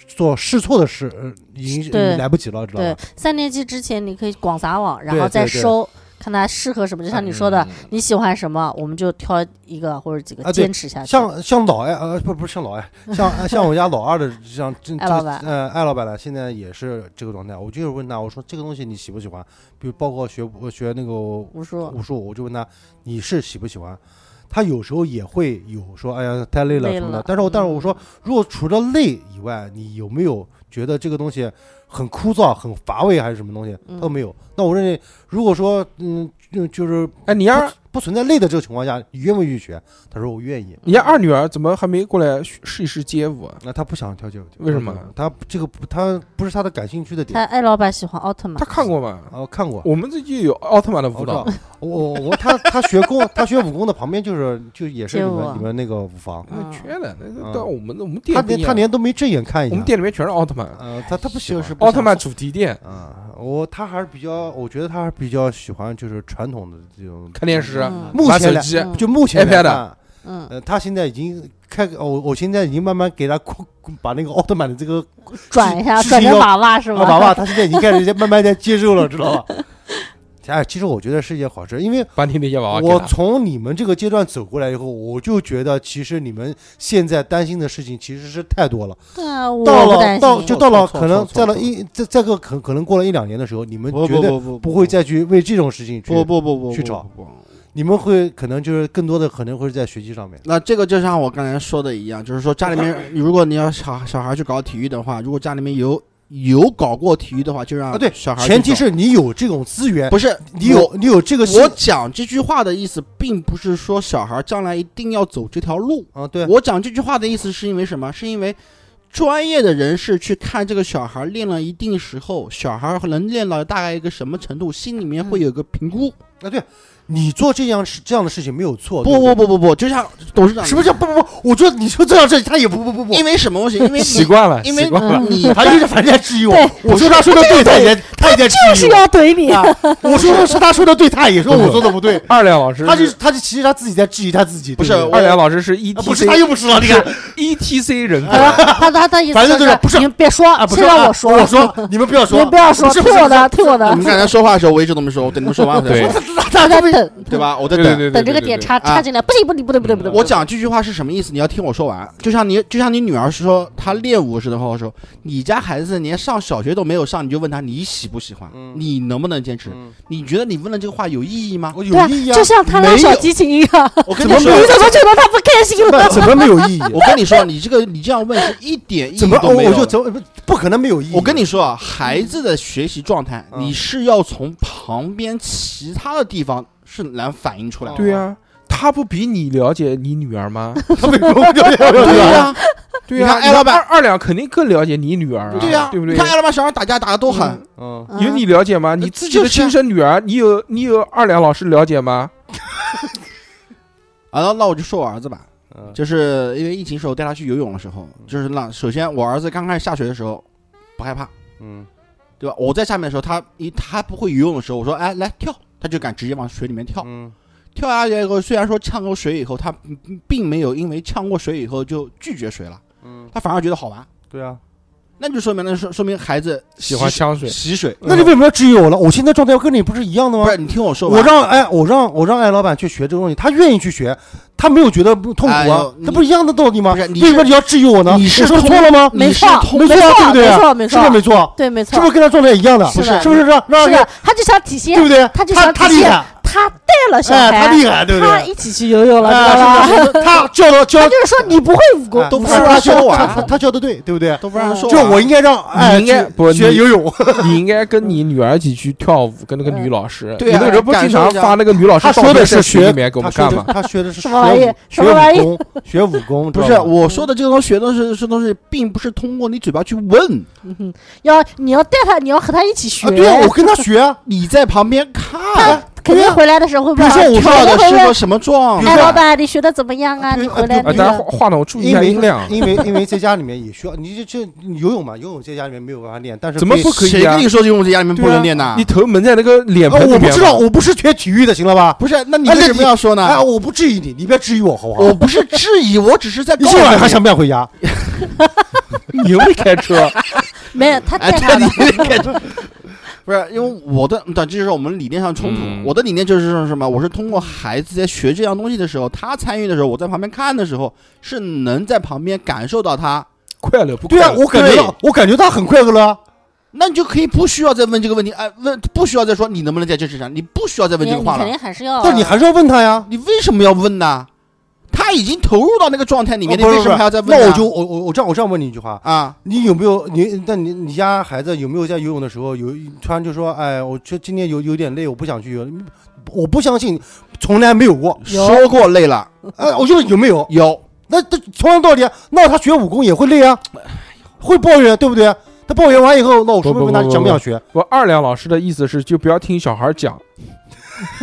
[SPEAKER 3] 做试错的事，呃已经
[SPEAKER 5] 对
[SPEAKER 3] 来不及了，知道
[SPEAKER 5] 对
[SPEAKER 3] 吧？，
[SPEAKER 5] 三年级之前你可以广撒网，然
[SPEAKER 3] 对
[SPEAKER 5] 后
[SPEAKER 3] 对
[SPEAKER 5] 再
[SPEAKER 3] 对嗯
[SPEAKER 5] 收，看他适合什么，就像你说
[SPEAKER 1] 嗯
[SPEAKER 5] 的，你喜欢什么，我们就挑一个或者几个
[SPEAKER 3] 啊对
[SPEAKER 5] 坚持下去。
[SPEAKER 3] 像像老艾呃不不是像老艾， 像像我家老二的像这
[SPEAKER 5] 艾老板
[SPEAKER 3] 这呃艾老板呢，现在也是这个状态。我就是问他，我说这个东西你喜不喜欢？比如包括学学那个
[SPEAKER 5] 武术
[SPEAKER 3] 武术，我就问他你是喜不喜欢？他有时候也会有说，哎呀，太累了
[SPEAKER 5] 累
[SPEAKER 3] 什么
[SPEAKER 5] 了
[SPEAKER 3] 的。但是我但是
[SPEAKER 5] 嗯
[SPEAKER 3] 我说，如果除了累以外，你有没有觉得这个东西很枯燥、很乏味，还是什么东西？他说
[SPEAKER 5] 嗯
[SPEAKER 3] 没有。那我认为，如果说嗯，就就是
[SPEAKER 1] 哎，你二
[SPEAKER 3] 不存在累的这个情况下，你愿不愿意学？他说我愿
[SPEAKER 5] 嗯
[SPEAKER 3] 意。
[SPEAKER 1] 你家二女儿怎么还没过来试一试街舞啊？
[SPEAKER 3] 那他不想跳街舞，
[SPEAKER 1] 为什么
[SPEAKER 3] 嗯他这个不他不是他的感兴趣的点
[SPEAKER 5] 他。艾老板喜欢奥特曼
[SPEAKER 1] 她，看过吗？
[SPEAKER 3] 啊，我看过，
[SPEAKER 1] 我们这就有奥特曼的舞
[SPEAKER 3] 我知道
[SPEAKER 1] 蹈，，
[SPEAKER 3] 我我我他他学功，他学武功的旁边就是就也是
[SPEAKER 5] 街
[SPEAKER 3] 你
[SPEAKER 5] 舞
[SPEAKER 3] 们
[SPEAKER 5] 啊
[SPEAKER 3] 你们那个舞房，
[SPEAKER 1] 嗯，
[SPEAKER 5] 嗯
[SPEAKER 1] 缺的，那个
[SPEAKER 3] 嗯
[SPEAKER 1] 到我们我们店
[SPEAKER 3] 他
[SPEAKER 1] 不一
[SPEAKER 3] 连
[SPEAKER 1] 样
[SPEAKER 3] 他连都没正眼看一
[SPEAKER 1] 我们
[SPEAKER 3] 下。
[SPEAKER 1] 店里面全是奥特曼，
[SPEAKER 3] 呃，他他不喜欢
[SPEAKER 4] 就是
[SPEAKER 1] 奥特曼主题店，
[SPEAKER 3] 啊，我他还是比较，我觉得他还是比较喜欢就是传统的这种。
[SPEAKER 1] 看电视，
[SPEAKER 5] 嗯
[SPEAKER 3] 目
[SPEAKER 1] 玩手
[SPEAKER 3] 前来
[SPEAKER 1] 机，
[SPEAKER 5] 嗯
[SPEAKER 3] 就目前
[SPEAKER 1] iPad 啊
[SPEAKER 3] 来看，
[SPEAKER 5] 嗯，
[SPEAKER 3] 呃，他现在已经开，我、我现在已经慢慢给他扩把那个奥特曼的这个
[SPEAKER 5] 转一下，
[SPEAKER 3] 是
[SPEAKER 5] 转
[SPEAKER 3] 是
[SPEAKER 5] 成
[SPEAKER 3] 要啊
[SPEAKER 5] 娃娃是吧？
[SPEAKER 3] 娃娃，他现在已经开始在慢慢在接受了，知道吧？哎，其实我觉得是一件好事，因为
[SPEAKER 1] 把你的洋啊娃娃给
[SPEAKER 3] 我
[SPEAKER 1] 他
[SPEAKER 3] 从你们这个阶段走过来以后，我就觉得其实你们现在担心的事情其实是太多了。
[SPEAKER 5] 对啊，我
[SPEAKER 3] 到
[SPEAKER 5] 不
[SPEAKER 3] 了
[SPEAKER 5] 担
[SPEAKER 3] 到
[SPEAKER 5] 心。
[SPEAKER 3] 就到了，
[SPEAKER 4] 错错
[SPEAKER 3] 可能
[SPEAKER 4] 错错
[SPEAKER 3] 在了一再再个可可能过了一两年的时候，你们
[SPEAKER 4] 不
[SPEAKER 3] 觉
[SPEAKER 4] 不
[SPEAKER 3] 得
[SPEAKER 4] 不不
[SPEAKER 3] 不会再去为这种事情去
[SPEAKER 4] 不不不不
[SPEAKER 3] 去
[SPEAKER 4] 不
[SPEAKER 3] 找
[SPEAKER 4] 不不
[SPEAKER 3] 你们会可能就是更多的可能会是在学习上面。
[SPEAKER 4] 那这个就像我刚才说的一样，就是说家里面，如果你要小小孩去搞体育的话，如果家里面有有搞过体育的话，就让
[SPEAKER 3] 啊对
[SPEAKER 4] 小孩去
[SPEAKER 3] 前提
[SPEAKER 4] 搞
[SPEAKER 3] 是你有这种资源，
[SPEAKER 4] 不是
[SPEAKER 3] 你有你有这个
[SPEAKER 4] 我
[SPEAKER 3] 心
[SPEAKER 4] 我讲这句话的意思，并不是说小孩将来一定要走这条路。
[SPEAKER 3] 啊？对，
[SPEAKER 4] 我讲这句话的意思是因为什么？是因为专业的人士去看这个小孩练了一定时候，小孩能练到大概一个什么程度，心里面会有个评估。
[SPEAKER 3] 啊对，你做这样事这样的事情没有错。
[SPEAKER 4] 不
[SPEAKER 3] 对不
[SPEAKER 4] 不不不不，就像董事长，
[SPEAKER 3] 对，什么叫不不不？我觉得你说这样事情，他也不不不不，
[SPEAKER 4] 因为什么东西？因为
[SPEAKER 1] 习
[SPEAKER 4] 你
[SPEAKER 1] 惯了，
[SPEAKER 4] 因为
[SPEAKER 1] 习惯了。
[SPEAKER 4] 你
[SPEAKER 3] 他就是反正在质疑我
[SPEAKER 5] 对。
[SPEAKER 3] 我说他说的对，他也在他也在质
[SPEAKER 5] 就是
[SPEAKER 3] 疑我。
[SPEAKER 5] 要怼你，
[SPEAKER 3] 啊我说是他说的对，他也说我说的不对。
[SPEAKER 1] 二两老师，
[SPEAKER 3] 他就他就其实他自己在质疑他自己，
[SPEAKER 4] 不是
[SPEAKER 3] 对对
[SPEAKER 4] 我
[SPEAKER 1] 二两老师是 E
[SPEAKER 3] 啊不是他
[SPEAKER 1] ETC
[SPEAKER 3] 又不是了，你看
[SPEAKER 1] ETC E 人格，
[SPEAKER 5] 他他他意思
[SPEAKER 3] 反正
[SPEAKER 5] 就
[SPEAKER 3] 就是不是
[SPEAKER 5] 你们别说
[SPEAKER 3] 啊，，不是
[SPEAKER 5] 先让
[SPEAKER 3] 啊
[SPEAKER 5] 我说，
[SPEAKER 3] 我说你们不要
[SPEAKER 5] 你
[SPEAKER 3] 说
[SPEAKER 5] 们，不要说，
[SPEAKER 3] 不是
[SPEAKER 5] 听
[SPEAKER 3] 不是
[SPEAKER 5] 我的，听我
[SPEAKER 4] 你
[SPEAKER 5] 的
[SPEAKER 4] 们，刚才说话的时候，我一直都没说，我等你们说完我再
[SPEAKER 1] 对
[SPEAKER 4] 说，
[SPEAKER 5] 我在等
[SPEAKER 4] 对吧？我在
[SPEAKER 1] 对
[SPEAKER 4] 等。
[SPEAKER 1] 对对，对
[SPEAKER 5] 等这个点。
[SPEAKER 3] 啊
[SPEAKER 5] 插插进来，不行不行不对不对
[SPEAKER 3] 嗯
[SPEAKER 5] 不对，
[SPEAKER 4] 我讲这句话是什么意思？你要听我说完。就像你，就像你女儿说她练武时的话说，你家孩子连上小学都没有上，你就问他你喜不喜欢，
[SPEAKER 1] 嗯
[SPEAKER 4] 你能不能坚持？你觉得你问了这个话有意义吗？
[SPEAKER 3] 我
[SPEAKER 5] 对啊
[SPEAKER 3] 有意义啊
[SPEAKER 5] 就，像他
[SPEAKER 4] 没
[SPEAKER 5] 拉
[SPEAKER 4] 有
[SPEAKER 5] 小提琴一样，
[SPEAKER 4] 我
[SPEAKER 3] 怎
[SPEAKER 4] 跟你
[SPEAKER 3] 么没
[SPEAKER 4] 说
[SPEAKER 3] 有，
[SPEAKER 5] 你怎么觉得他不开心了？
[SPEAKER 3] 怎 么没有意义？
[SPEAKER 4] 我跟你说，你这个你这样问是一点意义
[SPEAKER 3] 怎么哦
[SPEAKER 4] 都没有
[SPEAKER 3] 我
[SPEAKER 4] 的。
[SPEAKER 3] 就怎么不可能没有意义？
[SPEAKER 4] 我跟你说啊，孩子的学习状态，
[SPEAKER 3] 嗯
[SPEAKER 4] 你是要从旁边其他的地方是能反映出来的。
[SPEAKER 1] 对呀，他不比你了解你女儿吗？
[SPEAKER 3] 他 没有，对
[SPEAKER 4] 对呀、
[SPEAKER 1] 对啊
[SPEAKER 4] 你
[SPEAKER 1] 呀，
[SPEAKER 4] 看艾老板
[SPEAKER 1] 二二两肯定更了解你女儿啊，
[SPEAKER 4] 对呀、
[SPEAKER 1] 对不
[SPEAKER 4] 你
[SPEAKER 1] 对？
[SPEAKER 4] 看艾老板小孩打架打的多狠，
[SPEAKER 1] 嗯
[SPEAKER 3] 嗯，
[SPEAKER 5] 嗯
[SPEAKER 1] 有你了解吗？你自己的亲生女儿，你有你有二两老师了解吗？
[SPEAKER 4] 啊，那那我就说我儿子吧，
[SPEAKER 3] 嗯
[SPEAKER 4] 就是因为疫情时候带他去游泳的时候，就是让首先我儿子刚开始下水的时候不害怕，
[SPEAKER 3] 嗯，
[SPEAKER 4] 对吧？我在下面的时候，他一他不会游泳的时候，我说哎来跳，他就敢直接往水里面跳。
[SPEAKER 3] 嗯
[SPEAKER 4] 跳下去以后，虽然说呛过水以后，他并并没有因为呛过水以后就拒绝水了，
[SPEAKER 3] 嗯，
[SPEAKER 4] 他反而觉得好玩。
[SPEAKER 3] 对啊，
[SPEAKER 4] 那就说明那说说明孩子
[SPEAKER 1] 喜欢
[SPEAKER 4] 洗
[SPEAKER 1] 香水，
[SPEAKER 4] 洗水。
[SPEAKER 3] 那你为什么要质疑我了？我现在状态跟嗯你不是一样的吗
[SPEAKER 4] 不？是你听我说完，
[SPEAKER 3] 我让哎，我让我让艾老板去学这个东西，他愿意去学，他没有觉得不痛苦
[SPEAKER 4] 哎
[SPEAKER 3] 啊
[SPEAKER 4] 呦，
[SPEAKER 3] 这不是一样的道理吗？
[SPEAKER 4] 不是
[SPEAKER 3] 为
[SPEAKER 4] 你
[SPEAKER 3] 什
[SPEAKER 4] 是
[SPEAKER 3] 么你要质疑我呢？
[SPEAKER 4] 你是
[SPEAKER 3] 我说
[SPEAKER 4] 通
[SPEAKER 3] 错了吗？
[SPEAKER 5] 没
[SPEAKER 4] 你是
[SPEAKER 5] 错，
[SPEAKER 4] 通
[SPEAKER 5] 没
[SPEAKER 3] 没
[SPEAKER 5] 错，
[SPEAKER 3] 错对不对啊
[SPEAKER 5] 没错，没
[SPEAKER 3] 是不是
[SPEAKER 5] 错，
[SPEAKER 3] 没错？
[SPEAKER 5] 对，没
[SPEAKER 3] 是
[SPEAKER 5] 错，
[SPEAKER 3] 不是跟他状态一样的？
[SPEAKER 5] 是的
[SPEAKER 3] 是不是让让
[SPEAKER 5] 是的，他就想体现
[SPEAKER 3] 对不对？
[SPEAKER 5] 他就
[SPEAKER 3] 他
[SPEAKER 5] 想
[SPEAKER 3] 他
[SPEAKER 5] 体
[SPEAKER 3] 厉
[SPEAKER 5] 现
[SPEAKER 3] 害，
[SPEAKER 5] 他带了小
[SPEAKER 3] 哎，他
[SPEAKER 5] 孩，
[SPEAKER 3] 厉害，对不
[SPEAKER 5] 他
[SPEAKER 3] 对？
[SPEAKER 5] 一起去游泳了，知道吧？
[SPEAKER 3] 哎他教的教
[SPEAKER 5] 他就是说你不会武功
[SPEAKER 3] 哎，
[SPEAKER 4] 都不
[SPEAKER 3] 他
[SPEAKER 4] 让
[SPEAKER 3] 他
[SPEAKER 4] 他
[SPEAKER 3] 教
[SPEAKER 4] 说完
[SPEAKER 3] 他他他教的对，对不啊对？
[SPEAKER 4] 都不让人说啊
[SPEAKER 3] 就
[SPEAKER 4] 完，
[SPEAKER 3] 我应该让哎
[SPEAKER 1] 你应该
[SPEAKER 3] 去
[SPEAKER 1] 不
[SPEAKER 3] 学
[SPEAKER 1] 你
[SPEAKER 3] 游泳，
[SPEAKER 1] 你应该跟你女儿一起去跳舞，跟那
[SPEAKER 5] 嗯
[SPEAKER 1] 个女老师。
[SPEAKER 4] 对
[SPEAKER 1] 你
[SPEAKER 4] 啊
[SPEAKER 1] 那个人不经常发那个女老师
[SPEAKER 3] 他说
[SPEAKER 1] 照
[SPEAKER 3] 的
[SPEAKER 1] 片
[SPEAKER 3] 是
[SPEAKER 1] 在群
[SPEAKER 3] 学
[SPEAKER 1] 里面给我
[SPEAKER 3] 他
[SPEAKER 1] 们
[SPEAKER 3] 说
[SPEAKER 1] 看
[SPEAKER 3] 的
[SPEAKER 1] 嘛？
[SPEAKER 3] 他学的是
[SPEAKER 5] 什么玩意
[SPEAKER 3] 学武
[SPEAKER 5] 什么玩意
[SPEAKER 3] 学武功，学武功
[SPEAKER 4] 不
[SPEAKER 3] 知
[SPEAKER 4] 是
[SPEAKER 3] 道吧
[SPEAKER 4] 我说的这个东西，学的是是东西，并不是通过你嘴巴去问，
[SPEAKER 5] 要你要带他，你要和他一起学
[SPEAKER 3] 啊，，对啊，我跟他学啊。
[SPEAKER 4] 你在旁边看
[SPEAKER 5] 他。肯定回来的时候会
[SPEAKER 4] 比
[SPEAKER 5] 问
[SPEAKER 4] 如
[SPEAKER 5] 啊，
[SPEAKER 4] 说，我
[SPEAKER 5] 回来
[SPEAKER 4] 跳的
[SPEAKER 5] 会
[SPEAKER 4] 是
[SPEAKER 5] 问
[SPEAKER 4] 个什么状
[SPEAKER 3] 比如
[SPEAKER 5] 哎，
[SPEAKER 3] 说
[SPEAKER 5] 老板，你学的怎么样啊？
[SPEAKER 3] 对
[SPEAKER 5] 你回来
[SPEAKER 1] 啊，
[SPEAKER 5] 那
[SPEAKER 1] 大家
[SPEAKER 5] 个，
[SPEAKER 1] 话话筒注意一
[SPEAKER 3] 因
[SPEAKER 1] 下
[SPEAKER 3] 为
[SPEAKER 1] 音量，
[SPEAKER 3] 因为因为在家里面也需要，你这这你游泳嘛，游泳在家里面没有办法练，但是
[SPEAKER 1] 怎么
[SPEAKER 3] 可以
[SPEAKER 1] 不可以
[SPEAKER 4] 谁
[SPEAKER 1] 啊
[SPEAKER 4] 跟？你说游泳在家里面不能练呐
[SPEAKER 1] 你？头蒙在那个脸
[SPEAKER 3] 啊
[SPEAKER 1] 盆里
[SPEAKER 3] 我不
[SPEAKER 1] 面
[SPEAKER 3] 知道，
[SPEAKER 1] 吗，
[SPEAKER 3] 我不是学体育的，行 了吧？
[SPEAKER 4] 不是，那你
[SPEAKER 3] 哎
[SPEAKER 4] 为
[SPEAKER 3] 那
[SPEAKER 4] 什么
[SPEAKER 3] 你
[SPEAKER 4] 要说
[SPEAKER 3] 哎，
[SPEAKER 4] 呢？
[SPEAKER 3] 我不质疑你，你不要质疑我，好不
[SPEAKER 4] 我
[SPEAKER 3] 好？
[SPEAKER 4] 不是质疑，我只是在
[SPEAKER 3] 你
[SPEAKER 4] 告诉
[SPEAKER 3] 今晚还想
[SPEAKER 4] 你。
[SPEAKER 3] 不想回家？
[SPEAKER 1] 你又没开车，
[SPEAKER 5] 没有，他
[SPEAKER 4] 哎，
[SPEAKER 5] 带
[SPEAKER 4] 对
[SPEAKER 5] 他
[SPEAKER 4] 你
[SPEAKER 5] 的，
[SPEAKER 4] 感觉 不是因为我的，但这就是我们理念上冲突
[SPEAKER 1] 嗯。
[SPEAKER 4] 我的理念就是什么？我是通过孩子在学这样东西的时候，他参与的时候，我在旁边看的时候，是能在旁边感受到他。
[SPEAKER 1] 快乐不快
[SPEAKER 3] 对
[SPEAKER 1] 乐？
[SPEAKER 3] 啊，我感觉到，我感觉他很快乐啊了。
[SPEAKER 4] 那你就可以不需要再问这个问题，哎，问不需要再说你能不能在这身上，你不需要再问
[SPEAKER 5] 你
[SPEAKER 4] 这个
[SPEAKER 5] 你
[SPEAKER 4] 话
[SPEAKER 5] 肯
[SPEAKER 4] 了。
[SPEAKER 5] 定还是要，
[SPEAKER 3] 哦但你还是要问他呀。
[SPEAKER 4] 你为什么要问呢？他已经投入到那个状态里面，
[SPEAKER 3] 啊
[SPEAKER 4] 你
[SPEAKER 3] 不是
[SPEAKER 4] 为什么还要再
[SPEAKER 3] 不是
[SPEAKER 4] 问呢？
[SPEAKER 3] 那我就我我我这样我这样问你一句话：
[SPEAKER 4] 啊，
[SPEAKER 3] 你有没有你？那你你家孩子有没有在游泳的时候有突然就说，哎，我这今天有有点累，我不想去游。我不相信，从来没有过。
[SPEAKER 4] 说过累了，
[SPEAKER 3] 哎，我就有没有？
[SPEAKER 4] 有
[SPEAKER 3] 那这同样道理，那他学武功也会累啊，会抱怨，对不对？他抱怨完以后，那我
[SPEAKER 1] 不
[SPEAKER 3] 说
[SPEAKER 1] 不
[SPEAKER 3] 问
[SPEAKER 1] 不
[SPEAKER 3] 他
[SPEAKER 1] 不
[SPEAKER 3] 想不
[SPEAKER 1] 不
[SPEAKER 3] 想学？
[SPEAKER 1] 我二两老师的意思是，就不要听小孩讲。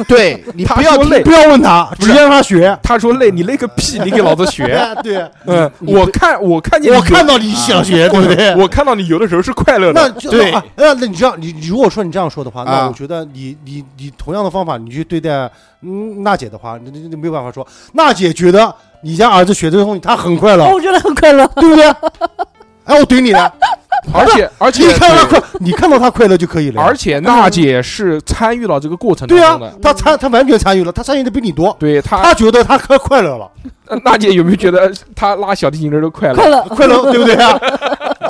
[SPEAKER 4] 对你
[SPEAKER 1] 他
[SPEAKER 4] 不要
[SPEAKER 1] 说
[SPEAKER 4] 听
[SPEAKER 1] 累
[SPEAKER 3] 不要问他，直接让他学。
[SPEAKER 1] 他说累，你累个 屁，你给老子学。
[SPEAKER 3] 哎，对，
[SPEAKER 1] 嗯，
[SPEAKER 4] 你
[SPEAKER 1] 我看我看见你
[SPEAKER 3] 我
[SPEAKER 1] 游
[SPEAKER 3] 看到你想学，对不对？
[SPEAKER 1] 我看到你游的时候是快 乐
[SPEAKER 3] 那
[SPEAKER 1] 的，
[SPEAKER 3] 就
[SPEAKER 4] 对
[SPEAKER 3] 那啊那那你这样，你你如果说你这样说的话，那
[SPEAKER 4] 啊
[SPEAKER 3] 我觉得你你你同样的方法，你去对待嗯娜姐的话，你你你没有办法说，娜姐觉得 你家儿子学这个东西，他很快乐，
[SPEAKER 5] 我觉得很快乐。
[SPEAKER 3] 对不对？哎，我怼你了，
[SPEAKER 1] 而且而且
[SPEAKER 3] 你看他快，你看到他快乐就可以了。
[SPEAKER 1] 而且娜姐是参与到这个过程
[SPEAKER 3] 对
[SPEAKER 1] 当
[SPEAKER 3] 啊
[SPEAKER 1] 中的，，
[SPEAKER 3] 他参他完全参与了，他参与的比你多，
[SPEAKER 1] 对她，
[SPEAKER 3] 他觉得他快快乐了，
[SPEAKER 1] 娜姐有没有觉得呃她拉小提琴人都快乐？
[SPEAKER 5] 快乐，
[SPEAKER 3] 快乐对不对啊？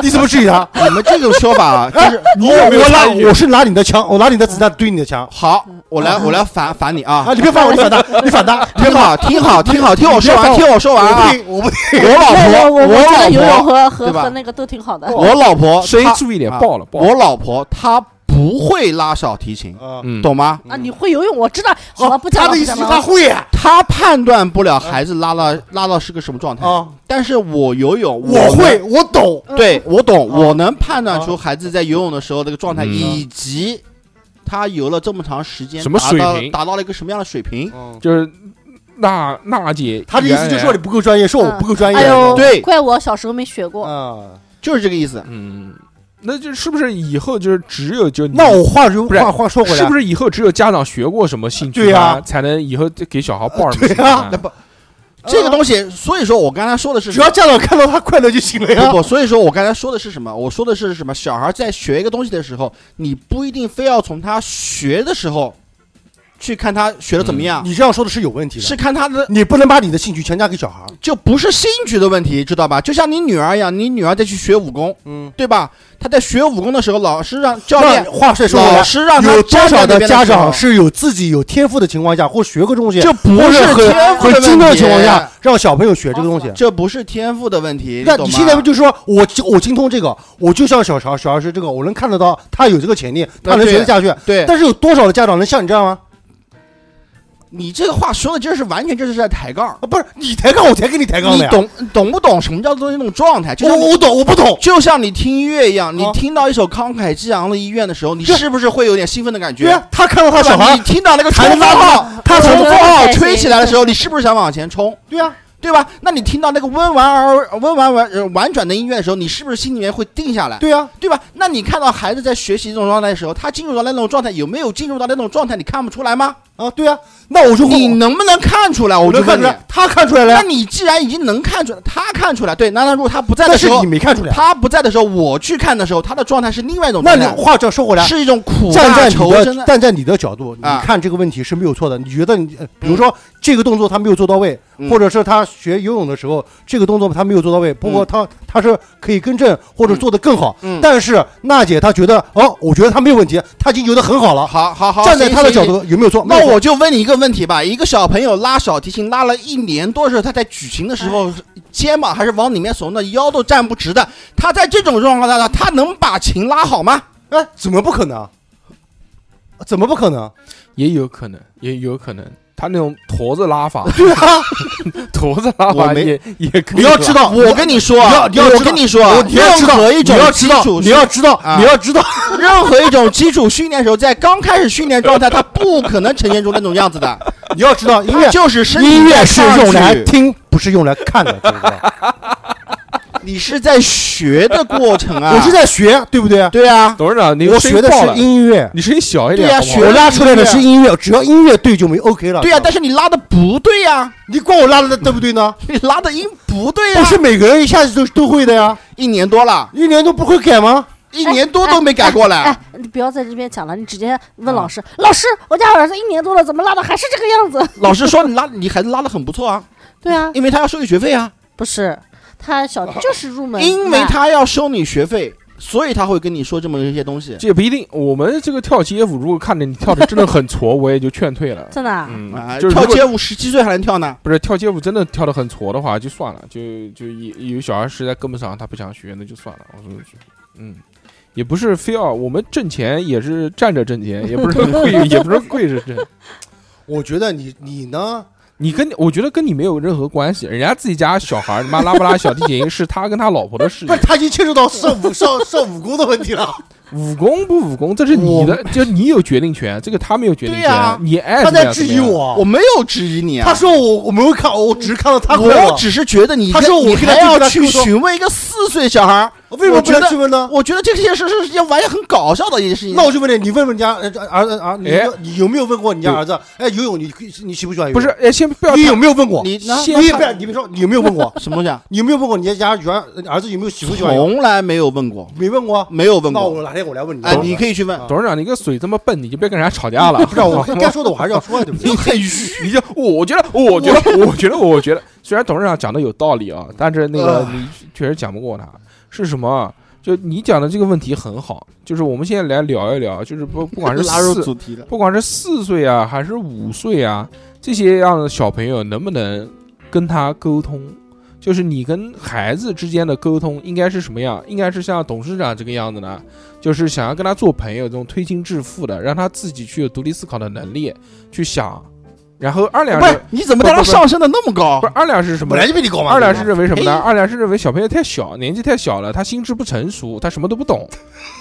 [SPEAKER 3] 你怎么质疑他？
[SPEAKER 4] 你们这种说 法啊就
[SPEAKER 3] 哎
[SPEAKER 4] 是，
[SPEAKER 1] 你有没有
[SPEAKER 3] 我拉
[SPEAKER 1] 参与
[SPEAKER 3] 我是拿你的枪，我拿你的子弹对你的枪
[SPEAKER 4] 好，我来我来反反你啊
[SPEAKER 3] 啊！！你别烦我，你反他，你反他，
[SPEAKER 4] 挺好，挺好，挺好，听我说完，听我说完啊！
[SPEAKER 3] 我不听，
[SPEAKER 4] 我老婆，
[SPEAKER 5] 我我觉得游泳
[SPEAKER 4] 老婆，
[SPEAKER 5] 和和
[SPEAKER 4] 对吧
[SPEAKER 5] 和那个都挺好的。
[SPEAKER 4] 我老婆，
[SPEAKER 1] 声音
[SPEAKER 4] 她
[SPEAKER 1] 注意点，
[SPEAKER 4] 啊
[SPEAKER 1] 爆了爆了！
[SPEAKER 4] 我老婆她不会拉小提琴，
[SPEAKER 3] 啊
[SPEAKER 1] 嗯，
[SPEAKER 4] 懂吗？
[SPEAKER 5] 啊，你会游泳，我知道。好了，不
[SPEAKER 3] 他
[SPEAKER 5] 讲了，
[SPEAKER 3] 的
[SPEAKER 5] 不
[SPEAKER 3] 意思
[SPEAKER 5] 讲
[SPEAKER 3] 是他
[SPEAKER 5] 了。
[SPEAKER 3] 会啊，
[SPEAKER 4] 她判断不了孩子拉到拉到是个什么状态，
[SPEAKER 3] 啊
[SPEAKER 4] 但是我游泳，
[SPEAKER 3] 我
[SPEAKER 4] 能
[SPEAKER 3] 会，，我懂，
[SPEAKER 5] 嗯
[SPEAKER 4] 对我懂，
[SPEAKER 3] 啊
[SPEAKER 4] 我能判断出孩子在游泳的时候那个状态，
[SPEAKER 1] 嗯
[SPEAKER 4] 以及他游了这么长时间，
[SPEAKER 1] 什么
[SPEAKER 4] 达
[SPEAKER 1] 水
[SPEAKER 4] 到
[SPEAKER 1] 平
[SPEAKER 4] 达到了一个什么样的水平？
[SPEAKER 3] 嗯
[SPEAKER 1] 就是娜娜姐，
[SPEAKER 3] 他的意思就是说你，不够专业，说我不够专业，
[SPEAKER 5] 哎呦，
[SPEAKER 4] 对
[SPEAKER 5] 怪我小时候没学过。
[SPEAKER 3] 啊，
[SPEAKER 4] 就是这个意思。
[SPEAKER 1] 嗯，那就是不是以后就是只有就你
[SPEAKER 3] 那我话就
[SPEAKER 1] 不是
[SPEAKER 3] 话话说回来，
[SPEAKER 1] 是不是以后只有家长学过什么兴趣
[SPEAKER 3] 对呀
[SPEAKER 1] 班，才能以后给小孩报什么兴
[SPEAKER 3] 对
[SPEAKER 1] 趣
[SPEAKER 3] 啊
[SPEAKER 1] 班？
[SPEAKER 4] 那不，
[SPEAKER 5] 嗯
[SPEAKER 4] 这个东西，所以说我刚才说的是
[SPEAKER 3] 只
[SPEAKER 4] 什么
[SPEAKER 3] 要家长看到他快乐就行了呀
[SPEAKER 4] 不？不，所以说我刚才说的是什么？我说的是什么？小孩在学一个东西的时候，你不一定非要从他学的时候去看他学的怎么样，
[SPEAKER 3] 你这样说的是有问题的，
[SPEAKER 4] 是看他的。
[SPEAKER 3] 你不能把你的兴趣强加给小孩，
[SPEAKER 4] 就不是兴趣的问题，知道吧？就像你女儿一样，你女儿在去学武功，
[SPEAKER 3] 嗯，
[SPEAKER 4] 对吧？她在学武功的时候，老师让教练
[SPEAKER 3] 那话再说回
[SPEAKER 4] 老
[SPEAKER 3] 来。
[SPEAKER 4] 师让他
[SPEAKER 3] 有多少
[SPEAKER 4] 站在那
[SPEAKER 3] 的
[SPEAKER 4] 边的
[SPEAKER 3] 家长
[SPEAKER 4] 时
[SPEAKER 3] 是有自己有天赋的情况下，或学过东西，
[SPEAKER 4] 候就不
[SPEAKER 3] 或
[SPEAKER 4] 是
[SPEAKER 3] 者
[SPEAKER 4] 天
[SPEAKER 3] 很
[SPEAKER 4] 赋
[SPEAKER 3] 很
[SPEAKER 4] 的
[SPEAKER 3] 精
[SPEAKER 4] 问
[SPEAKER 3] 的
[SPEAKER 4] 题
[SPEAKER 3] 情况下，让小朋友学这个东西？
[SPEAKER 4] 这不是天赋的问题。
[SPEAKER 3] 那
[SPEAKER 4] 懂
[SPEAKER 3] 哦你
[SPEAKER 4] 吗
[SPEAKER 3] 现在就说我精我精通这个，我就像小乔小孩是这个，我能看得到他有这个潜力，他能学得下去。
[SPEAKER 4] 对
[SPEAKER 3] 但是有多少的家长能像你这样吗？
[SPEAKER 4] 你这个话说的，就是完全就是在抬杠
[SPEAKER 3] 啊，。不是你抬杠，我才跟你抬杠
[SPEAKER 4] 你
[SPEAKER 3] 的呀。
[SPEAKER 4] 懂懂不懂什么叫做那种状态？就
[SPEAKER 3] 我
[SPEAKER 4] 像
[SPEAKER 3] 我懂，我不懂。
[SPEAKER 4] 就像你听音乐一样，你
[SPEAKER 3] 啊
[SPEAKER 4] 听到一首慷慨激昂的音乐的时候，你
[SPEAKER 3] 对
[SPEAKER 4] 是不是会有点兴奋的感觉？
[SPEAKER 3] 对啊，他看到他
[SPEAKER 4] 对
[SPEAKER 3] 小
[SPEAKER 4] 吧
[SPEAKER 3] 孩
[SPEAKER 4] 你，听到那个
[SPEAKER 3] 弹
[SPEAKER 4] 冲锋
[SPEAKER 3] 拉
[SPEAKER 4] 号，
[SPEAKER 3] 他
[SPEAKER 4] 冲
[SPEAKER 3] 从
[SPEAKER 4] 锋号
[SPEAKER 5] 对
[SPEAKER 4] 吹起来的时候，你是不是想往前冲？
[SPEAKER 3] 对啊，
[SPEAKER 4] 对吧？那你听到那个温婉而温婉婉呃婉转的音乐的时候，你是不是心里面会定下来？
[SPEAKER 3] 对啊，
[SPEAKER 4] 对吧？那你看到孩子在学习这种状态的时候，他进入到那种状态，有没有进入到那种状态？你看不出来吗？
[SPEAKER 3] 啊，对啊。那我就
[SPEAKER 4] 你
[SPEAKER 3] 会，
[SPEAKER 4] 能不能看出来？我
[SPEAKER 3] 我
[SPEAKER 4] 就
[SPEAKER 3] 能看
[SPEAKER 4] 问
[SPEAKER 3] 出
[SPEAKER 4] 你。
[SPEAKER 3] 来，他看出来了
[SPEAKER 4] 那
[SPEAKER 3] 呀。
[SPEAKER 4] 你既然已经能看出来，他看出来，对，那那如果他不在的
[SPEAKER 3] 但
[SPEAKER 4] 时
[SPEAKER 3] 是
[SPEAKER 4] 候
[SPEAKER 3] 你，没看出来。
[SPEAKER 4] 他不在的时候，我去看的时候，他的状态是另外一种
[SPEAKER 3] 那
[SPEAKER 4] 状
[SPEAKER 3] 你
[SPEAKER 4] 态，
[SPEAKER 3] 话这样说回来，
[SPEAKER 4] 是一种苦
[SPEAKER 3] 站
[SPEAKER 4] 大
[SPEAKER 3] 在你
[SPEAKER 4] 仇深
[SPEAKER 3] 的
[SPEAKER 4] 的。
[SPEAKER 3] 站在你的角度，你
[SPEAKER 4] 啊
[SPEAKER 3] 看这个问题是没有错的。你觉得你，呃比如说这个动作他没有做到位，
[SPEAKER 4] 嗯
[SPEAKER 3] 或者是他学游泳的时候这个动作他没有做到位，不过他他是可以更正或者做得更好
[SPEAKER 4] 嗯。
[SPEAKER 3] 但是娜姐她觉得，哦，我觉得他没有问题，他已经游得很好了。
[SPEAKER 4] 好好好，
[SPEAKER 3] 站在他的角
[SPEAKER 4] 行。行行
[SPEAKER 3] 度有没有错？没
[SPEAKER 4] 那
[SPEAKER 3] 有错
[SPEAKER 4] 我就问你一个问题吧：一个小朋友拉小提琴拉了一年多的时候，他在举琴的时候，肩膀还是往里面耸的，腰都站不直的。他在这种状况下，他能把琴拉好吗？
[SPEAKER 3] 哎，怎么不可能？怎么不可能？
[SPEAKER 1] 也有可能，也有可能，他那种驼子拉法，
[SPEAKER 3] 对啊，
[SPEAKER 1] 驼子拉
[SPEAKER 4] 我
[SPEAKER 1] 法
[SPEAKER 4] 没
[SPEAKER 1] 也也可以
[SPEAKER 3] 你要
[SPEAKER 1] 拉
[SPEAKER 3] 知道，
[SPEAKER 4] 我跟你说啊，
[SPEAKER 3] 你要你要
[SPEAKER 4] 我
[SPEAKER 3] 知道
[SPEAKER 4] 跟你说啊，
[SPEAKER 3] 我你要知
[SPEAKER 4] 任
[SPEAKER 3] 道，
[SPEAKER 4] 何一
[SPEAKER 3] 你
[SPEAKER 4] 种
[SPEAKER 3] 要
[SPEAKER 4] 基
[SPEAKER 3] 知道，
[SPEAKER 4] 础
[SPEAKER 3] 你要知道
[SPEAKER 4] 啊，
[SPEAKER 3] 你要知道，
[SPEAKER 4] 任何一种基础训练时候，在刚开始训练状态，他不可能呈现出那种样 子的。
[SPEAKER 3] 你要知道，音
[SPEAKER 4] 他
[SPEAKER 3] 乐
[SPEAKER 4] 就是身体
[SPEAKER 3] 哎音乐
[SPEAKER 4] 在
[SPEAKER 3] 是
[SPEAKER 4] 上
[SPEAKER 3] 用
[SPEAKER 4] 去
[SPEAKER 3] 来听，不是用来看的，知不知道？
[SPEAKER 4] 你是在学的过程 啊。
[SPEAKER 3] 我是在学，对不对？
[SPEAKER 4] 对啊，
[SPEAKER 1] 董事长，你
[SPEAKER 3] 我
[SPEAKER 1] 声
[SPEAKER 3] 学
[SPEAKER 1] 音
[SPEAKER 3] 的
[SPEAKER 1] 爆了
[SPEAKER 3] 是，音乐，
[SPEAKER 1] 你声音小一
[SPEAKER 4] 对
[SPEAKER 1] 点，
[SPEAKER 4] 呀
[SPEAKER 1] 好不好
[SPEAKER 4] 学
[SPEAKER 3] 我拉出来的
[SPEAKER 4] 音乐
[SPEAKER 3] 是音乐，只要音乐对啊就没 OK 了。
[SPEAKER 4] 对呀、
[SPEAKER 3] 知道
[SPEAKER 4] 但是你拉的不对呀、
[SPEAKER 3] 吗你管我拉的对不对 呢？
[SPEAKER 4] 你拉的音不对呀、
[SPEAKER 3] 不是每个人一下子都都会的呀，
[SPEAKER 4] 一年多了，
[SPEAKER 3] 一年都不会改吗？
[SPEAKER 4] 一年多都没改过来。
[SPEAKER 5] 哎，你不要在这边讲了，你直接问老师。老师，我家儿子一年多了，怎么拉的还是这个样子？
[SPEAKER 4] 老师说你拉你孩子拉的很不错啊，
[SPEAKER 5] 对啊，
[SPEAKER 4] 因为他要收你学费啊，
[SPEAKER 5] 不是他小就是入门，
[SPEAKER 4] 因为他要收你学费，所以他会跟你说这么一些东西。
[SPEAKER 1] 这也不一定。我们这个跳街舞，如果看着你跳的真的很挫，我也就劝退 了。
[SPEAKER 5] 真的啊
[SPEAKER 1] 嗯
[SPEAKER 3] 哎
[SPEAKER 4] 啊，
[SPEAKER 1] 就是如
[SPEAKER 4] 跳
[SPEAKER 1] 果
[SPEAKER 4] 街舞十七岁还能跳呢，
[SPEAKER 1] 不是跳街舞真的跳的很挫的话，就算了，就就有有小孩实在跟不上，他不想学，那就算了。我说一句，嗯，也不是非要我们挣钱也是站着挣钱，也不 是跪，也不是跪着挣。
[SPEAKER 3] 我觉得你你呢？
[SPEAKER 1] 你跟我觉得跟你没有任何关系，人家自己家小孩儿他妈拉不拉小提琴是他跟他老婆的事
[SPEAKER 3] 不
[SPEAKER 1] 情
[SPEAKER 3] 是，。他已经牵扯到上武上上武功的问题了。
[SPEAKER 1] 武功不武功，这是你的，就你有决定权，这个他没有决定
[SPEAKER 3] 对
[SPEAKER 1] 权。
[SPEAKER 3] 呀
[SPEAKER 1] 你爱
[SPEAKER 3] 他
[SPEAKER 1] 怎么
[SPEAKER 3] 在
[SPEAKER 1] 样
[SPEAKER 3] 质
[SPEAKER 1] 怎么
[SPEAKER 3] 疑
[SPEAKER 1] 样，
[SPEAKER 3] 我
[SPEAKER 4] 我，没有质疑你啊，
[SPEAKER 3] 哦他说我我没有看，我只是看到他快
[SPEAKER 4] 我
[SPEAKER 3] 乐，
[SPEAKER 4] 只是觉得你
[SPEAKER 3] 他说我
[SPEAKER 4] 你
[SPEAKER 3] 现在
[SPEAKER 4] 还
[SPEAKER 3] 就
[SPEAKER 4] 要
[SPEAKER 3] 跟他
[SPEAKER 4] 去
[SPEAKER 3] 沟通
[SPEAKER 4] 询问一个四岁小孩儿，
[SPEAKER 3] 为什么不
[SPEAKER 4] 我觉
[SPEAKER 3] 能
[SPEAKER 4] 得
[SPEAKER 3] 去问呢？
[SPEAKER 4] 我觉得这件事是一件玩意很搞笑的一件事情。
[SPEAKER 3] 那我就问你，你问问人家呃儿子啊，你
[SPEAKER 1] 哎
[SPEAKER 3] 你有没有问过你家儿子？哎，游泳你你喜不喜欢游泳？
[SPEAKER 1] 不是，，哎，先不要
[SPEAKER 3] 你
[SPEAKER 1] 太
[SPEAKER 3] 有没有问过？
[SPEAKER 4] 你呢？
[SPEAKER 1] 先
[SPEAKER 3] 你也
[SPEAKER 1] 看
[SPEAKER 3] 不要，你别说，你有没有问 过？
[SPEAKER 4] 什么东西啊？
[SPEAKER 3] 你有没有问过你家原儿子有没有喜不喜欢游泳？
[SPEAKER 4] 从来没有问过，
[SPEAKER 3] 没问过。啊
[SPEAKER 4] 没有问
[SPEAKER 3] 那
[SPEAKER 4] 过。
[SPEAKER 3] 我哪天我来问你。
[SPEAKER 4] 哎，你可以去问
[SPEAKER 3] 啊，
[SPEAKER 1] 董事长，你个嘴这么笨，你就别跟人家吵架了。
[SPEAKER 3] 不是啊我该说的我还是要说，对不对
[SPEAKER 4] 就？很虚。
[SPEAKER 1] 你就我觉得，我觉得，我觉得，我觉得，虽然董事长讲的有道理啊，但是那个你确实讲不过他。是什么啊？就你讲的这个问题很好，就是我们现在来聊一聊，就是不不管是
[SPEAKER 4] 拉入
[SPEAKER 1] 四
[SPEAKER 4] 主题了，
[SPEAKER 1] 不管是四岁啊，还是五岁啊，这些样的小朋友能不能跟他沟通？就是你跟孩子之间的沟通应该是什么样？应该是像董事长这个样子呢？就是想要跟他做朋友，这种推心置腹的，让他自己去有独立思考的能力，去想。然后二两
[SPEAKER 4] 不
[SPEAKER 1] 是
[SPEAKER 4] 是？你怎么把它
[SPEAKER 1] 不不不
[SPEAKER 4] 上升的那么高
[SPEAKER 1] 不是？二两是什么
[SPEAKER 3] 本
[SPEAKER 1] 呢
[SPEAKER 3] 来？就比你高嘛。
[SPEAKER 1] 二两是认为什么呢？
[SPEAKER 4] 哎
[SPEAKER 1] 二两是认为小朋友太小，年纪太小了，他心智不成熟，他什么都不懂，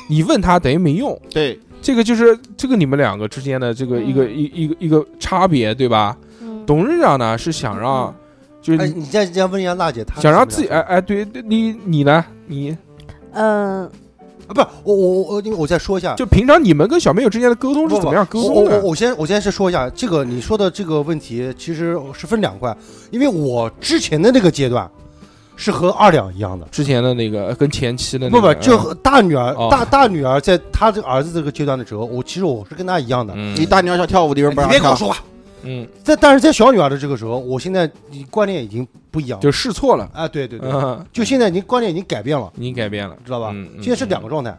[SPEAKER 1] 你问他等于没用。
[SPEAKER 4] 对，
[SPEAKER 1] 这个就是这个你们两个之间的这个
[SPEAKER 5] 嗯
[SPEAKER 1] 一个一一个一个差别，对吧？
[SPEAKER 5] 嗯
[SPEAKER 1] 董事长呢是想让，就是
[SPEAKER 3] 哎，
[SPEAKER 1] 你
[SPEAKER 3] 你再这样问人家娜姐，她
[SPEAKER 1] 想让
[SPEAKER 3] 是
[SPEAKER 1] 自
[SPEAKER 3] 什
[SPEAKER 1] 己
[SPEAKER 3] 么
[SPEAKER 1] 哎
[SPEAKER 3] 样
[SPEAKER 1] 哎，对对你你呢？你
[SPEAKER 5] 嗯，
[SPEAKER 3] 啊，不是我我我我我再说一下，
[SPEAKER 1] 就平常你们跟小朋友之间的沟通是
[SPEAKER 3] 不
[SPEAKER 1] 怎么样沟
[SPEAKER 3] 我
[SPEAKER 1] 通
[SPEAKER 3] 我
[SPEAKER 1] 的？
[SPEAKER 3] 我先我先是说一下这个你说的这个问题，其实是分两块，因为我之前的那个阶段是和二两一样的，
[SPEAKER 1] 之前的那个跟前妻的那
[SPEAKER 3] 不不
[SPEAKER 1] 个，
[SPEAKER 3] 就和大女儿、
[SPEAKER 1] 哦
[SPEAKER 3] 大大女儿在她这个儿子这个阶段的时候，我其实我是跟她一样的。
[SPEAKER 1] 嗯
[SPEAKER 4] 你大鸟小跳舞的地方不
[SPEAKER 3] 哎你别
[SPEAKER 4] 让
[SPEAKER 3] 跟我
[SPEAKER 4] 跳，
[SPEAKER 3] 说话，
[SPEAKER 1] 嗯，
[SPEAKER 3] 在但是在小女儿的这个时候，我现在观念已经不一样了。
[SPEAKER 1] 就试错了，
[SPEAKER 3] 啊，对对对，
[SPEAKER 1] 嗯，
[SPEAKER 3] 就现在已经观念已经改变了，
[SPEAKER 1] 你改变了，
[SPEAKER 3] 知道吧？
[SPEAKER 1] 嗯
[SPEAKER 3] 现在是两。
[SPEAKER 1] 嗯
[SPEAKER 3] 个状态。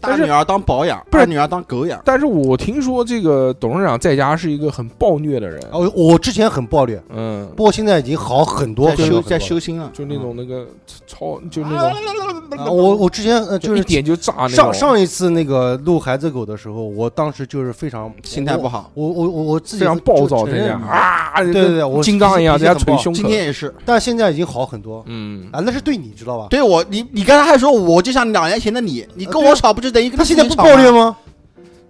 [SPEAKER 4] 大女儿当保养，
[SPEAKER 1] 不是
[SPEAKER 4] 二女儿当狗养。
[SPEAKER 1] 但是我听说这个董事长在家是一个很暴虐的人，
[SPEAKER 3] 哦，我之前很暴力，
[SPEAKER 1] 嗯
[SPEAKER 3] 不，过现在已经好很多很
[SPEAKER 4] 在，
[SPEAKER 3] 多
[SPEAKER 4] 修
[SPEAKER 3] 很多
[SPEAKER 4] 在修心啊，
[SPEAKER 1] 就那种那个超，就那种
[SPEAKER 3] 啊我我之前呃就
[SPEAKER 1] 一
[SPEAKER 3] 是
[SPEAKER 1] 点就炸啊那
[SPEAKER 3] 上
[SPEAKER 1] 种。
[SPEAKER 3] 上一次那个录孩子狗的时候，我当时就是非常
[SPEAKER 4] 嗯心态不，好。
[SPEAKER 3] 我我我我自己
[SPEAKER 1] 非常暴躁，
[SPEAKER 3] 就
[SPEAKER 1] 在
[SPEAKER 3] 承
[SPEAKER 1] 家
[SPEAKER 3] 认
[SPEAKER 1] 啊，对
[SPEAKER 3] 对对对我
[SPEAKER 1] 金刚一样
[SPEAKER 3] 脾
[SPEAKER 1] 在家
[SPEAKER 3] 气很
[SPEAKER 1] 捶
[SPEAKER 3] 暴
[SPEAKER 1] 胸
[SPEAKER 4] 今
[SPEAKER 1] 口。
[SPEAKER 4] 天也是，
[SPEAKER 3] 但现在已经好很多
[SPEAKER 1] 嗯，
[SPEAKER 3] 啊，那是对你知道吧？
[SPEAKER 4] 对我，你你刚才还说我就像两年前的你，你跟
[SPEAKER 3] 对啊
[SPEAKER 4] 我吵不就等于跟
[SPEAKER 3] 他现在
[SPEAKER 4] 自己
[SPEAKER 3] 不
[SPEAKER 4] 吵
[SPEAKER 3] 暴
[SPEAKER 4] 吗
[SPEAKER 3] 烈吗？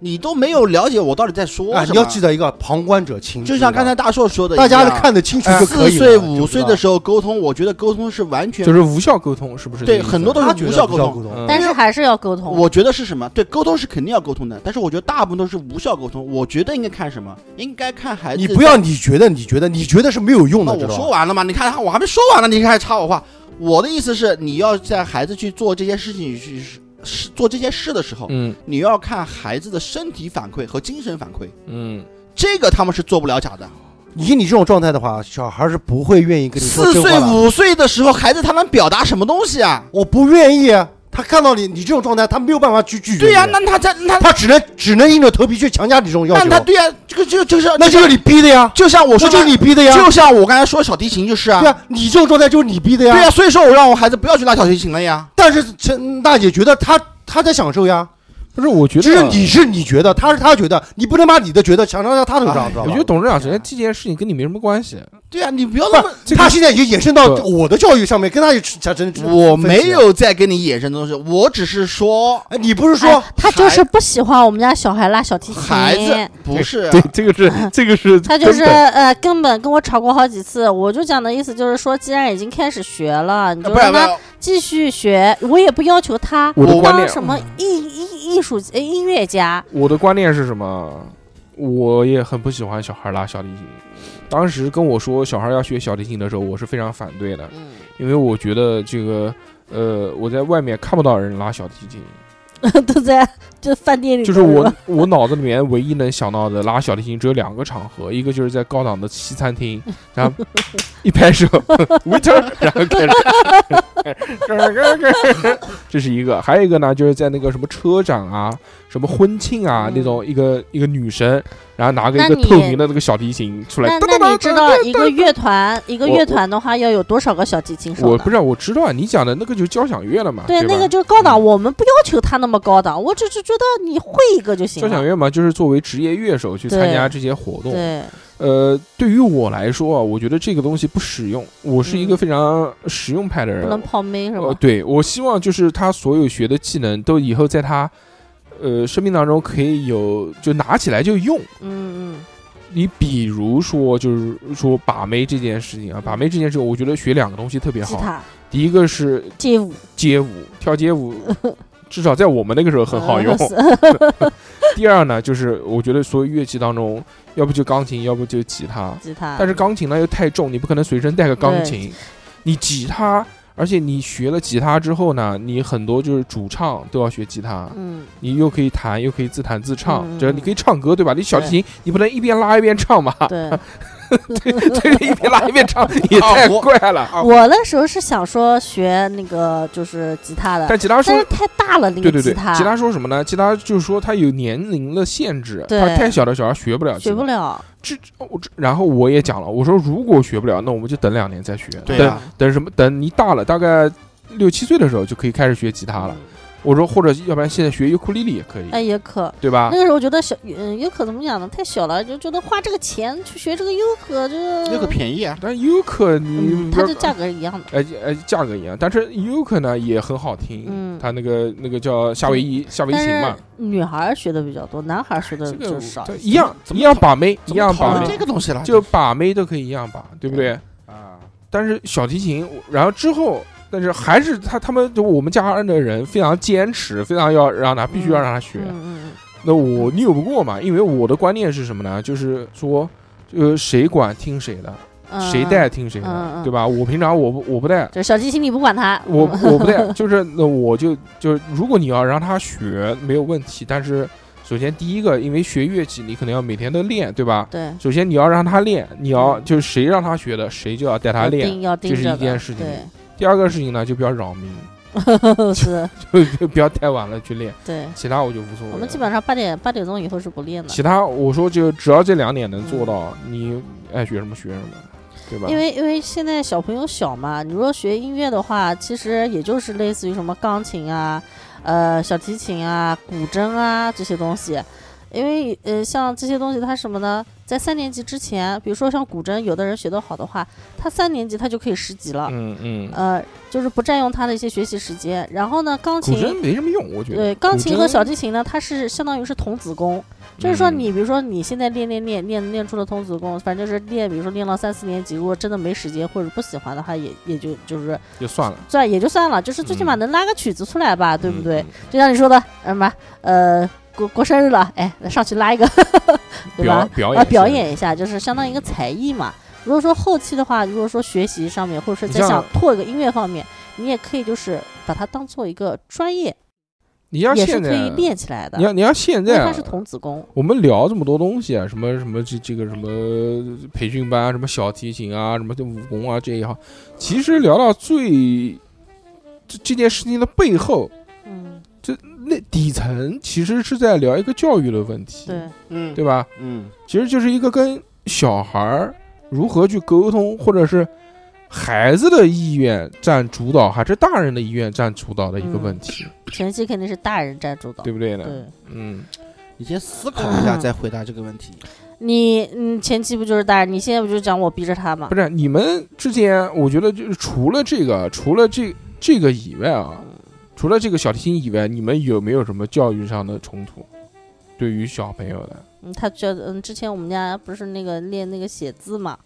[SPEAKER 4] 你都没有了解我到底在说
[SPEAKER 3] 啊，
[SPEAKER 4] 什
[SPEAKER 3] 你要记
[SPEAKER 4] 么。
[SPEAKER 3] 得一个旁观者清，
[SPEAKER 4] 就像刚才大硕说的一
[SPEAKER 3] 大
[SPEAKER 4] 样，哎
[SPEAKER 3] 家看得清楚就可
[SPEAKER 4] 四
[SPEAKER 3] 以了。
[SPEAKER 4] 岁五岁的
[SPEAKER 3] 时
[SPEAKER 4] 时候沟通，我觉得沟通是完全
[SPEAKER 1] 就是无效沟通，是不是这个
[SPEAKER 4] 对
[SPEAKER 1] 意思？啊
[SPEAKER 4] 很多
[SPEAKER 3] 候
[SPEAKER 4] 都是无效沟通。
[SPEAKER 3] 沟通，
[SPEAKER 1] 嗯
[SPEAKER 5] 但是还是要沟通。
[SPEAKER 4] 我觉得是什么？对，沟通是肯定要沟通的，但是我觉得大部分都是无效沟通。我觉得应该看什么？应该看孩子。
[SPEAKER 3] 你不要你觉得你觉得你觉得是没有用
[SPEAKER 4] 哎那
[SPEAKER 3] 的，知
[SPEAKER 4] 哦我
[SPEAKER 3] 道
[SPEAKER 4] 说
[SPEAKER 3] 吧？
[SPEAKER 4] 完了吗？你看我还没说完呢，你还插我话。我的意思是，你要在孩子去做这些事情去是做这些事的时候，
[SPEAKER 1] 嗯
[SPEAKER 4] 你要看孩子的身体反馈和精神反馈，
[SPEAKER 1] 嗯，
[SPEAKER 4] 这个他们是做不了假的。
[SPEAKER 3] 以你这种状态的话，小孩是不会愿意跟你说
[SPEAKER 4] 四
[SPEAKER 3] 真话
[SPEAKER 4] 岁
[SPEAKER 3] 的。
[SPEAKER 4] 五岁的时候，孩子他能表达什么东西啊？
[SPEAKER 3] 我不愿意啊，他看到你你这种状态，他没有办法去拒绝你。
[SPEAKER 4] 对呀、那他在那他
[SPEAKER 3] 他只能只能硬着头皮去强加你这种要
[SPEAKER 4] 那
[SPEAKER 3] 求。
[SPEAKER 4] 他对呀、这个就就是
[SPEAKER 3] 那啊就是你逼的呀，
[SPEAKER 4] 就像我
[SPEAKER 3] 那
[SPEAKER 4] 说
[SPEAKER 3] 就是你逼的呀，
[SPEAKER 4] 就像我刚才说小提琴就是啊，
[SPEAKER 3] 对啊，你这种状态就是你逼的呀。
[SPEAKER 4] 对呀、所以说我让我孩子不要去拉小提琴了呀。
[SPEAKER 3] 但是陈大姐觉得她她在享受呀，
[SPEAKER 1] 不是，我觉
[SPEAKER 3] 其
[SPEAKER 1] 得
[SPEAKER 3] 实你是你觉得，她是她觉得，你不能把你的觉得强加在她身上，知道
[SPEAKER 1] 我
[SPEAKER 3] 吧
[SPEAKER 1] 觉得董事长首先这件事情跟你没什么关系。
[SPEAKER 4] 对呀、你不要那么。
[SPEAKER 1] 这个
[SPEAKER 3] 她现在已经延伸到
[SPEAKER 1] 对
[SPEAKER 3] 我的教育上面，跟她也产生啊
[SPEAKER 4] 我没，有在跟你衍生东西，我只是说
[SPEAKER 3] 哎，你不是
[SPEAKER 5] 哎
[SPEAKER 3] 说
[SPEAKER 5] 他就是不喜欢我们家小孩拉小提琴，
[SPEAKER 4] 孩子不是啊
[SPEAKER 1] 对，这个是啊这个是
[SPEAKER 5] 啊他就是呃，根本跟我吵过好几次。我就讲的意思就是说，既然已经开始学了，你
[SPEAKER 4] 呃
[SPEAKER 1] 啊
[SPEAKER 5] 就
[SPEAKER 4] 不是
[SPEAKER 5] 让
[SPEAKER 4] 不
[SPEAKER 5] 他
[SPEAKER 4] 是，
[SPEAKER 5] 继续学，我也不要求他
[SPEAKER 1] 我的观嗯
[SPEAKER 5] 当
[SPEAKER 1] 念。
[SPEAKER 5] 什么艺艺艺术呃音乐家。
[SPEAKER 1] 我的观念是什么？我也很不喜欢小孩拉小提琴。当时跟我说小孩要学小提琴的时候，我是非常反对的，
[SPEAKER 4] 嗯
[SPEAKER 1] 因为我觉得这个呃，我在外面看不到人拉小提琴，
[SPEAKER 5] 都在就饭店 里，
[SPEAKER 1] 就是我， 我脑子里面唯一能想到的拉小提琴只有两个场合，一个就是在高档的西餐厅，然后一拍手 waiter，然后开始咯咯咯咯， 这是一个；还有一个呢，就是在那个什么车展啊、什么婚庆啊、
[SPEAKER 4] 嗯
[SPEAKER 1] 那种一个一个女生，然后拿个一个
[SPEAKER 5] 那你
[SPEAKER 1] 透明的那个小提琴出来
[SPEAKER 5] 那，
[SPEAKER 1] 噔
[SPEAKER 5] 那你
[SPEAKER 1] 噔噔
[SPEAKER 5] 知
[SPEAKER 1] 噔
[SPEAKER 5] 道一个乐团一个
[SPEAKER 1] 我
[SPEAKER 5] 乐团的话要有多少个小提琴手
[SPEAKER 1] 我
[SPEAKER 5] 呢
[SPEAKER 1] 不？知道，我知道啊你讲的那个就是交响乐了嘛，
[SPEAKER 5] 对，
[SPEAKER 1] 吧
[SPEAKER 5] 那个就是高档，
[SPEAKER 1] 嗯
[SPEAKER 5] 我们不要求他那么高档，我只是觉得你会一个就行
[SPEAKER 1] 交响
[SPEAKER 5] 了。
[SPEAKER 1] 乐嘛，就是作为职业乐手去参加这些活动。
[SPEAKER 5] 对，
[SPEAKER 1] 呃，对于我来说啊，我觉得这个东西不实用。我是
[SPEAKER 5] 嗯
[SPEAKER 1] 一个非常实用派的人啊
[SPEAKER 5] 不，能泡妹是
[SPEAKER 1] 呃
[SPEAKER 5] 吧？
[SPEAKER 1] 对我希望就是他所有学的技能都以后在他呃生命当中可以有就拿起来就用。
[SPEAKER 5] 嗯嗯
[SPEAKER 1] 你比如说就是说把妹这件事情啊，把妹这件事情，我觉得学两个东西特别
[SPEAKER 5] 嗯，吉
[SPEAKER 1] 好。
[SPEAKER 5] 嗯他、
[SPEAKER 1] 第一个是
[SPEAKER 5] 街舞
[SPEAKER 1] 街舞，跳街 舞，至少在我们那个时候很好
[SPEAKER 5] 嗯
[SPEAKER 1] 用。第二呢，就是我觉得所有乐器当中，要不就钢琴，要不就吉他。
[SPEAKER 5] 吉他，
[SPEAKER 1] 但是钢琴呢又太重，你不可能随身带个钢
[SPEAKER 5] 啊对
[SPEAKER 1] 琴。你吉他，而且你学了吉他之后呢，你很多就是主唱都要学吉他，
[SPEAKER 5] 嗯，
[SPEAKER 1] 你又可以弹，又可以自弹自唱，
[SPEAKER 5] 嗯
[SPEAKER 1] 这你可以唱歌对吧？你小提琴你不能一边拉一边唱 吧？
[SPEAKER 5] 对，
[SPEAKER 1] 这个一边拉一边 唱也太怪了。
[SPEAKER 5] 我那时候是想说学那个就是吉他的，
[SPEAKER 1] 但吉他说
[SPEAKER 5] 但是太大了那
[SPEAKER 1] 对
[SPEAKER 5] 个
[SPEAKER 1] 对对，
[SPEAKER 5] 他，
[SPEAKER 1] 吉他说什么呢？吉他就是说它有年龄的限制，
[SPEAKER 5] 对
[SPEAKER 1] 它太小的小孩学不了吉他。
[SPEAKER 5] 学不了，
[SPEAKER 1] 这我这，然后我也讲了，我说如果学不了，那我们就等两年再学。
[SPEAKER 4] 对
[SPEAKER 1] 等
[SPEAKER 4] 啊
[SPEAKER 1] 等什么？等你大了，大概六七岁的时候就可以开始学吉他了。我说，或者要不然现在学尤克里里也可以，
[SPEAKER 5] 嗯哎，也可。
[SPEAKER 1] 对吧
[SPEAKER 5] 那？个时候我觉得小，嗯，优可怎么讲呢？太小了，就觉得花这个钱去学这个优可，就是
[SPEAKER 4] 那个便宜啊，
[SPEAKER 1] 但尤克你
[SPEAKER 5] 嗯，它这价格是一样的。
[SPEAKER 1] 哎哎价格一样，但是尤克呢也很好听，
[SPEAKER 5] 嗯
[SPEAKER 1] 它那个那个叫夏威夷夏威夷
[SPEAKER 5] 但
[SPEAKER 1] 琴嘛
[SPEAKER 5] 是，女孩儿学的比较多，男孩儿学的
[SPEAKER 1] 这个
[SPEAKER 5] 就少
[SPEAKER 1] 对
[SPEAKER 5] 些。
[SPEAKER 1] 一样
[SPEAKER 4] 怎
[SPEAKER 1] 一
[SPEAKER 4] 么
[SPEAKER 1] 样
[SPEAKER 4] 讨
[SPEAKER 1] 把妹，一
[SPEAKER 4] 怎么
[SPEAKER 1] 样
[SPEAKER 4] 讨
[SPEAKER 1] 把
[SPEAKER 4] 论
[SPEAKER 1] 妹
[SPEAKER 4] 这，个东西了？
[SPEAKER 1] 就把妹都可以一样把，对不对？
[SPEAKER 4] 啊，
[SPEAKER 1] 但是小提琴，我然后之后，但是还是他他们就我们家的人非常坚持，非常要让他必须要让他学。
[SPEAKER 5] 嗯嗯嗯，
[SPEAKER 1] 那我拗不过嘛，因为我的观念是什么呢？就是说，呃，谁管听谁的，
[SPEAKER 5] 嗯
[SPEAKER 1] 谁带？听谁的，
[SPEAKER 5] 嗯嗯
[SPEAKER 1] 对吧？我平常我不我不 带。
[SPEAKER 5] 就是小提琴你不管它，
[SPEAKER 1] 我我不带，就是那我就就是，如果你要让他学没有问题，但是首先第一个，因为学乐器你可能要每天都练，对吧？
[SPEAKER 5] 对，
[SPEAKER 1] 首先你要让他练，你要
[SPEAKER 5] 嗯
[SPEAKER 1] 就是谁让他学的，谁就要带他
[SPEAKER 5] 要
[SPEAKER 1] 练，
[SPEAKER 5] 盯要盯
[SPEAKER 1] 这是一
[SPEAKER 5] 着的
[SPEAKER 1] 件事情
[SPEAKER 5] 对，
[SPEAKER 1] 第二个事情呢，就不要扰民，
[SPEAKER 5] 是，
[SPEAKER 1] 就就不要太晚了去练，
[SPEAKER 5] 对。
[SPEAKER 1] 其他我就无所谓了。
[SPEAKER 5] 我们基本上八点八点钟以后是不练的
[SPEAKER 1] 其，他我说就只要这两点能做到，你爱学什么学什么，对吧？
[SPEAKER 5] 因为因为现在小朋友小嘛，你如果学音乐的话，其实也就是类似于什么钢琴啊、呃小提琴啊、古筝啊这些东西。因为呃，像这些东西它什么呢？在三年级之前，比如说像古筝，有的人学得好的话，他三年级他就可以十级了。
[SPEAKER 1] 嗯嗯，
[SPEAKER 5] 呃，就是不占用他的一些学习时间。然后呢，
[SPEAKER 1] 古
[SPEAKER 5] 钢琴
[SPEAKER 1] 筝没什么用，我觉得。
[SPEAKER 5] 对钢琴和小
[SPEAKER 1] 古筝
[SPEAKER 5] 提琴呢，它是相当于是童子功，就是说
[SPEAKER 1] 嗯
[SPEAKER 5] 你比如说你现在练练练练练出了童子功，反正就是练，比如说练到三四年级，如果真的没时间或者不喜欢的话，也也就就是
[SPEAKER 1] 就算了，
[SPEAKER 5] 算也就算了，就是最起码
[SPEAKER 1] 嗯
[SPEAKER 5] 能拉个曲子出来吧，对不
[SPEAKER 1] 嗯
[SPEAKER 5] 对？
[SPEAKER 1] 嗯
[SPEAKER 5] 就像你说的，嗯嘛，呃，过过生日了，哎，上去拉一个， 对吧
[SPEAKER 1] 表？表
[SPEAKER 5] 啊，
[SPEAKER 1] 演
[SPEAKER 5] 表演一下，就是相当于一个才艺嘛。如果说后期的话，如果说学习上面，或者是
[SPEAKER 1] 你
[SPEAKER 5] 在
[SPEAKER 1] 像
[SPEAKER 5] 想拓一个音乐方面，你也可以就是把它当做一个专业，
[SPEAKER 1] 你要
[SPEAKER 5] 也是
[SPEAKER 1] 现
[SPEAKER 5] 可
[SPEAKER 1] 在，啊
[SPEAKER 5] 以练起来的
[SPEAKER 1] 你。要你要现
[SPEAKER 5] 因为
[SPEAKER 1] 在
[SPEAKER 5] 它
[SPEAKER 1] 啊
[SPEAKER 5] 是。童子功，
[SPEAKER 1] 我们聊这么多东西啊，什么什么这这个什么培训班啊，什么小提琴啊，什么这武功啊这也好，其实聊到最这这件事情的背后，
[SPEAKER 5] 嗯，
[SPEAKER 1] 那底层其实是在聊一个教育的问题，
[SPEAKER 5] 对，
[SPEAKER 4] 嗯，
[SPEAKER 1] 对吧？
[SPEAKER 4] 嗯，
[SPEAKER 1] 其实就是一个跟小孩儿如何去沟通，或者是孩子的意愿占主导，还是大人的意愿占主导的一个问题，
[SPEAKER 5] 前期肯定是大人占主导
[SPEAKER 1] 对。不对呢？
[SPEAKER 5] 嗯对
[SPEAKER 1] 嗯，
[SPEAKER 4] 你先思考一下再回答这个问题。
[SPEAKER 5] 你，嗯，前期不就是大人？你现在不就是讲我逼着他吗
[SPEAKER 1] 不？是你们之间，我觉得就是除了这个，除了这这个以外啊，除了这个小提琴以外，你们有没有什么教育上的冲突？对于小朋友的，
[SPEAKER 5] 嗯，他觉得，嗯，之前我们家不是那个练那个写字嘛，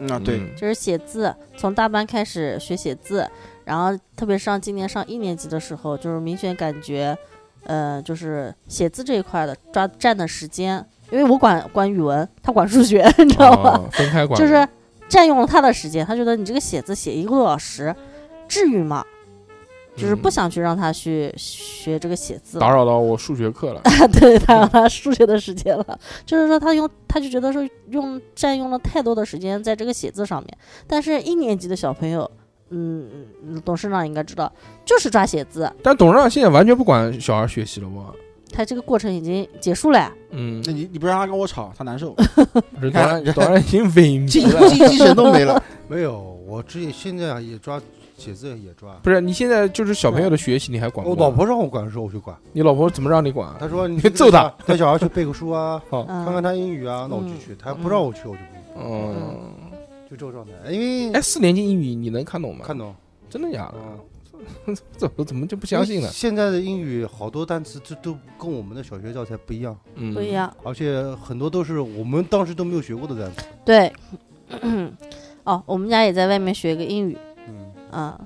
[SPEAKER 4] 嗯啊，对，
[SPEAKER 1] 嗯
[SPEAKER 5] 就是写字，从大班开始学写字，然后特别上今年上一年级的时候，就是明显感觉，呃，就是写字这一块的抓占的时间，因为我管管语文，他管数学， 你知道吗？
[SPEAKER 1] 哦，分开管理，
[SPEAKER 5] 就是占用了他的时间，他觉得你这个写字写一个多小时，至于吗？就是不
[SPEAKER 1] 嗯
[SPEAKER 5] 想去让他去学这个写字了，
[SPEAKER 1] 打扰到我数学课了。
[SPEAKER 5] 对打扰他数学的时间了。就是说他用他就觉得说用占用了太多的时间在这个写字上面，但是一年级的小朋友。嗯，嗯董事长应该知道，就是抓写字，
[SPEAKER 1] 但董事长现在完全不管小孩学习了吗？
[SPEAKER 5] 他这个过程已经结束了。
[SPEAKER 1] 嗯
[SPEAKER 4] 那，你你不让他跟我吵，他难 受，
[SPEAKER 1] 是董事长董事长已经萎
[SPEAKER 4] 精
[SPEAKER 1] 靡了。
[SPEAKER 4] 精精神都没了。
[SPEAKER 3] 没有，我之前现在啊也抓写字也抓。
[SPEAKER 1] 不是，你现在就是小朋友的学习，你还管不
[SPEAKER 3] 我
[SPEAKER 1] 管？
[SPEAKER 3] 老婆让我管的时候我就管，
[SPEAKER 1] 你老婆怎么让你管？
[SPEAKER 3] 她 说你
[SPEAKER 1] 揍她，
[SPEAKER 3] 带小孩去背个书 啊，
[SPEAKER 5] 嗯、
[SPEAKER 3] 看看他英语啊，那我就去。她不让我去，我就不
[SPEAKER 1] 嗯，哎
[SPEAKER 3] 就这个状态，因为嗯哎
[SPEAKER 1] 哎，四年级英语你能看懂吗？
[SPEAKER 3] 看懂，
[SPEAKER 1] 真的假的？
[SPEAKER 3] 嗯，
[SPEAKER 1] 怎么怎么就不相信
[SPEAKER 6] 因
[SPEAKER 1] 呢
[SPEAKER 6] 为？现在的英语好多单词这都跟我们的小学教材不一样，
[SPEAKER 1] 嗯，
[SPEAKER 5] 不一。样。
[SPEAKER 6] 而且很多都是我们当时都没有学过的单词。
[SPEAKER 3] 嗯
[SPEAKER 5] 对， 哦，我们家也在外面学个英语，
[SPEAKER 6] 嗯，
[SPEAKER 5] 啊，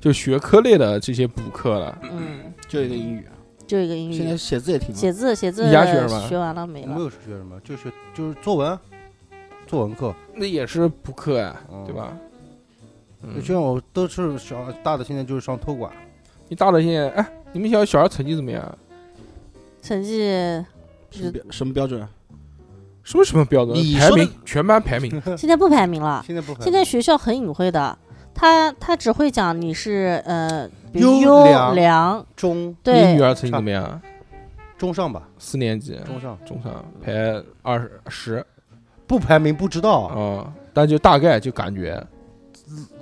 [SPEAKER 1] 就学科类的这些补课了，
[SPEAKER 5] 嗯，
[SPEAKER 4] 就一个英语啊，
[SPEAKER 5] 就一个英
[SPEAKER 4] 现在
[SPEAKER 5] 语，
[SPEAKER 4] 写字也
[SPEAKER 6] 嗯
[SPEAKER 4] 挺慢
[SPEAKER 5] 写字写字
[SPEAKER 1] 你家学什么
[SPEAKER 5] 学完了没
[SPEAKER 6] 我
[SPEAKER 5] 了
[SPEAKER 6] 没？有学什么，就是就是作文啊，作文课，
[SPEAKER 1] 那也是补课呀、
[SPEAKER 6] 嗯
[SPEAKER 1] 对吧？嗯
[SPEAKER 6] 就，像我都是小大的，现在就是上托管，
[SPEAKER 1] 你大了现在，哎，你们小小孩成绩怎么样？
[SPEAKER 5] 成绩
[SPEAKER 4] 什么标什么标准啊？
[SPEAKER 1] 什么什么标准
[SPEAKER 4] 你？
[SPEAKER 1] 排
[SPEAKER 4] 说的
[SPEAKER 1] 名，全班排名。
[SPEAKER 5] 现在不排名了，
[SPEAKER 6] 现在不很
[SPEAKER 5] 现在学校很隐晦的，他他只会讲你是呃，比如
[SPEAKER 6] 优
[SPEAKER 5] 优
[SPEAKER 6] 良
[SPEAKER 5] 良，
[SPEAKER 6] 中
[SPEAKER 1] 你女
[SPEAKER 5] 对，
[SPEAKER 1] 儿啊成绩怎么样？
[SPEAKER 6] 中上吧，
[SPEAKER 1] 四年级，
[SPEAKER 6] 中上
[SPEAKER 1] 中上排二十十
[SPEAKER 6] 不排名不知道啊，
[SPEAKER 1] 啊，但就大概就感觉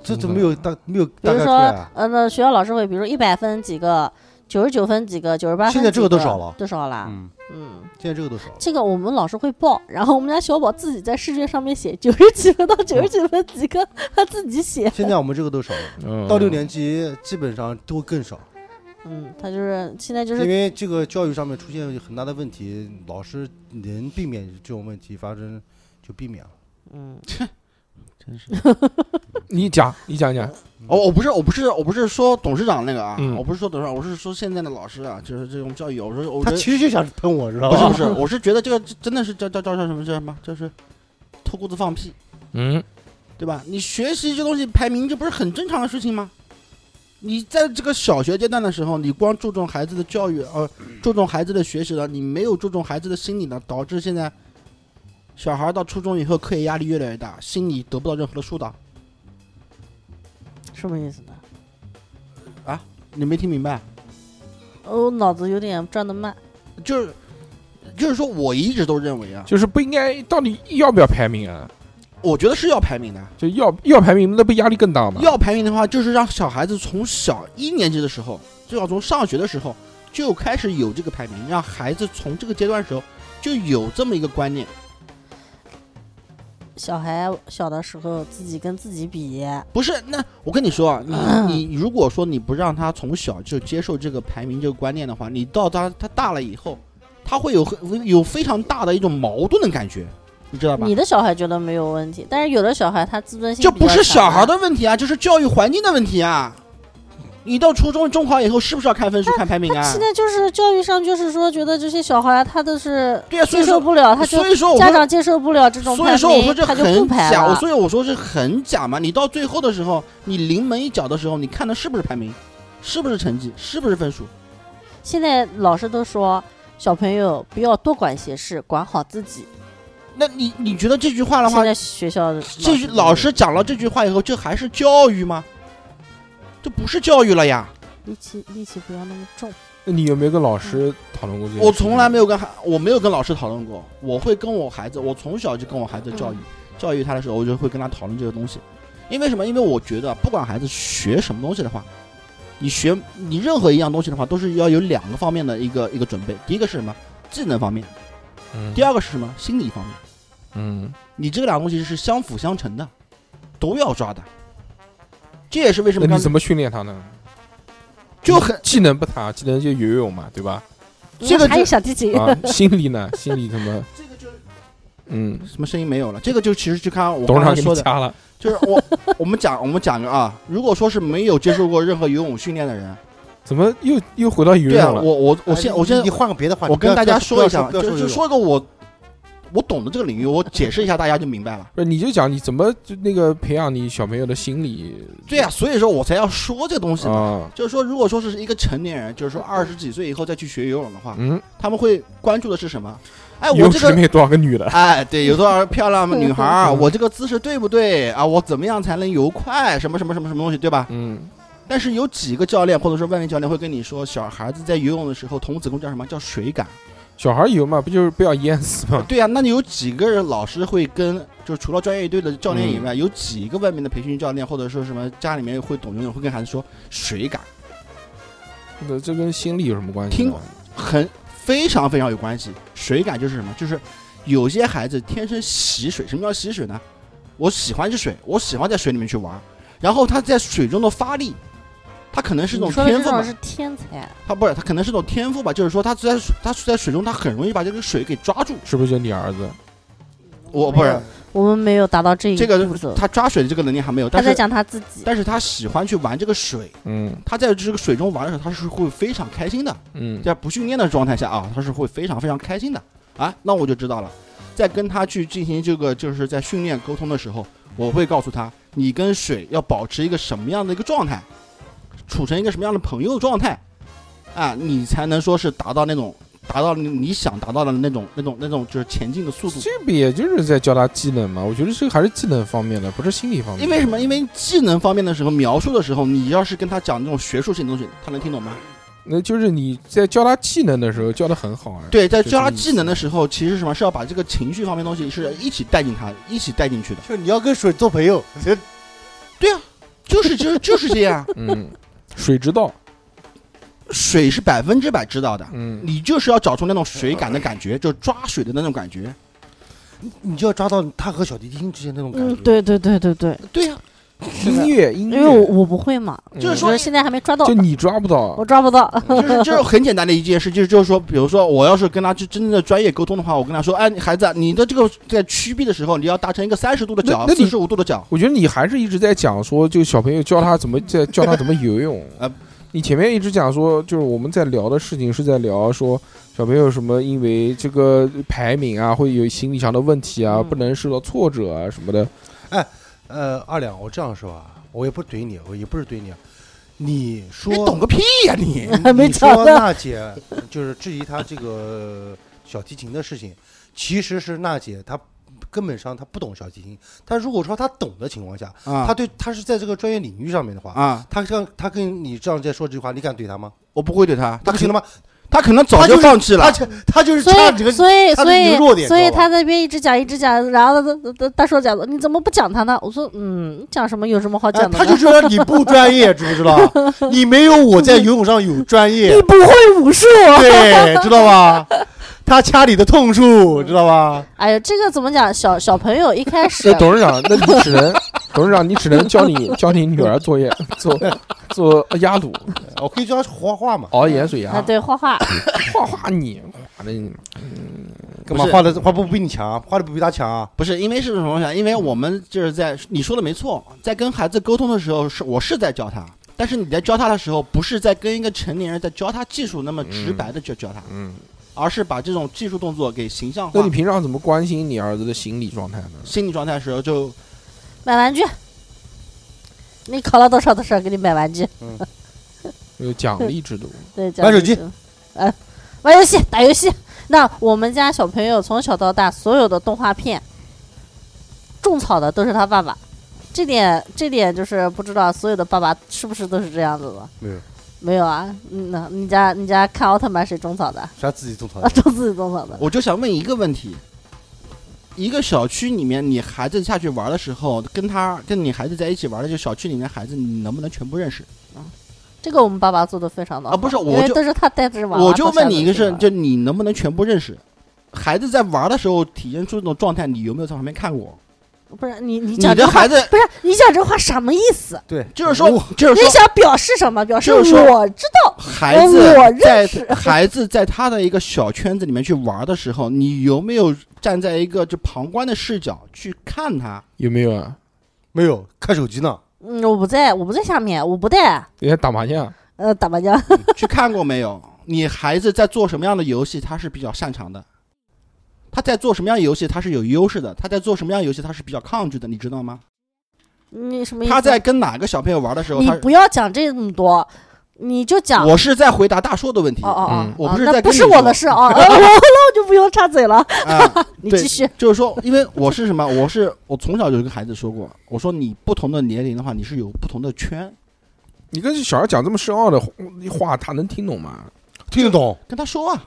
[SPEAKER 6] 这怎么没有大没有
[SPEAKER 5] 比
[SPEAKER 6] 大概
[SPEAKER 5] 如
[SPEAKER 6] 出
[SPEAKER 5] 说
[SPEAKER 6] 来啊？
[SPEAKER 5] 呃，那学校老师会，比如说一百分几个，九十九分几个，九十八分，
[SPEAKER 6] 现在这个都少了
[SPEAKER 5] 都少了，
[SPEAKER 6] 嗯，
[SPEAKER 5] 嗯。
[SPEAKER 6] 现在这个都少了。
[SPEAKER 5] 这个我们老师会报，然后我们家小宝自己在试卷上面写九十几分到
[SPEAKER 6] 嗯
[SPEAKER 5] 九十九分几个，他自己写。
[SPEAKER 6] 现在我们这个都少了，
[SPEAKER 1] 嗯
[SPEAKER 6] 到六年级基本上都更少，
[SPEAKER 5] 嗯，他就是现在就
[SPEAKER 6] 因
[SPEAKER 5] 是
[SPEAKER 6] 为这个教育上面出现很大的问题，老师能避免这种问题发生就避免了。
[SPEAKER 5] 嗯，
[SPEAKER 4] 真是。
[SPEAKER 1] 你讲你讲讲，
[SPEAKER 4] 哦，我不是，我不是，我不是说董事长那个啊，
[SPEAKER 1] 嗯
[SPEAKER 4] 我不是说董事长，我是说现在的老师啊，就是这种教育，我说我
[SPEAKER 6] 他
[SPEAKER 4] 觉得
[SPEAKER 6] 其实就想喷我，知道
[SPEAKER 4] 不是
[SPEAKER 6] 吧？
[SPEAKER 4] 不是，我是觉得这个真的是叫叫叫叫什么叫什么，就是脱裤子放屁，
[SPEAKER 1] 嗯，
[SPEAKER 4] 对吧？你学习这东西排名，这不是很正常的事情吗？你在这个小学阶段的时候，你光注重孩子的教育，呃，注重孩子的学习了，你没有注重孩子的心理呢，导致现在小孩到初中以后课业压力越来越大，心理得不到任何的疏导。
[SPEAKER 5] 什么意思呢？
[SPEAKER 4] 你没听明白？
[SPEAKER 5] 我哦脑子有点转得慢。
[SPEAKER 4] 就是就是说，我一直都认为啊，
[SPEAKER 1] 就是不应该，到底要不要排名啊？
[SPEAKER 4] 我觉得是要排名的。
[SPEAKER 1] 就要要排名，那不压力更大吗？
[SPEAKER 4] 要排名的话，就是让小孩子从小一年级的时候，就要从上学的时候就开始有这个排名，让孩子从这个阶段的时候就有这么一个观念，
[SPEAKER 5] 小孩小的时候自己跟自己比，
[SPEAKER 4] 不是？那我跟你说啊，你你如果说你不让他从小就接受这个排名这个观念的话，你到他他大了以后，他会有很有非常大的一种矛盾的感觉，你知道吧？
[SPEAKER 5] 你的小孩觉得没有问题，但是有的小孩他自尊心
[SPEAKER 4] 这
[SPEAKER 5] 比较
[SPEAKER 4] 不是
[SPEAKER 5] 强
[SPEAKER 4] 小孩的问题啊，这是教育环境的问题啊。你到初中、中考以后，是不是要看分数、看排名
[SPEAKER 5] 他
[SPEAKER 4] 啊？
[SPEAKER 5] 现在就是教育上就是说，觉得这些小孩他都是
[SPEAKER 4] 对啊，所
[SPEAKER 5] 接
[SPEAKER 4] 以
[SPEAKER 5] 受
[SPEAKER 4] 说，
[SPEAKER 5] 不了，他就
[SPEAKER 4] 所以说我
[SPEAKER 5] 家
[SPEAKER 4] 说，
[SPEAKER 5] 长接受不了这种
[SPEAKER 4] 所以
[SPEAKER 5] 排
[SPEAKER 4] 说我说
[SPEAKER 5] 名，
[SPEAKER 4] 这
[SPEAKER 5] 他就不
[SPEAKER 4] 很
[SPEAKER 5] 排
[SPEAKER 4] 假，
[SPEAKER 5] 了。
[SPEAKER 4] 所以我说是很假嘛。你到最后的时候，你临门一脚的时候，你看的是不是排名，是不是成绩，是不是分数？
[SPEAKER 5] 现在老师都说小朋友不要多管闲事，管好自己。
[SPEAKER 4] 那你你觉得这句话的话
[SPEAKER 5] 现，在学校的
[SPEAKER 4] 这句老师讲了这句话以后，这还是教育吗？这不是教育了呀！
[SPEAKER 5] 力气力气不要那么重，
[SPEAKER 1] 那你有没有跟老师讨论过这个？
[SPEAKER 4] 我从来没有跟孩，我没有跟老师讨论过。我会跟我孩子，我从小就跟我孩子教育、
[SPEAKER 1] 嗯
[SPEAKER 4] 教育他的时候，我就会跟他讨论这个东西。因为什么？因为我觉得，不管孩子学什么东西的话，你学你任何一样东西的话，都是要有两个方面的一个一个准备。第一个是什么？技能方面。
[SPEAKER 1] 嗯。
[SPEAKER 4] 第二个是什么？心理方面。
[SPEAKER 1] 嗯，
[SPEAKER 4] 你这两个东西是相辅相成的，都要抓的。这也是为什
[SPEAKER 1] 那
[SPEAKER 4] 么
[SPEAKER 1] 你
[SPEAKER 4] 刚
[SPEAKER 1] 怎么训练他呢？
[SPEAKER 4] 就很
[SPEAKER 1] 技能不谈，技能就游泳嘛，对 吧？
[SPEAKER 4] 这个
[SPEAKER 5] 还
[SPEAKER 4] 就
[SPEAKER 5] 有小提琴，
[SPEAKER 1] 啊，心理呢？心理怎么？
[SPEAKER 4] 这个就是
[SPEAKER 1] 嗯，
[SPEAKER 4] 什么声音没有了？这个就其实就看我
[SPEAKER 1] 董事长
[SPEAKER 4] 刚才
[SPEAKER 1] 给
[SPEAKER 4] 说
[SPEAKER 1] 你
[SPEAKER 4] 的，
[SPEAKER 1] 加了，
[SPEAKER 4] 就是我我们讲我们讲个啊，如果说是没有接受过任何游泳训练的 人，
[SPEAKER 1] 怎么又又回到游
[SPEAKER 4] 对啊，
[SPEAKER 1] 泳了？
[SPEAKER 4] 我我我现
[SPEAKER 6] 哎
[SPEAKER 4] 我现
[SPEAKER 6] 你
[SPEAKER 4] 在
[SPEAKER 6] 换个别的话题，
[SPEAKER 4] 我
[SPEAKER 6] 不
[SPEAKER 4] 跟
[SPEAKER 6] 要
[SPEAKER 4] 大家
[SPEAKER 6] 不要
[SPEAKER 4] 说一下，
[SPEAKER 6] 不要
[SPEAKER 4] 就
[SPEAKER 6] 说
[SPEAKER 4] 就说一个我我懂的这个领域，我解释一下，大家就明白了。
[SPEAKER 1] 不是，你就讲你怎么就那个培养你小朋友的心理
[SPEAKER 4] 对啊，所以说我才要说这个东西嘛。
[SPEAKER 1] 啊，
[SPEAKER 4] 就是说，如果说是一个成年人，就是说二十几岁以后再去学游泳的话，
[SPEAKER 1] 嗯，
[SPEAKER 4] 他们会关注的是什么？哎，
[SPEAKER 1] 游
[SPEAKER 4] 我
[SPEAKER 1] 泳
[SPEAKER 4] 这
[SPEAKER 1] 池里
[SPEAKER 4] 个
[SPEAKER 1] 面有多少个女 的？
[SPEAKER 4] 哎，对，有多少漂亮的女 孩儿？
[SPEAKER 1] 嗯
[SPEAKER 4] 我这个姿势对不对啊？我怎么样才能游快？什么什么什么什么东西，对吧？
[SPEAKER 1] 嗯，
[SPEAKER 4] 但是有几个教练或者说外面教练会跟你说，小孩子在游泳的时候，童子功叫什么叫水感？
[SPEAKER 1] 小孩游嘛，不就是不要淹死吗？
[SPEAKER 4] 对呀、啊那你有几个人老师会跟，就是除了专业队的教练以外，有几个外面的培训教练或者说什么家里面会懂游泳，会跟孩子说水感，
[SPEAKER 1] 那这跟心理有什么关系呢？
[SPEAKER 4] 听很非常非常有关系。水感就是什么？就是有些孩子天生喜水。什么叫喜水呢？我喜欢是水，我喜欢在水里面去玩，然后他在水中的发力，他可能是一种
[SPEAKER 5] 你说的
[SPEAKER 4] 天
[SPEAKER 5] 这
[SPEAKER 4] 赋吧
[SPEAKER 5] 种是，天才，
[SPEAKER 4] 他不是他可能是一种天赋吧，就是说他在他在水中，他很容易把这个水给抓住。
[SPEAKER 1] 是不是就你儿子？
[SPEAKER 4] 我不是
[SPEAKER 5] 没我们没有达到这一
[SPEAKER 4] 这个
[SPEAKER 5] 步骤。
[SPEAKER 4] 他抓水的这个能力还没有，
[SPEAKER 5] 他
[SPEAKER 4] 但
[SPEAKER 5] 在
[SPEAKER 4] 是
[SPEAKER 5] 讲他自己，
[SPEAKER 4] 但是他喜欢去玩这个水，
[SPEAKER 1] 嗯
[SPEAKER 4] 他在这个水中玩的时候，他是会非常开心的。
[SPEAKER 1] 嗯
[SPEAKER 4] 在不训练的状态下啊，他是会非常非常开心的啊。那我就知道了，在跟他去进行这个就是在训练沟通的时候，我会告诉他，你跟水要保持一个什么样的一个状态，处成一个什么样的朋友状态啊，你才能说是达到那种达到你你想达到的那种那种那种就是前进的速度。
[SPEAKER 1] 这不也就是在教他技能嘛？我觉得这个还是技能方面的，不是心理方面。
[SPEAKER 4] 因为什么？因为技能方面的时候描述的时候，你要是跟他讲那种学术性的东西，他能听懂吗？
[SPEAKER 1] 那就是你在教他技能的时候教的很好啊。，
[SPEAKER 4] 对，在
[SPEAKER 1] 就
[SPEAKER 4] 教他
[SPEAKER 1] 是
[SPEAKER 4] 技能的时候，其实什么是要把这个情绪方面的东西是一起带进他，一起带进去的。
[SPEAKER 6] 就是你要跟水做朋友， 谁
[SPEAKER 4] 就是就是就是这 样，
[SPEAKER 1] 嗯，水之道，
[SPEAKER 4] 水是百分之百知道的，
[SPEAKER 1] 嗯，
[SPEAKER 4] 你就是要找出那种水感的感觉，就是抓水的那种感觉。
[SPEAKER 6] 你就要抓到他和小提琴之间那种感
[SPEAKER 5] 嗯
[SPEAKER 6] 觉。，
[SPEAKER 5] 对对对对对，
[SPEAKER 4] 对呀、
[SPEAKER 1] 音乐音
[SPEAKER 5] 因
[SPEAKER 1] 乐，
[SPEAKER 5] 为我我不会嘛，
[SPEAKER 1] 嗯
[SPEAKER 4] 就是
[SPEAKER 5] 我觉
[SPEAKER 4] 说
[SPEAKER 5] 得现在还没抓到
[SPEAKER 1] 就，你抓不到啊
[SPEAKER 5] 我，抓不到。
[SPEAKER 4] 就是就是很简单的一件事，就是就是说，比如说我要是跟他去真正的专业沟通的话，我跟他说，哎，孩子，你的这个在屈臂的时候，你要达成一个三十度的
[SPEAKER 1] 那
[SPEAKER 4] 角
[SPEAKER 1] 那，你
[SPEAKER 4] 四十五度的角。
[SPEAKER 1] 我觉得你还是一直在讲说，就小朋友教他怎么在教他怎么游泳
[SPEAKER 4] 啊。
[SPEAKER 1] 你前面一直讲说，就是我们在聊的事情是在聊说小朋友什么因为这个排名啊，会有心理上的问题啊，
[SPEAKER 6] 嗯
[SPEAKER 1] 不能受到挫折啊什么的。
[SPEAKER 6] 呃，二两，我这样说啊，我也不怼你，我也不是怼你啊，你说
[SPEAKER 4] 你懂个屁呀、你！
[SPEAKER 5] 还没
[SPEAKER 6] 你
[SPEAKER 5] 找
[SPEAKER 6] 说
[SPEAKER 5] 到
[SPEAKER 6] 娜姐就是质疑她这个小提琴的事情，其实是娜姐她根本上她不懂小提琴。但如果说她懂的情况下，她
[SPEAKER 4] 啊
[SPEAKER 6] 对她是在这个专业领域上面的话，
[SPEAKER 4] 啊，
[SPEAKER 6] 她像她跟你这样在说这句话，你敢怼她吗？
[SPEAKER 4] 我不会对他，
[SPEAKER 6] 她
[SPEAKER 4] 他
[SPEAKER 6] 不行
[SPEAKER 4] 可
[SPEAKER 6] 了吗？
[SPEAKER 4] 他可能早
[SPEAKER 6] 他就
[SPEAKER 4] 就是放弃
[SPEAKER 6] 她
[SPEAKER 4] 了。
[SPEAKER 6] 就她就是
[SPEAKER 5] 所
[SPEAKER 6] 差这
[SPEAKER 5] 以，
[SPEAKER 6] 个。哎
[SPEAKER 5] 所以，
[SPEAKER 6] 他
[SPEAKER 5] 所
[SPEAKER 6] 的一
[SPEAKER 5] 以
[SPEAKER 6] 个弱，点
[SPEAKER 5] 所以
[SPEAKER 6] 知道吧
[SPEAKER 5] 他在那边一直讲，一直讲，然后他他他说讲，你怎么不讲他呢？我说，嗯，讲什么？有什么好
[SPEAKER 6] 哎
[SPEAKER 5] 讲的
[SPEAKER 6] 她
[SPEAKER 5] 呢？
[SPEAKER 6] 就知道你不专业，知不知道？你没有我在游泳上有专业
[SPEAKER 5] 你，不会武术？啊
[SPEAKER 6] 对，知道吧？她掐你的痛处，知道吧？
[SPEAKER 5] 哎呀，这个怎么讲？小小朋友一开始
[SPEAKER 1] 那董事长，那你只能董事长，你只能教你教你女儿作业 做做压卤，
[SPEAKER 6] 我可以教她画画嘛？
[SPEAKER 1] 熬盐水鸭
[SPEAKER 5] 啊，，对画画，
[SPEAKER 1] 画画你画的你
[SPEAKER 6] 干嘛
[SPEAKER 4] 不是
[SPEAKER 6] 画的画不比你强啊？画的不比她强啊？
[SPEAKER 4] 不是因为是什么东西啊？因为我们就是在你说的没错，在跟孩子沟通的时候，是我是在教他，但是你在教他的时候，不是在跟一个成年人在教他技术那么直白的去教他，
[SPEAKER 1] 嗯。
[SPEAKER 4] 而是把这种技术动作给形象
[SPEAKER 1] 那
[SPEAKER 4] 化
[SPEAKER 1] 你。平常怎么关心你儿子的心理状态呢？
[SPEAKER 4] 心理状态的时候就
[SPEAKER 5] 买玩具。 你考了多少多少，给你买玩具。
[SPEAKER 1] 有奖励制度，
[SPEAKER 5] 对，
[SPEAKER 6] 玩手机
[SPEAKER 5] 讲究，呃，玩游戏，打游戏。那我们家小朋友从小到大，所有的动画片种草的都是他爸爸，这点这点就是不知道所有的爸爸是不是都是这样子的？
[SPEAKER 6] 没有，
[SPEAKER 5] 没有啊。嗯，那你家你家看奥特曼谁种草的？
[SPEAKER 6] 啥自己种草
[SPEAKER 5] 啊，
[SPEAKER 6] 的？
[SPEAKER 5] 都自己种草的。
[SPEAKER 4] 哦我就想问一个问题：一个小区里面，你孩子下去玩的时候，跟他跟你孩子在一起玩的这小区里面孩子，你能不能全部认识？
[SPEAKER 5] 这个我们爸爸做的非常的
[SPEAKER 4] 啊
[SPEAKER 5] 好，
[SPEAKER 4] 不是我
[SPEAKER 5] 因为
[SPEAKER 4] 就
[SPEAKER 5] 都是他带着
[SPEAKER 1] 啊
[SPEAKER 5] 娃娃
[SPEAKER 4] 我就
[SPEAKER 5] 到山
[SPEAKER 4] 问你一
[SPEAKER 5] 里
[SPEAKER 4] 个
[SPEAKER 5] 去
[SPEAKER 4] 事，
[SPEAKER 5] 玩
[SPEAKER 4] 就你能不能全部认识？孩子在玩的时候体现出那种状态，你有没有在旁边看过？
[SPEAKER 5] 不是你你
[SPEAKER 4] 你
[SPEAKER 5] 讲这
[SPEAKER 4] 的
[SPEAKER 5] 话
[SPEAKER 4] 孩子
[SPEAKER 5] 不是你讲这话什么意思？
[SPEAKER 6] 对，嗯
[SPEAKER 4] 就是说，就是
[SPEAKER 5] 你
[SPEAKER 4] 说，
[SPEAKER 5] 想表示什么？表示
[SPEAKER 4] 就是说
[SPEAKER 5] 我知道
[SPEAKER 4] 孩
[SPEAKER 5] 哦我
[SPEAKER 4] 子在
[SPEAKER 5] 认识
[SPEAKER 4] 孩子在他的一个小圈子里面去玩的时候，你有没有站在一个就旁观的视角去看他？
[SPEAKER 1] 有没有啊？
[SPEAKER 6] 没有看手机呢。
[SPEAKER 5] 嗯，我不在，我不在下面，我不带。
[SPEAKER 1] 人家打麻将，啊
[SPEAKER 5] 呃，打麻将，
[SPEAKER 4] 去看过没有？你孩子在做什么样的游戏，他是比较擅长的？他在做什么样的游戏，他是有优势的；他在做什么样的游戏，他是比较抗拒的，你知道吗？
[SPEAKER 5] 你什么意思？
[SPEAKER 4] 他在跟哪个小朋友玩的时候，
[SPEAKER 5] 你
[SPEAKER 4] 他
[SPEAKER 5] 不要讲这么多，你就讲。哦
[SPEAKER 4] 我是在回答大硕的问题
[SPEAKER 5] 哦哦，
[SPEAKER 1] 嗯
[SPEAKER 4] 我
[SPEAKER 5] 哦
[SPEAKER 4] 不是
[SPEAKER 5] 那
[SPEAKER 4] 在
[SPEAKER 5] 不
[SPEAKER 4] 跟
[SPEAKER 5] 是
[SPEAKER 4] 你
[SPEAKER 5] 我
[SPEAKER 4] 说
[SPEAKER 5] 的事 啊，哦那我就不用插嘴了。
[SPEAKER 4] 啊。
[SPEAKER 5] 哦 你
[SPEAKER 4] 对
[SPEAKER 5] 继续，
[SPEAKER 4] 就是说，因为我是什么？我是我从小就跟孩子说过，我说你不同的年龄的话，你是有不同的圈，
[SPEAKER 1] 你跟小孩讲这么深奥的话，他能听懂吗？
[SPEAKER 6] 听得懂，
[SPEAKER 4] 跟他说啊，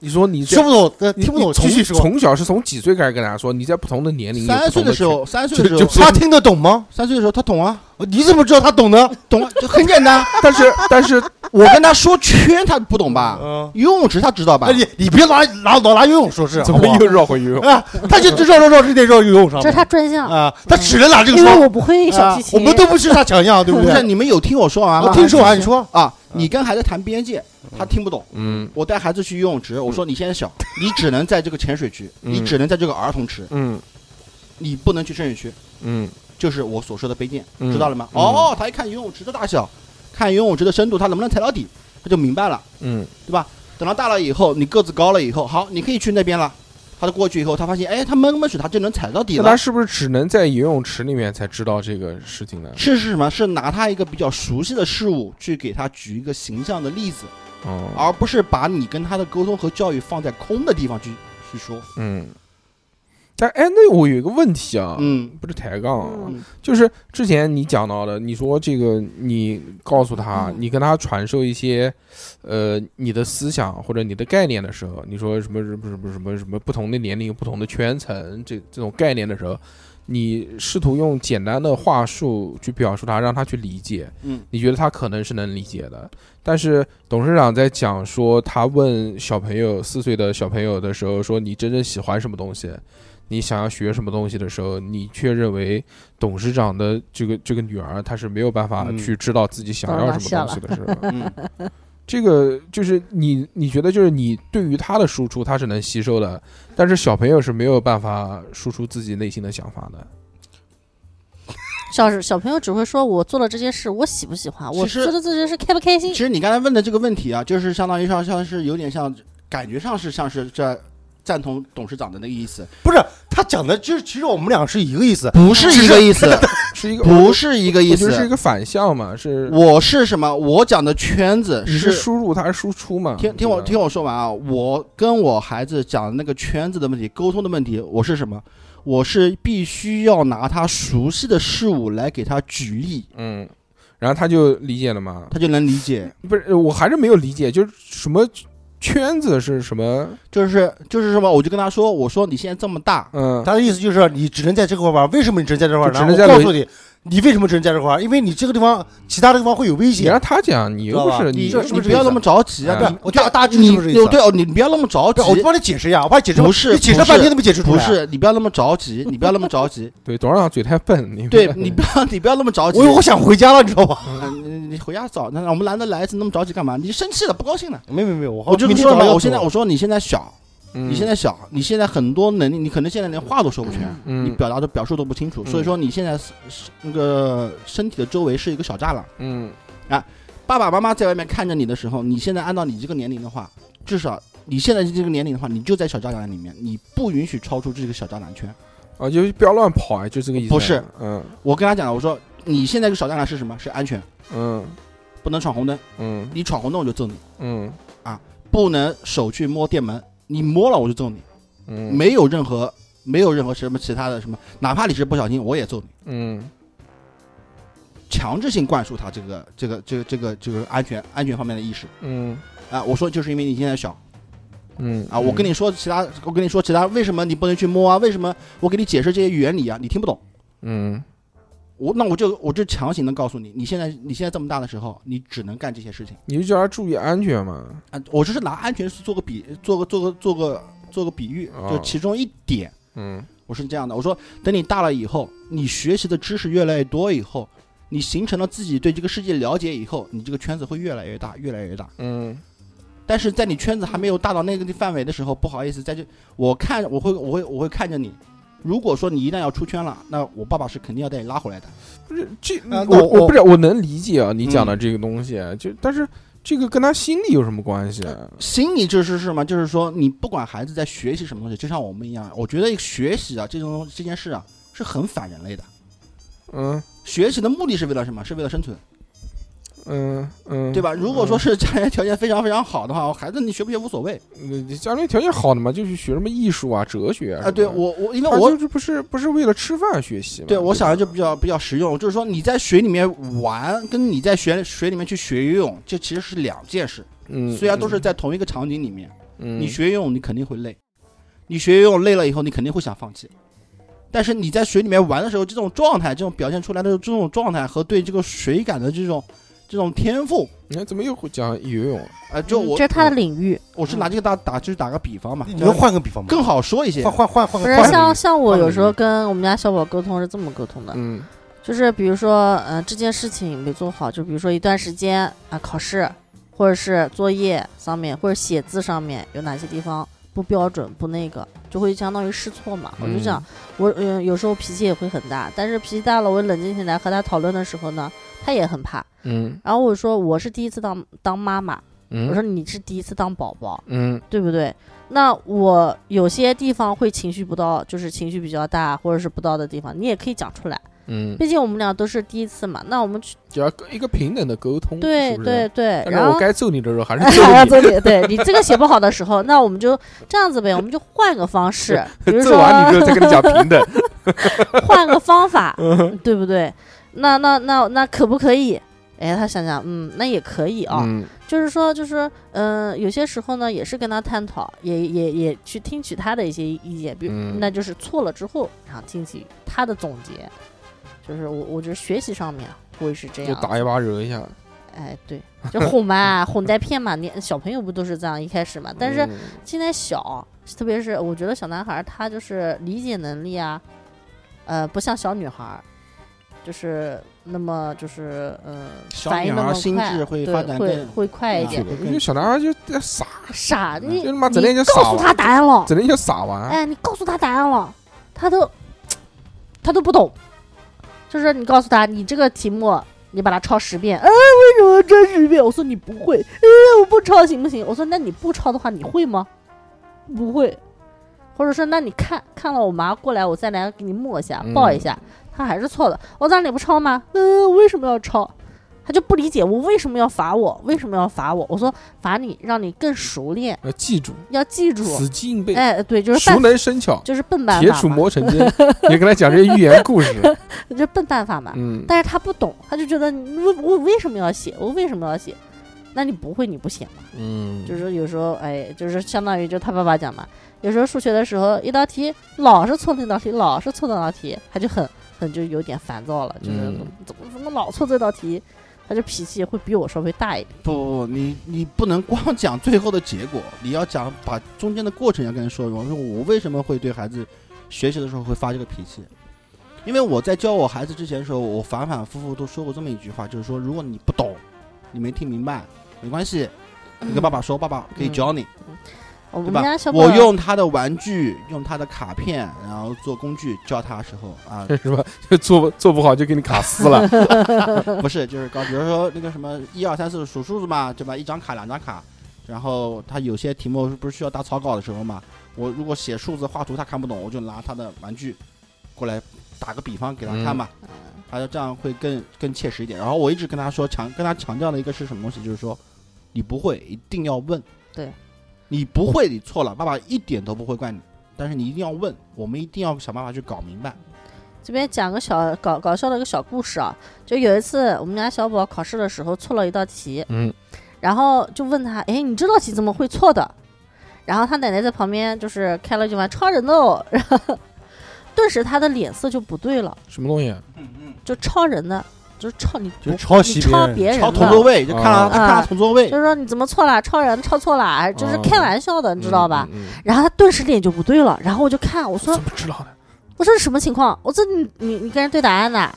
[SPEAKER 1] 你说你
[SPEAKER 6] 说不懂，呃
[SPEAKER 1] 你
[SPEAKER 6] 听不懂，
[SPEAKER 1] 你从
[SPEAKER 6] 继续说。
[SPEAKER 1] 从小是从几岁开始跟他说？你在不同的年龄，
[SPEAKER 4] 三岁的时候，三岁的时
[SPEAKER 1] 就
[SPEAKER 4] 时候，
[SPEAKER 1] 就
[SPEAKER 6] 他听得懂吗？
[SPEAKER 4] 三岁的时候他懂啊，
[SPEAKER 6] 你怎么知道他懂呢？
[SPEAKER 4] 懂啊就很简单。但是但是我跟他说圈，他不懂 吧？
[SPEAKER 6] 嗯，
[SPEAKER 4] 游泳池他知道吧
[SPEAKER 6] 哎，？你你别拿拿老拿游泳说事，啊
[SPEAKER 1] 怎
[SPEAKER 6] 好不
[SPEAKER 1] 么
[SPEAKER 6] 好
[SPEAKER 1] 又绕回游 泳？
[SPEAKER 6] 啊？他就绕绕绕这点绕游泳上
[SPEAKER 5] 这
[SPEAKER 6] 面
[SPEAKER 5] 是他专项，
[SPEAKER 6] 啊，他只能拿这个
[SPEAKER 5] 因为
[SPEAKER 6] 说。
[SPEAKER 5] 我不会小
[SPEAKER 6] 啊
[SPEAKER 5] 提琴。
[SPEAKER 6] 我们都不是他强项，对不
[SPEAKER 4] 不是，
[SPEAKER 6] 对？
[SPEAKER 4] 你们有听我说完
[SPEAKER 6] 我
[SPEAKER 4] 吗？
[SPEAKER 6] 听说完你说，
[SPEAKER 4] 啊，你跟孩子谈边界，他听不懂。
[SPEAKER 1] 嗯
[SPEAKER 4] 我带孩子去游泳池，我说你现 在小，你只能在这个浅水区，
[SPEAKER 1] 嗯
[SPEAKER 4] 你只能在这个儿童池，
[SPEAKER 1] 嗯
[SPEAKER 4] 你不能去深水区，
[SPEAKER 1] 嗯
[SPEAKER 4] 就是我所说的卑贱，
[SPEAKER 1] 嗯
[SPEAKER 4] 知道了吗？
[SPEAKER 1] 嗯
[SPEAKER 4] 哦，他一看游泳池的大小，看游泳池的深度，他能不能踩到底，他就明白了。
[SPEAKER 1] 嗯
[SPEAKER 4] 等到大了以后，你个子高了以后，好，你可以去那边了。他就过去以后，他发现，哎，他闷闷水，他就能踩到底
[SPEAKER 1] 那
[SPEAKER 4] 了
[SPEAKER 1] 他。是不是只能在游泳池里面才知道这个事情呢？
[SPEAKER 4] 是是什么？是拿他一个比较熟悉的事物去给他举一个形象的例子，
[SPEAKER 1] 哦，
[SPEAKER 4] 而不是把你跟他的沟通和教育放在空的地方去去说。
[SPEAKER 1] 嗯。但哎，那我有一个问题啊，
[SPEAKER 4] 嗯，
[SPEAKER 1] 不是抬杠啊，
[SPEAKER 5] 嗯
[SPEAKER 1] 就是之前你讲到的，你说这个，你告诉他，
[SPEAKER 5] 嗯
[SPEAKER 1] 你跟他传授一些，呃，你的思想或者你的概念的时候，你说什么什么什么什么什么不同的年龄、不同的圈层这这种概念的时候，你试图用简单的话术去表述他，让他去理解。
[SPEAKER 4] 嗯，
[SPEAKER 1] 你觉得他可能是能理解的，但是董事长在讲说，他问小朋友四岁的小朋友的时候，说你真正喜欢什么东西，你想要学什么东西的时候，你却认为董事长的这个这个女儿她是没有办法
[SPEAKER 6] 嗯
[SPEAKER 1] 去知道自己想要什么东西的时候，
[SPEAKER 4] 嗯，
[SPEAKER 1] 这个就是你你觉得就是你对于他的输出他是能吸收的，但是小朋友是没有办法输出自己内心的想法的。
[SPEAKER 5] 小时小朋友只会说我做了这件事，我喜不喜欢，我
[SPEAKER 4] 其实
[SPEAKER 5] 觉得这件事开不开心
[SPEAKER 4] 其。实你刚才问的这个问题啊，就是相当于像像是有点像，感觉上是像是在赞同董事长的那个意思，
[SPEAKER 6] 不是他讲的，就是其实我们俩是一个意思。
[SPEAKER 4] 不是一个意思，
[SPEAKER 1] 是一个
[SPEAKER 4] 不是一个
[SPEAKER 1] 我
[SPEAKER 4] 意
[SPEAKER 1] 觉得是一
[SPEAKER 4] 思。
[SPEAKER 1] 个反向嘛，是
[SPEAKER 4] 我是什么？我讲的圈子
[SPEAKER 1] 你是输入他是输出嘛？
[SPEAKER 4] 听听我
[SPEAKER 1] 对吧
[SPEAKER 4] 听我说完啊，我跟我孩子讲的那个圈子的问题、沟通的问题，我是什么？我是必须要拿他熟悉的事物来给他举例，
[SPEAKER 1] 嗯，然后他就理解了嘛。
[SPEAKER 4] 他就能理解。
[SPEAKER 1] 不是，我还是没有理解，就是什么圈子是什
[SPEAKER 6] 嗯
[SPEAKER 1] 么？
[SPEAKER 4] 就是就是什么，我就跟他说，我说你现在这么大，
[SPEAKER 1] 嗯，
[SPEAKER 6] 他的意思就是你只能在这块玩，为什么你只能在这块
[SPEAKER 1] 就只
[SPEAKER 6] 玩？
[SPEAKER 1] 能
[SPEAKER 6] 我
[SPEAKER 1] 在
[SPEAKER 6] 告
[SPEAKER 1] 轮
[SPEAKER 6] 诉你，你为什么只能在这块玩？因为你这个地方其他的地方会有危
[SPEAKER 1] 你让
[SPEAKER 6] 险。
[SPEAKER 1] 他讲，你又
[SPEAKER 6] 知道
[SPEAKER 1] 不
[SPEAKER 6] 吧
[SPEAKER 1] 是
[SPEAKER 4] 你
[SPEAKER 1] 你
[SPEAKER 6] 这是
[SPEAKER 4] 你
[SPEAKER 6] 不是
[SPEAKER 4] 不要
[SPEAKER 6] 这意思
[SPEAKER 4] 那么着急啊！
[SPEAKER 1] 哎
[SPEAKER 4] 你
[SPEAKER 6] 我大大致
[SPEAKER 4] 你
[SPEAKER 6] 是不是这意思啊
[SPEAKER 4] 对哦，你你不要那么着急
[SPEAKER 6] 对，，我就帮你解释一下，我怕你解释
[SPEAKER 4] 不是
[SPEAKER 6] 你解释
[SPEAKER 4] 不是
[SPEAKER 6] 半天都没解释出
[SPEAKER 4] 不
[SPEAKER 6] 来。，啊
[SPEAKER 4] 是你不要那么着急，你不要那么 着急，
[SPEAKER 1] 对董事长嘴太笨，你
[SPEAKER 4] 对你不要你不要那么着急。
[SPEAKER 6] 我我想回家了，你知道吧？
[SPEAKER 4] 嗯你你回家早，那我们难得来一次，那么着急干嘛？你生气了，不高兴了。
[SPEAKER 6] 没没没，我
[SPEAKER 4] 我就跟
[SPEAKER 6] 明
[SPEAKER 4] 你
[SPEAKER 6] 天
[SPEAKER 4] 说
[SPEAKER 6] 早上
[SPEAKER 4] 嘛，
[SPEAKER 6] 要
[SPEAKER 4] 我现在
[SPEAKER 6] 走
[SPEAKER 4] 我说你嗯现在小，
[SPEAKER 1] 嗯
[SPEAKER 4] 你现在小，你现在很多能力，你可能现在连话都说不全，你
[SPEAKER 1] 嗯
[SPEAKER 4] 表达的表述都不清楚，所以说你现在是是那个身体的周围是一个小栅栏。
[SPEAKER 1] 嗯
[SPEAKER 4] 爸爸妈妈在外面看着你的时候，你现在按照你这个年龄的话，至少你现在这个年龄的话，你就在小栅栏里面，你不允许超出这个小栅栏圈。
[SPEAKER 1] 啊，就是不要乱跑啊，就这个意思。
[SPEAKER 4] 不是，
[SPEAKER 1] 嗯
[SPEAKER 4] 我跟他讲了，我说你现在这个小栅栏是什么？是安全，
[SPEAKER 1] 嗯
[SPEAKER 4] 不能闯红灯，
[SPEAKER 1] 嗯
[SPEAKER 4] 你闯红灯我就揍你，
[SPEAKER 1] 嗯
[SPEAKER 4] 不能手去摸电门，你摸了我就揍你，
[SPEAKER 1] 嗯，
[SPEAKER 4] 没有任何没有任何什么其他的什么，哪怕你是不小心，我也揍你。
[SPEAKER 1] 嗯
[SPEAKER 4] 强制性灌输他这个这个这个这个这个安全安全方面的意识
[SPEAKER 1] 嗯
[SPEAKER 4] 啊！我说就是因为你现在小，
[SPEAKER 1] 嗯
[SPEAKER 4] 啊，我跟你说其他，我跟你说其他，为什么你不能去摸啊？为什么我给你解释这些原理啊，你听不懂？
[SPEAKER 1] 嗯
[SPEAKER 4] 我那我就我就强行的告诉你，你现在你现在这么大的时候，你只能干这些事情
[SPEAKER 1] 你就叫他注意安全嘛。
[SPEAKER 4] 啊。我就是拿安全是做个比，做个做个做个做个比喻
[SPEAKER 1] 哦，
[SPEAKER 4] 就其中一点，
[SPEAKER 1] 嗯
[SPEAKER 4] 我是这样的。我说，等你大了以后，你学习的知识越来越多以后，你形成了自己对这个世界了解以后，你这个圈子会越来越大，越来越大。
[SPEAKER 1] 嗯
[SPEAKER 4] 但是在你圈子还没有大到那个范围的时候，不好意思，在这我看我会我会我会看着你。如果说你一旦要出圈了，那我爸爸是肯定要带你拉回来的。
[SPEAKER 1] 不是这，
[SPEAKER 6] 啊我
[SPEAKER 1] 我我
[SPEAKER 6] 我
[SPEAKER 1] 不是我能理解啊，你讲的这个东西，就但是这个跟他心理有什么关系？
[SPEAKER 4] 心理就是是什么？就是说你不管孩子在学习什么东西，就像我们一样，我觉得学习啊这种这件事啊是很反人类的。
[SPEAKER 1] 嗯
[SPEAKER 4] 学习的目的是为了什么？是为了生存，
[SPEAKER 1] 嗯嗯，
[SPEAKER 4] 对吧？如果说是家人条件非常非常好的话，孩子你学不学无所谓
[SPEAKER 1] 嗯？你家庭条件好的嘛，就去学什么艺术啊、哲学
[SPEAKER 4] 啊。对
[SPEAKER 1] 什么的
[SPEAKER 4] 我我因
[SPEAKER 1] 他
[SPEAKER 4] 为我
[SPEAKER 1] 就是不是不是为了吃饭学习嘛？
[SPEAKER 4] 对，我想的就
[SPEAKER 1] 吧
[SPEAKER 4] 比较比较实用，就是说你在水里面玩，跟你在水水里面去学游泳，这其实是两件事。
[SPEAKER 1] 嗯，
[SPEAKER 4] 虽然都是在同一个场景里面，
[SPEAKER 1] 嗯
[SPEAKER 4] 你学游泳你肯定会累，你学游泳累了以后你肯定会想放弃，但是你在水里面玩的时候，这种状态，这种表现出来的这种状态和对这个水感的这种这种天赋，
[SPEAKER 1] 你看怎么又会讲游泳了？
[SPEAKER 4] 啊、就
[SPEAKER 1] 嗯
[SPEAKER 5] 嗯
[SPEAKER 4] 我嗯
[SPEAKER 5] 这是他的领域。
[SPEAKER 4] 我是拿这个打打，就是打个比方嘛，
[SPEAKER 6] 你能换个比方吗？
[SPEAKER 4] 更好说一些
[SPEAKER 6] 换。换换换
[SPEAKER 5] 不
[SPEAKER 6] 个
[SPEAKER 5] 是
[SPEAKER 6] 换个
[SPEAKER 5] 像像我有时候跟我们家小宝沟通是这么沟通的，
[SPEAKER 1] 嗯
[SPEAKER 5] 就是比如说，呃，这件事情没做好，就比如说一段时间啊，考试或者是作业上面或者写字上面有哪些地方不标准不那个，就会相当于试错嘛。我就这样，我嗯、有时候脾气也会很大，但是脾气大了，我冷静起来和他讨论的时候呢，他也很怕。
[SPEAKER 1] 嗯
[SPEAKER 5] 然后我说我是第一次当当妈妈，我
[SPEAKER 1] 嗯
[SPEAKER 5] 说你是第一次当宝宝，
[SPEAKER 1] 嗯
[SPEAKER 5] 对不对？那我有些地方会情绪不到，就是情绪比较大或者是不到的地方，你也可以讲出来。
[SPEAKER 1] 嗯，
[SPEAKER 5] 毕竟我们俩都是第一次嘛，那我们去
[SPEAKER 1] 就要一个平等的沟通，嗯
[SPEAKER 5] 对
[SPEAKER 1] 是不是
[SPEAKER 5] 对。对，
[SPEAKER 1] 但是
[SPEAKER 5] 然
[SPEAKER 1] 我
[SPEAKER 5] 后
[SPEAKER 1] 该揍你的时候还是
[SPEAKER 5] 还要
[SPEAKER 1] 揍
[SPEAKER 5] 做你，对你这个写不好的时候， 那我们就这样子呗，我们就换个方式，比如
[SPEAKER 1] 你，
[SPEAKER 5] 说
[SPEAKER 1] 揍完你之后再跟你讲平等。
[SPEAKER 5] 换个方 法，
[SPEAKER 1] 嗯
[SPEAKER 5] 对不对？那那那那可不可以？哎，他想想，嗯，那也可以 啊、
[SPEAKER 1] 嗯
[SPEAKER 5] 就是说，就是嗯、呃有些时候呢，也是跟他探讨，也也也去听取他的一些意见，比如、
[SPEAKER 1] 嗯
[SPEAKER 5] 那就是错了之后，然后进行他的总结，就是我我觉得学习上面会是这
[SPEAKER 1] 就
[SPEAKER 5] 样，
[SPEAKER 1] 打一巴惹一下。
[SPEAKER 5] 哎，对，就哄嘛，哄带骗嘛，你小朋友不都是这样一开始嘛？但是
[SPEAKER 1] 嗯
[SPEAKER 5] 现在小，特别是我觉得小男孩儿他就是理解能力啊，呃，不像小女孩儿，就是那么就是呃，
[SPEAKER 4] 小
[SPEAKER 5] 反
[SPEAKER 4] 女
[SPEAKER 5] 应那
[SPEAKER 4] 孩
[SPEAKER 5] 么
[SPEAKER 4] 心
[SPEAKER 5] 快
[SPEAKER 4] 智会
[SPEAKER 5] 对
[SPEAKER 4] 发展
[SPEAKER 5] 会
[SPEAKER 4] 更
[SPEAKER 5] 会快一
[SPEAKER 4] 啊嗯
[SPEAKER 5] 点。
[SPEAKER 1] 我觉得小男孩就就傻，
[SPEAKER 5] 傻，你
[SPEAKER 1] 就他妈整天
[SPEAKER 5] 你
[SPEAKER 1] 就傻
[SPEAKER 5] 告诉他答案了，
[SPEAKER 1] 整天就傻玩。
[SPEAKER 5] 哎，你告诉他答案了，他都他都不懂，就是你告诉他，你这个题目你把它抄十遍，哎，为什么要抄十遍？我说你不会，哎，我不抄行不行？我说那你不抄的话，你会吗？不会，或者说那你看看了我妈过来，我再来给你默一下，报一下，他还是错的，我让你不抄吗？嗯、我为什么要抄？他就不理解我为什么要罚我，为什么要罚我？我说罚你，让你更熟练，
[SPEAKER 1] 要记住，
[SPEAKER 5] 要记住。
[SPEAKER 1] 死记硬背，
[SPEAKER 5] 哎，对，就是
[SPEAKER 1] 熟
[SPEAKER 5] 办，
[SPEAKER 1] 能生巧，
[SPEAKER 5] 就是笨办
[SPEAKER 1] 铁
[SPEAKER 5] 法
[SPEAKER 1] 杵
[SPEAKER 5] 嘛，
[SPEAKER 1] 磨成 针。你跟他讲这些寓言故事，
[SPEAKER 5] 就是笨办法嘛。
[SPEAKER 1] 嗯，
[SPEAKER 5] 但是他不懂，他就觉得你我我为什么要写？我为什么要写？那你不会你不写嘛？
[SPEAKER 1] 嗯，
[SPEAKER 5] 就是有时候，哎，就是相当于就他爸爸讲嘛，有时候数学的时候一道题老是错那道题，老是错那道题，他就很很就有点烦躁了，就是
[SPEAKER 1] 嗯
[SPEAKER 5] 怎么怎么老错这道题，他就脾气会比我稍微大一点。
[SPEAKER 4] 不不不，你你不能光 讲最后的结果，你要讲把中间的过程要跟人说一说。我说我为什么会对孩子学习的时候会发这个脾气？因为我在教我孩子之前的时候，我反反复复都说过这么一句话，就是说，如果你不懂，你没听明白，没关系，你跟爸爸说，爸爸可以教你，
[SPEAKER 5] 嗯我
[SPEAKER 4] 对
[SPEAKER 5] 们
[SPEAKER 4] 吧
[SPEAKER 5] 家小？宝
[SPEAKER 4] 我用他的玩具，用他的卡片，然后做工具教他的时候啊，
[SPEAKER 1] 嗯是吧？就做不做不好就给你卡撕 了。
[SPEAKER 4] 不是，就是刚，比如说那个什么一二三四数数字嘛，对吧？一张卡，两张卡，然后他有些题目不是需要打草稿的时候嘛，我如果写数字画图他看不懂，我就拿他的玩具过来打个比方给他看嘛，
[SPEAKER 5] 嗯
[SPEAKER 4] 他就这样会更更切实一点。然后我一直跟他说强，跟他强调的一个是什么东西，就是说你不会一定要问，
[SPEAKER 5] 对，
[SPEAKER 4] 你不会你错了，爸爸一点都不会怪你，但是你一定要问，我们一定要想办法去搞明白。
[SPEAKER 5] 这边讲个小搞搞笑的一个小故事啊，就有一次我们家小宝考试的时候错了一道题，
[SPEAKER 1] 嗯，
[SPEAKER 5] 然后就问他，哎，你这道题怎么会错的？然后他奶奶在旁边就是开了一句玩超人哦， 然后顿时他的脸色就不对了，
[SPEAKER 1] 什么东西？啊
[SPEAKER 5] 就超人的，就是超你
[SPEAKER 6] 就是
[SPEAKER 5] 不
[SPEAKER 6] 抄袭
[SPEAKER 5] 你
[SPEAKER 6] 别
[SPEAKER 5] 抄
[SPEAKER 6] 人
[SPEAKER 5] 别人啊
[SPEAKER 4] 抄
[SPEAKER 5] 了，
[SPEAKER 4] 同座位，就看到
[SPEAKER 1] 哦
[SPEAKER 4] 他看他同座位
[SPEAKER 5] 就，是说你怎么错了，超人抄错了，哎就是
[SPEAKER 1] 哦
[SPEAKER 5] 开玩笑的，你知道吧？
[SPEAKER 1] 嗯？嗯嗯
[SPEAKER 5] 然后他顿时脸就不对了，然后我就看我说
[SPEAKER 1] 怎么知道的？
[SPEAKER 5] 我说什么情况？我说你你你跟人对答案呢？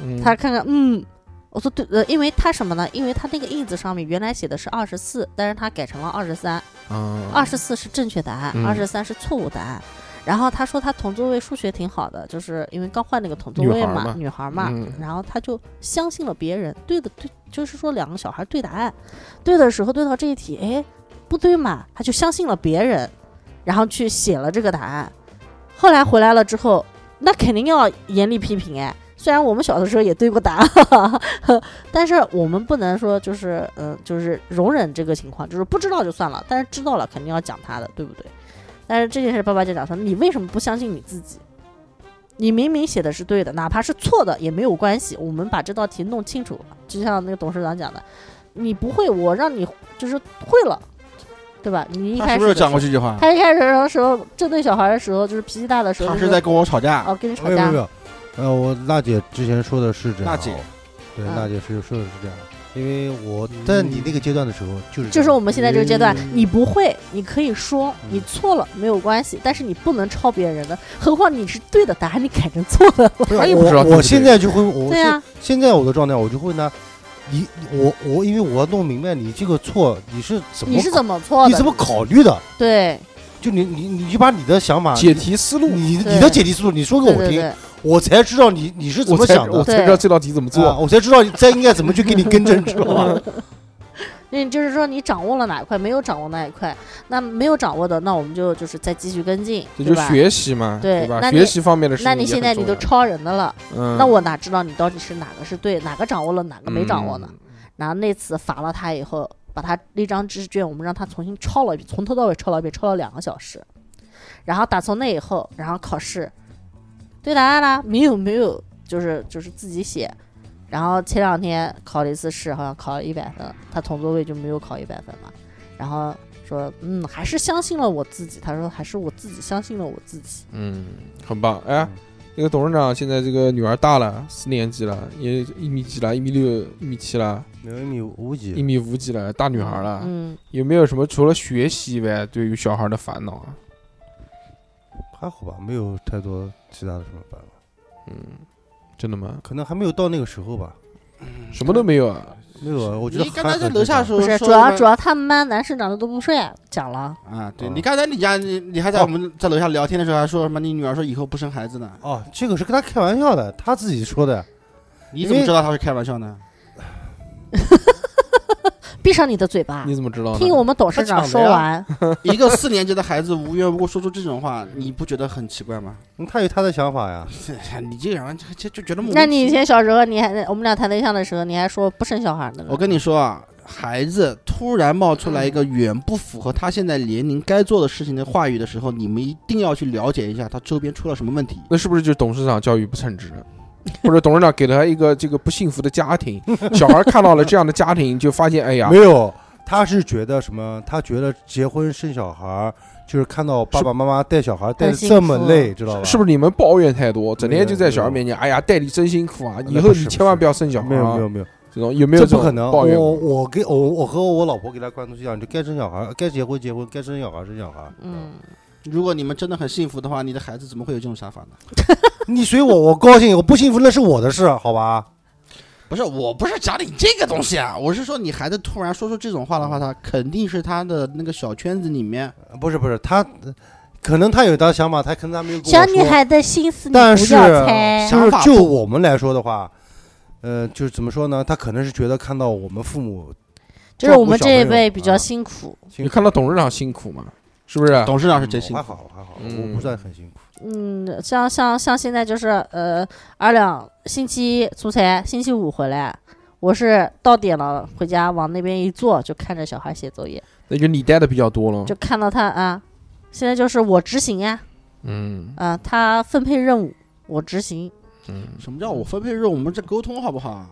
[SPEAKER 1] 嗯
[SPEAKER 5] 他看看，嗯，我说对，呃，因为他什么呢？因为他那个印子上面原来写的是二十四，但是他改成了二十三，
[SPEAKER 1] 嗯
[SPEAKER 5] 二十四是正确答案，
[SPEAKER 1] 嗯
[SPEAKER 5] 二十三是错误答案。然后他说他同座位数学挺好的，就是因为刚换那个同座
[SPEAKER 1] 女
[SPEAKER 5] 位
[SPEAKER 1] 孩儿
[SPEAKER 5] 嘛，
[SPEAKER 1] 嘛
[SPEAKER 5] 女孩儿嘛，
[SPEAKER 1] 嗯
[SPEAKER 5] 然后他就相信了别人，对的对，就是说两个小孩对答案，对的时候对到这一题，哎，不对嘛，他就相信了别人，然后去写了这个答案。后来回来了之后，那肯定要严厉批评哎。虽然我们小的时候也对过答案，但是我们不能说就是嗯、呃就是容忍这个情况，就是不知道就算了，但是知道了肯定要讲他的，对不对？但是这件事，爸爸就讲说，你为什么不相信你自己？你明明写的是对的，哪怕是错的也没有关系，我们把这道题弄清楚。就像那个董事长讲的，你不会，我让你就是会了，对吧？你一
[SPEAKER 4] 他
[SPEAKER 5] 开始
[SPEAKER 4] 是不是
[SPEAKER 5] 的时
[SPEAKER 4] 讲
[SPEAKER 5] 候
[SPEAKER 4] 过这句话？
[SPEAKER 5] 他一开始的时候针对小孩的时候，就是脾气大的时候，
[SPEAKER 4] 他
[SPEAKER 5] 就是
[SPEAKER 4] 在跟我吵架。
[SPEAKER 5] 哦跟你吵
[SPEAKER 3] 没有没
[SPEAKER 5] 架
[SPEAKER 3] 有没，有，呃，我娜姐之前说的是这样啊，
[SPEAKER 4] 娜姐
[SPEAKER 3] 对
[SPEAKER 5] 嗯
[SPEAKER 3] 娜姐是说的是这样，因为我在嗯你那个阶段的时候就是这
[SPEAKER 5] 就
[SPEAKER 3] 样
[SPEAKER 5] 是我们现在这个阶段
[SPEAKER 4] 嗯，
[SPEAKER 5] 你不会，你可以说
[SPEAKER 3] 嗯
[SPEAKER 5] 你错了没有关系，但是你不能抄别人的，何况你是对的答案，你改成错的了。
[SPEAKER 3] 不是
[SPEAKER 1] 他也
[SPEAKER 3] 啊我
[SPEAKER 1] 不知道对不对
[SPEAKER 3] 我现在就会，我
[SPEAKER 5] 对啊
[SPEAKER 3] 现现在我的状态，我就会呢，你我我，因为我要弄明白你这个错你是怎么
[SPEAKER 5] 你是怎么错
[SPEAKER 3] 你
[SPEAKER 5] 的
[SPEAKER 3] 怎？么考虑的，
[SPEAKER 5] 对
[SPEAKER 3] 就你你你就把你的想法
[SPEAKER 1] 解题思路，
[SPEAKER 3] 你
[SPEAKER 5] 对
[SPEAKER 3] 你的解题思路，你说给
[SPEAKER 5] 对
[SPEAKER 3] 我
[SPEAKER 5] 对
[SPEAKER 3] 听，
[SPEAKER 5] 对，
[SPEAKER 3] 我才知道你你是怎
[SPEAKER 1] 我
[SPEAKER 3] 么
[SPEAKER 1] 才
[SPEAKER 3] 想
[SPEAKER 1] 我
[SPEAKER 3] 的，
[SPEAKER 1] 才知道这道题怎么
[SPEAKER 3] 啊
[SPEAKER 1] 做。
[SPEAKER 3] 我才知道你再应该怎么去给你更正，知道 吗？
[SPEAKER 5] 那就是说你掌握了哪一块，没有掌握哪一块，那没有掌握的，那我们就就是再继续跟进，
[SPEAKER 1] 这
[SPEAKER 5] 对
[SPEAKER 1] 就是
[SPEAKER 5] 吧？
[SPEAKER 1] 学习嘛，
[SPEAKER 5] 对
[SPEAKER 1] 吧？
[SPEAKER 5] 那你
[SPEAKER 1] 学习方面的事情
[SPEAKER 5] 那
[SPEAKER 1] 也很重要。
[SPEAKER 5] 你现在你都超人的了，
[SPEAKER 1] 嗯，
[SPEAKER 5] 那我哪知道你到底是哪个是对，哪个掌握了，哪个没掌握呢？
[SPEAKER 1] 嗯？
[SPEAKER 5] 然后那次罚了他以后，把他那张知识卷我们让他重新抄了一遍，从头到尾抄了一遍，抄了两个小时。然后打从那以后，然后考试，对答案啦，没有没有，就是就是自己写。然后前两天考了一次试，好像考了一百分，他同座位就没有考一百分嘛。然后说，嗯，还是相信了我自己。他说，还是我自己相信了我自己。
[SPEAKER 1] 嗯，很棒。哎，那个董事长现在这个女儿大了，四年级了，也一米几了，一米六、一米七了，
[SPEAKER 3] 有一米五
[SPEAKER 1] 一
[SPEAKER 3] 几，
[SPEAKER 1] 米五几了，大女孩了。
[SPEAKER 5] 嗯，
[SPEAKER 1] 有没有什么除了学习以外，对于小孩的烦恼啊？
[SPEAKER 3] 还好吧，没有太多其他的什么办法，
[SPEAKER 1] 真的吗？
[SPEAKER 3] 可能还没有到那个时候吧。
[SPEAKER 1] 什么都没有啊？
[SPEAKER 3] 没有啊，我觉得
[SPEAKER 4] 你刚才
[SPEAKER 3] 还
[SPEAKER 4] 在
[SPEAKER 3] 很
[SPEAKER 4] 楼下
[SPEAKER 3] 正常
[SPEAKER 4] 说
[SPEAKER 5] 不是，
[SPEAKER 4] 说
[SPEAKER 5] 主
[SPEAKER 4] 什
[SPEAKER 5] 要
[SPEAKER 4] 么
[SPEAKER 5] 主要他们班男生长得都不帅，讲了。
[SPEAKER 4] 啊，对
[SPEAKER 3] 哦
[SPEAKER 4] 你刚才你家你你还在
[SPEAKER 3] 哦
[SPEAKER 4] 我们在楼下聊天的时候还说什么？你女儿说以后不生孩子呢？
[SPEAKER 3] 哦，这个是跟他开玩笑的，他自己说的。
[SPEAKER 4] 你怎么知道她是开玩 笑呢？
[SPEAKER 5] 闭上你的嘴巴，
[SPEAKER 1] 你怎么知道呢？
[SPEAKER 5] 听我们董事长
[SPEAKER 3] 他抢的
[SPEAKER 5] 说
[SPEAKER 3] 呀
[SPEAKER 1] 啊
[SPEAKER 5] 完。
[SPEAKER 4] 一个四年级的孩子无缘无故说出这种话，你不觉得很奇怪吗？
[SPEAKER 3] 嗯他有他的想法呀，
[SPEAKER 4] 你这样这这就觉得莫名
[SPEAKER 5] 那你以
[SPEAKER 4] 其妙
[SPEAKER 5] 前小时候，你还我们俩谈对象的时候，你还说不生小孩呢？嗯
[SPEAKER 4] 我跟你说啊，孩子突然冒出来一个远不符合他现在年龄该做的事情的话语的时候，你们一定要去了解一下他周边出了什么问题。
[SPEAKER 1] 那是不是就是董事长教育不称职， 或者董事长给了他一个这个不幸福的家庭，小孩看到了这样的家庭，就发现哎呀
[SPEAKER 3] 没，有，他是觉得什么？他觉得结婚生小孩儿就是看到爸爸妈妈带小孩带的
[SPEAKER 5] 很辛苦
[SPEAKER 3] 这么累，知道吧？
[SPEAKER 1] 是不是你们抱怨太多，整天就在小孩
[SPEAKER 3] 没有
[SPEAKER 1] 面前，哎呀，代理真辛苦啊，
[SPEAKER 3] 那
[SPEAKER 1] 以后
[SPEAKER 3] 不
[SPEAKER 1] 你
[SPEAKER 3] 是
[SPEAKER 1] 千万不要生小孩
[SPEAKER 3] 没有没
[SPEAKER 1] 啊，
[SPEAKER 3] 有没有，
[SPEAKER 1] 这种有没有
[SPEAKER 3] 这
[SPEAKER 1] 种
[SPEAKER 3] 不可能。
[SPEAKER 1] 抱怨
[SPEAKER 3] 我
[SPEAKER 1] 过？
[SPEAKER 3] 我给我我和我老婆给他灌输思想，就该生小孩儿，该结婚结婚，该生小孩儿生小孩儿。
[SPEAKER 5] 嗯，
[SPEAKER 4] 如果你们真的很幸福的话，你的孩子怎么会有这种想法呢？
[SPEAKER 3] 你随我，我高兴，我不幸福那是我的事，好吧？
[SPEAKER 4] 不是，我不是讲你这个东西啊，我是说你孩子突然说出这种话的话，他肯定是他的那个小圈子里面，
[SPEAKER 3] 不是不是，他可能他有他的想法，他可能他没有跟
[SPEAKER 5] 小
[SPEAKER 3] 我
[SPEAKER 5] 女
[SPEAKER 3] 说。
[SPEAKER 5] 孩的心思你
[SPEAKER 3] 但
[SPEAKER 5] 不
[SPEAKER 3] 是
[SPEAKER 5] 要猜。
[SPEAKER 3] 就是
[SPEAKER 4] 想法
[SPEAKER 3] 就
[SPEAKER 4] 不
[SPEAKER 3] 我们来说的话，呃，就是怎么说呢？他可能是觉得看到我们父母
[SPEAKER 5] 就是我们这一
[SPEAKER 3] 照顾小朋
[SPEAKER 5] 辈
[SPEAKER 3] 友
[SPEAKER 5] 比较
[SPEAKER 3] 啊
[SPEAKER 5] 辛苦，
[SPEAKER 1] 你看到董事长辛苦吗？是不是？
[SPEAKER 4] 董事长是真
[SPEAKER 3] 嗯
[SPEAKER 4] 辛
[SPEAKER 3] 我还
[SPEAKER 4] 苦。
[SPEAKER 3] 好，我还好，
[SPEAKER 1] 嗯
[SPEAKER 3] 我不算很辛苦。
[SPEAKER 5] 嗯，像像像现在就是呃，二两星期一出差，星期五回来，我是到点了回家往那边一坐，就看着小孩写作业，
[SPEAKER 1] 那就你带的比较多了
[SPEAKER 5] 就。看到他啊，现在就是我执行呀，
[SPEAKER 1] 嗯，
[SPEAKER 5] 啊，他分配任务我执行，
[SPEAKER 4] 什么叫
[SPEAKER 3] 嗯
[SPEAKER 4] 我分配任务？我们这沟通好不好？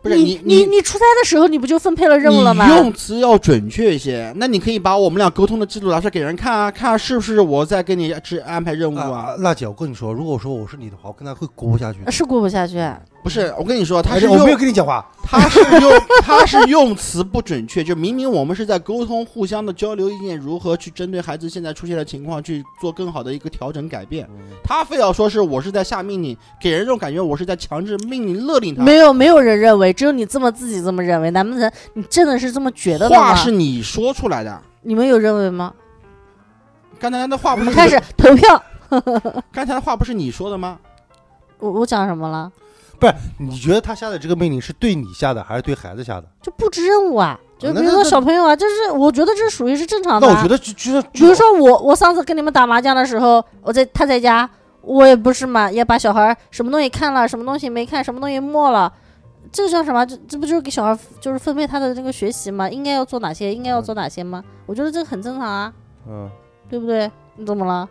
[SPEAKER 4] 不是
[SPEAKER 5] 你
[SPEAKER 4] 你
[SPEAKER 5] 你出差的时候你不就分配了任务了吗？
[SPEAKER 4] 你用词要准确一些。那你可以把我们俩沟通的记录拿出来给人看啊，看是不是我在给你只安排任务
[SPEAKER 3] 啊，
[SPEAKER 4] 啊？
[SPEAKER 3] 娜姐，我跟你说，如果说我是你的话，我跟他会过不下去的。
[SPEAKER 5] 是过不下去，啊
[SPEAKER 4] 不是，我跟你说，他
[SPEAKER 3] 而
[SPEAKER 4] 是
[SPEAKER 3] 且我没有
[SPEAKER 4] 用
[SPEAKER 3] 跟你讲话，
[SPEAKER 4] 他是用 他是用词不准确，就明明我们是在沟通、互相的交流意见，如何去针对孩子现在出现的情况去做更好的一个调整改变。
[SPEAKER 3] 嗯
[SPEAKER 4] 他非要说是我是在下命令，给人这种感觉我是在强制命令勒令他。
[SPEAKER 5] 没有没有人认为，只有你这么自己这么认为。难不成你真的是这么觉得的吗
[SPEAKER 4] 话？是你说出来的，
[SPEAKER 5] 你们有认为吗？
[SPEAKER 4] 刚才的话
[SPEAKER 5] 我
[SPEAKER 4] 不是
[SPEAKER 5] 们
[SPEAKER 4] 你
[SPEAKER 5] 开始投票。
[SPEAKER 4] 刚才的话不是你说的吗？
[SPEAKER 5] 我我讲什么了？
[SPEAKER 3] 你觉得他下的这个命令是对你下的，还是对孩子下的？
[SPEAKER 5] 就布置任务啊，就比如
[SPEAKER 3] 哦那
[SPEAKER 5] 说
[SPEAKER 3] 那
[SPEAKER 5] 小朋友啊，就是我觉得这属于是正常
[SPEAKER 3] 那
[SPEAKER 5] 的、
[SPEAKER 3] 我
[SPEAKER 5] 啊
[SPEAKER 3] 觉。得就就
[SPEAKER 5] 比如说我我上次跟你们打麻将的时候，我在他在家，我也不是嘛，也把小孩儿什么东西看了，什么东西没看，什么东西默了。这个叫什么？这这不就是给小孩儿就是分配他的这个学习吗？应该要做哪些，应该要做哪些吗？我觉得这个很正常啊，
[SPEAKER 3] 嗯，
[SPEAKER 5] 对不对？你怎么了？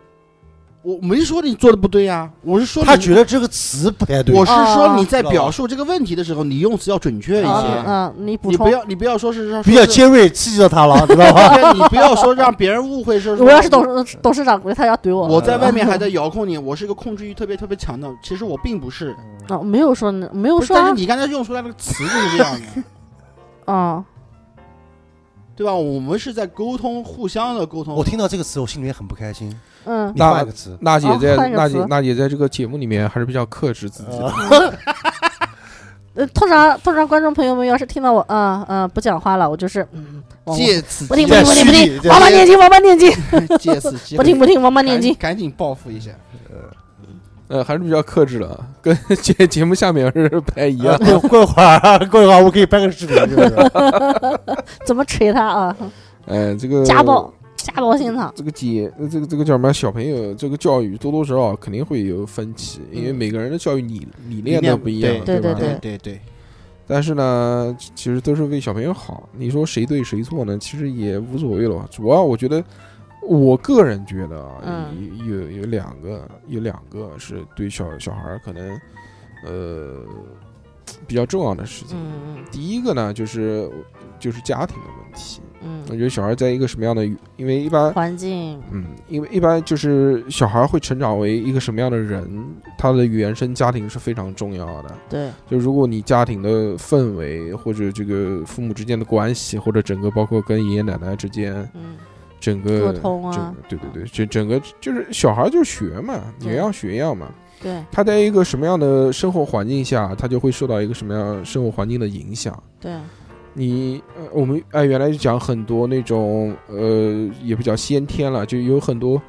[SPEAKER 4] 我没说你做的不对呀、我是说
[SPEAKER 6] 他
[SPEAKER 4] 你
[SPEAKER 6] 觉得这个词不太对。
[SPEAKER 4] 我是说
[SPEAKER 5] 哦
[SPEAKER 4] 你在
[SPEAKER 6] 知道
[SPEAKER 4] 表
[SPEAKER 6] 吧
[SPEAKER 4] 述这个问题的时候，你用词要准确一
[SPEAKER 5] 嗯嗯
[SPEAKER 4] 些，
[SPEAKER 5] 嗯，你补
[SPEAKER 4] 你
[SPEAKER 5] 充
[SPEAKER 4] 不。要你不要说 是让
[SPEAKER 6] 比较尖锐，刺激到他了，知道 吧？
[SPEAKER 4] 对你不要说让别人误会是。
[SPEAKER 5] 我要是董事董事长，估计他要怼我了。
[SPEAKER 4] 我在外面还在遥控你，我是一个控制欲特别特别强的，其实我并不是。
[SPEAKER 5] 啊，没有说那没有
[SPEAKER 4] 不是
[SPEAKER 5] 说
[SPEAKER 4] 但是
[SPEAKER 5] 啊
[SPEAKER 4] 你刚才用出来那个词就是这样的，
[SPEAKER 5] 嗯，
[SPEAKER 4] 对吧？我们是在沟通，互相的沟通。
[SPEAKER 6] 我听到这个词，我心里面很不开心。
[SPEAKER 5] 嗯，
[SPEAKER 6] 你换一个 词，
[SPEAKER 1] 娜姐在
[SPEAKER 5] 哦换一个
[SPEAKER 1] 娜
[SPEAKER 5] 词
[SPEAKER 1] 姐娜姐在这个节目里面还是比较克制自己
[SPEAKER 3] 嗯
[SPEAKER 1] 的，
[SPEAKER 5] 呃，通常通常观众朋友们要是听到我啊啊不讲话了，我就是嗯，王
[SPEAKER 4] 借此
[SPEAKER 5] 不听不
[SPEAKER 4] 机
[SPEAKER 5] 听不 听不听，王八念经，王八念经，
[SPEAKER 4] 借此机
[SPEAKER 5] 不
[SPEAKER 4] 会
[SPEAKER 5] 听不听，王八
[SPEAKER 4] 赶
[SPEAKER 5] 念经。
[SPEAKER 4] 赶紧报复一下。
[SPEAKER 1] 呃，还是比较克制的，跟 节节目下面是不太一样。
[SPEAKER 6] 过过一呃会儿啊， 过一会儿我可以拍个视频，是不 是？
[SPEAKER 5] 怎么锤他啊？
[SPEAKER 4] 呃
[SPEAKER 1] 哎，这个
[SPEAKER 5] 家暴，家暴现 场。
[SPEAKER 1] 这个姐，呃这个这个叫什么？小朋友，这个教育多多少少肯定会有分歧，因为
[SPEAKER 4] 嗯
[SPEAKER 1] 每个人的教育理理
[SPEAKER 4] 理
[SPEAKER 1] 念
[SPEAKER 4] 念
[SPEAKER 1] 都
[SPEAKER 4] 不
[SPEAKER 1] 不一样，
[SPEAKER 5] 对
[SPEAKER 1] 吧？
[SPEAKER 5] 对
[SPEAKER 4] 对对，
[SPEAKER 1] 但是呢，其其实都是为小朋友好。你说谁对谁错呢？其实也无所谓了吧。主要我觉得，我个人觉得啊，有有有两个，有两个是对小小孩儿可能，呃，比较重要的事情。
[SPEAKER 5] 嗯
[SPEAKER 1] 第一个呢，就是就是家庭的问题。
[SPEAKER 5] 嗯
[SPEAKER 1] 我
[SPEAKER 5] 嗯，
[SPEAKER 1] 觉得小孩在一个什么样的语，因为一般，
[SPEAKER 5] 环境，
[SPEAKER 1] 嗯，因为一般就是小孩会成长为一个什么样的人，他的原生家庭是非常重要的。
[SPEAKER 5] 对，
[SPEAKER 1] 就如果你家庭的氛围，或者这个父母之间的关系，或者整个包括跟爷爷奶奶之间，
[SPEAKER 5] 嗯，
[SPEAKER 1] 整
[SPEAKER 5] 沟
[SPEAKER 1] 个
[SPEAKER 5] 通啊
[SPEAKER 1] 整个对对对，整整个就是小孩就是学嘛，
[SPEAKER 5] 对
[SPEAKER 1] 有样学样嘛。
[SPEAKER 5] 对
[SPEAKER 1] 他在一个什么样的生活环境下，他就会受到一个什么样生活环境的影响。
[SPEAKER 5] 对，
[SPEAKER 1] 你呃，我们哎，原来就讲很多那种呃，也比较先天了，就有很多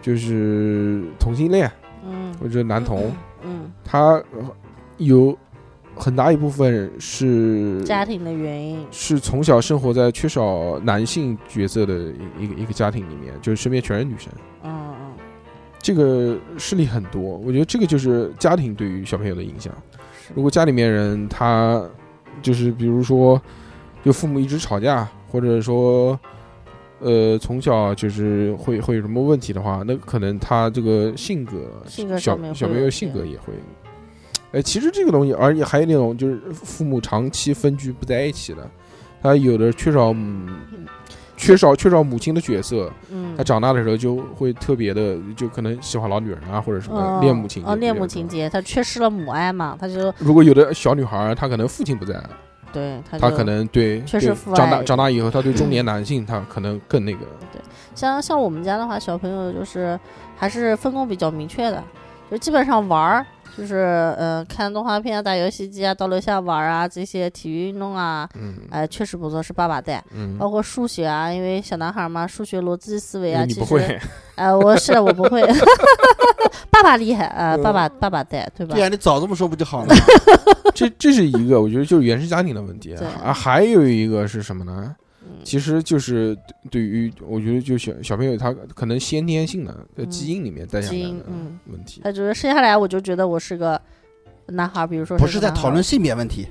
[SPEAKER 1] 就是同性恋
[SPEAKER 5] 嗯，
[SPEAKER 1] 或者男童，
[SPEAKER 5] 嗯，
[SPEAKER 1] 他呃有很大一部分是
[SPEAKER 5] 嗯家庭的原因，
[SPEAKER 1] 是从小生活在缺少男性角色的一一个一个家庭里面，就是身边全是女生，
[SPEAKER 5] 嗯嗯，
[SPEAKER 1] 这个势力很多。我觉得这个就是家庭对于小朋友的影响。
[SPEAKER 5] 是
[SPEAKER 1] 如果家里面人他就是比如说，就父母一直吵架，或者说，呃，从小就是会会有什么问题的话，那可能他这个性格，
[SPEAKER 5] 性格
[SPEAKER 1] 小
[SPEAKER 5] 上面会
[SPEAKER 1] 小朋
[SPEAKER 5] 有
[SPEAKER 1] 友
[SPEAKER 5] 一
[SPEAKER 1] 性
[SPEAKER 5] 些
[SPEAKER 1] 格也会。哎，其实这个东西，而且还有那种就是父母长期分居不在一起的，他有的缺少母，缺少缺少母亲的角色，
[SPEAKER 5] 嗯
[SPEAKER 1] 他，长大的时候就会特别的，就可能喜欢老女人啊，或者什么
[SPEAKER 5] 嗯
[SPEAKER 1] 恋母情
[SPEAKER 5] 哦，
[SPEAKER 1] 节
[SPEAKER 5] 恋
[SPEAKER 1] 这
[SPEAKER 5] 母
[SPEAKER 1] 种
[SPEAKER 5] 情节，他缺失了母爱嘛，他就
[SPEAKER 1] 如果有的小女孩儿，她可能父亲不在，
[SPEAKER 5] 对他
[SPEAKER 1] 她
[SPEAKER 5] 就
[SPEAKER 1] 可能对
[SPEAKER 5] 确实
[SPEAKER 1] 对
[SPEAKER 5] 父爱
[SPEAKER 1] 长大长大以后，她对中年男性，她可能更那个。
[SPEAKER 5] 像像我们家的话，小朋友就是还是分工比较明确的，就基本上玩儿，就是呃看动画片啊、打游戏机啊、到楼下玩儿啊这些体育运动啊，
[SPEAKER 1] 嗯
[SPEAKER 5] 哎、确实不错，是爸爸带。
[SPEAKER 1] 嗯，
[SPEAKER 5] 包括数学啊，因为小男孩嘛，数学逻辑思维啊，
[SPEAKER 1] 你
[SPEAKER 5] 其
[SPEAKER 1] 不
[SPEAKER 5] 实
[SPEAKER 1] 会，
[SPEAKER 5] 哎、我是我不 会，爸爸厉害啊、呃爸爸爸爸带，对吧
[SPEAKER 4] 嗯对？呀，啊你早这么说不就好了吗？
[SPEAKER 1] 这这是一个，我觉得就是原生家庭的问题
[SPEAKER 5] 对
[SPEAKER 1] 啊。还有一个是什么呢？
[SPEAKER 5] 嗯
[SPEAKER 1] 其实就是对对于我觉得就小小朋友他可能先天性的在基因里面带下
[SPEAKER 5] 嗯基
[SPEAKER 1] 来
[SPEAKER 5] 因
[SPEAKER 1] 的，
[SPEAKER 5] 嗯，
[SPEAKER 1] 问题。
[SPEAKER 5] 他就是生下来我就觉得我是个男孩儿，比如说
[SPEAKER 4] 不
[SPEAKER 5] 是
[SPEAKER 4] 是
[SPEAKER 5] 个
[SPEAKER 4] 在
[SPEAKER 5] 男孩
[SPEAKER 4] 讨
[SPEAKER 5] 儿
[SPEAKER 4] 论性别问题，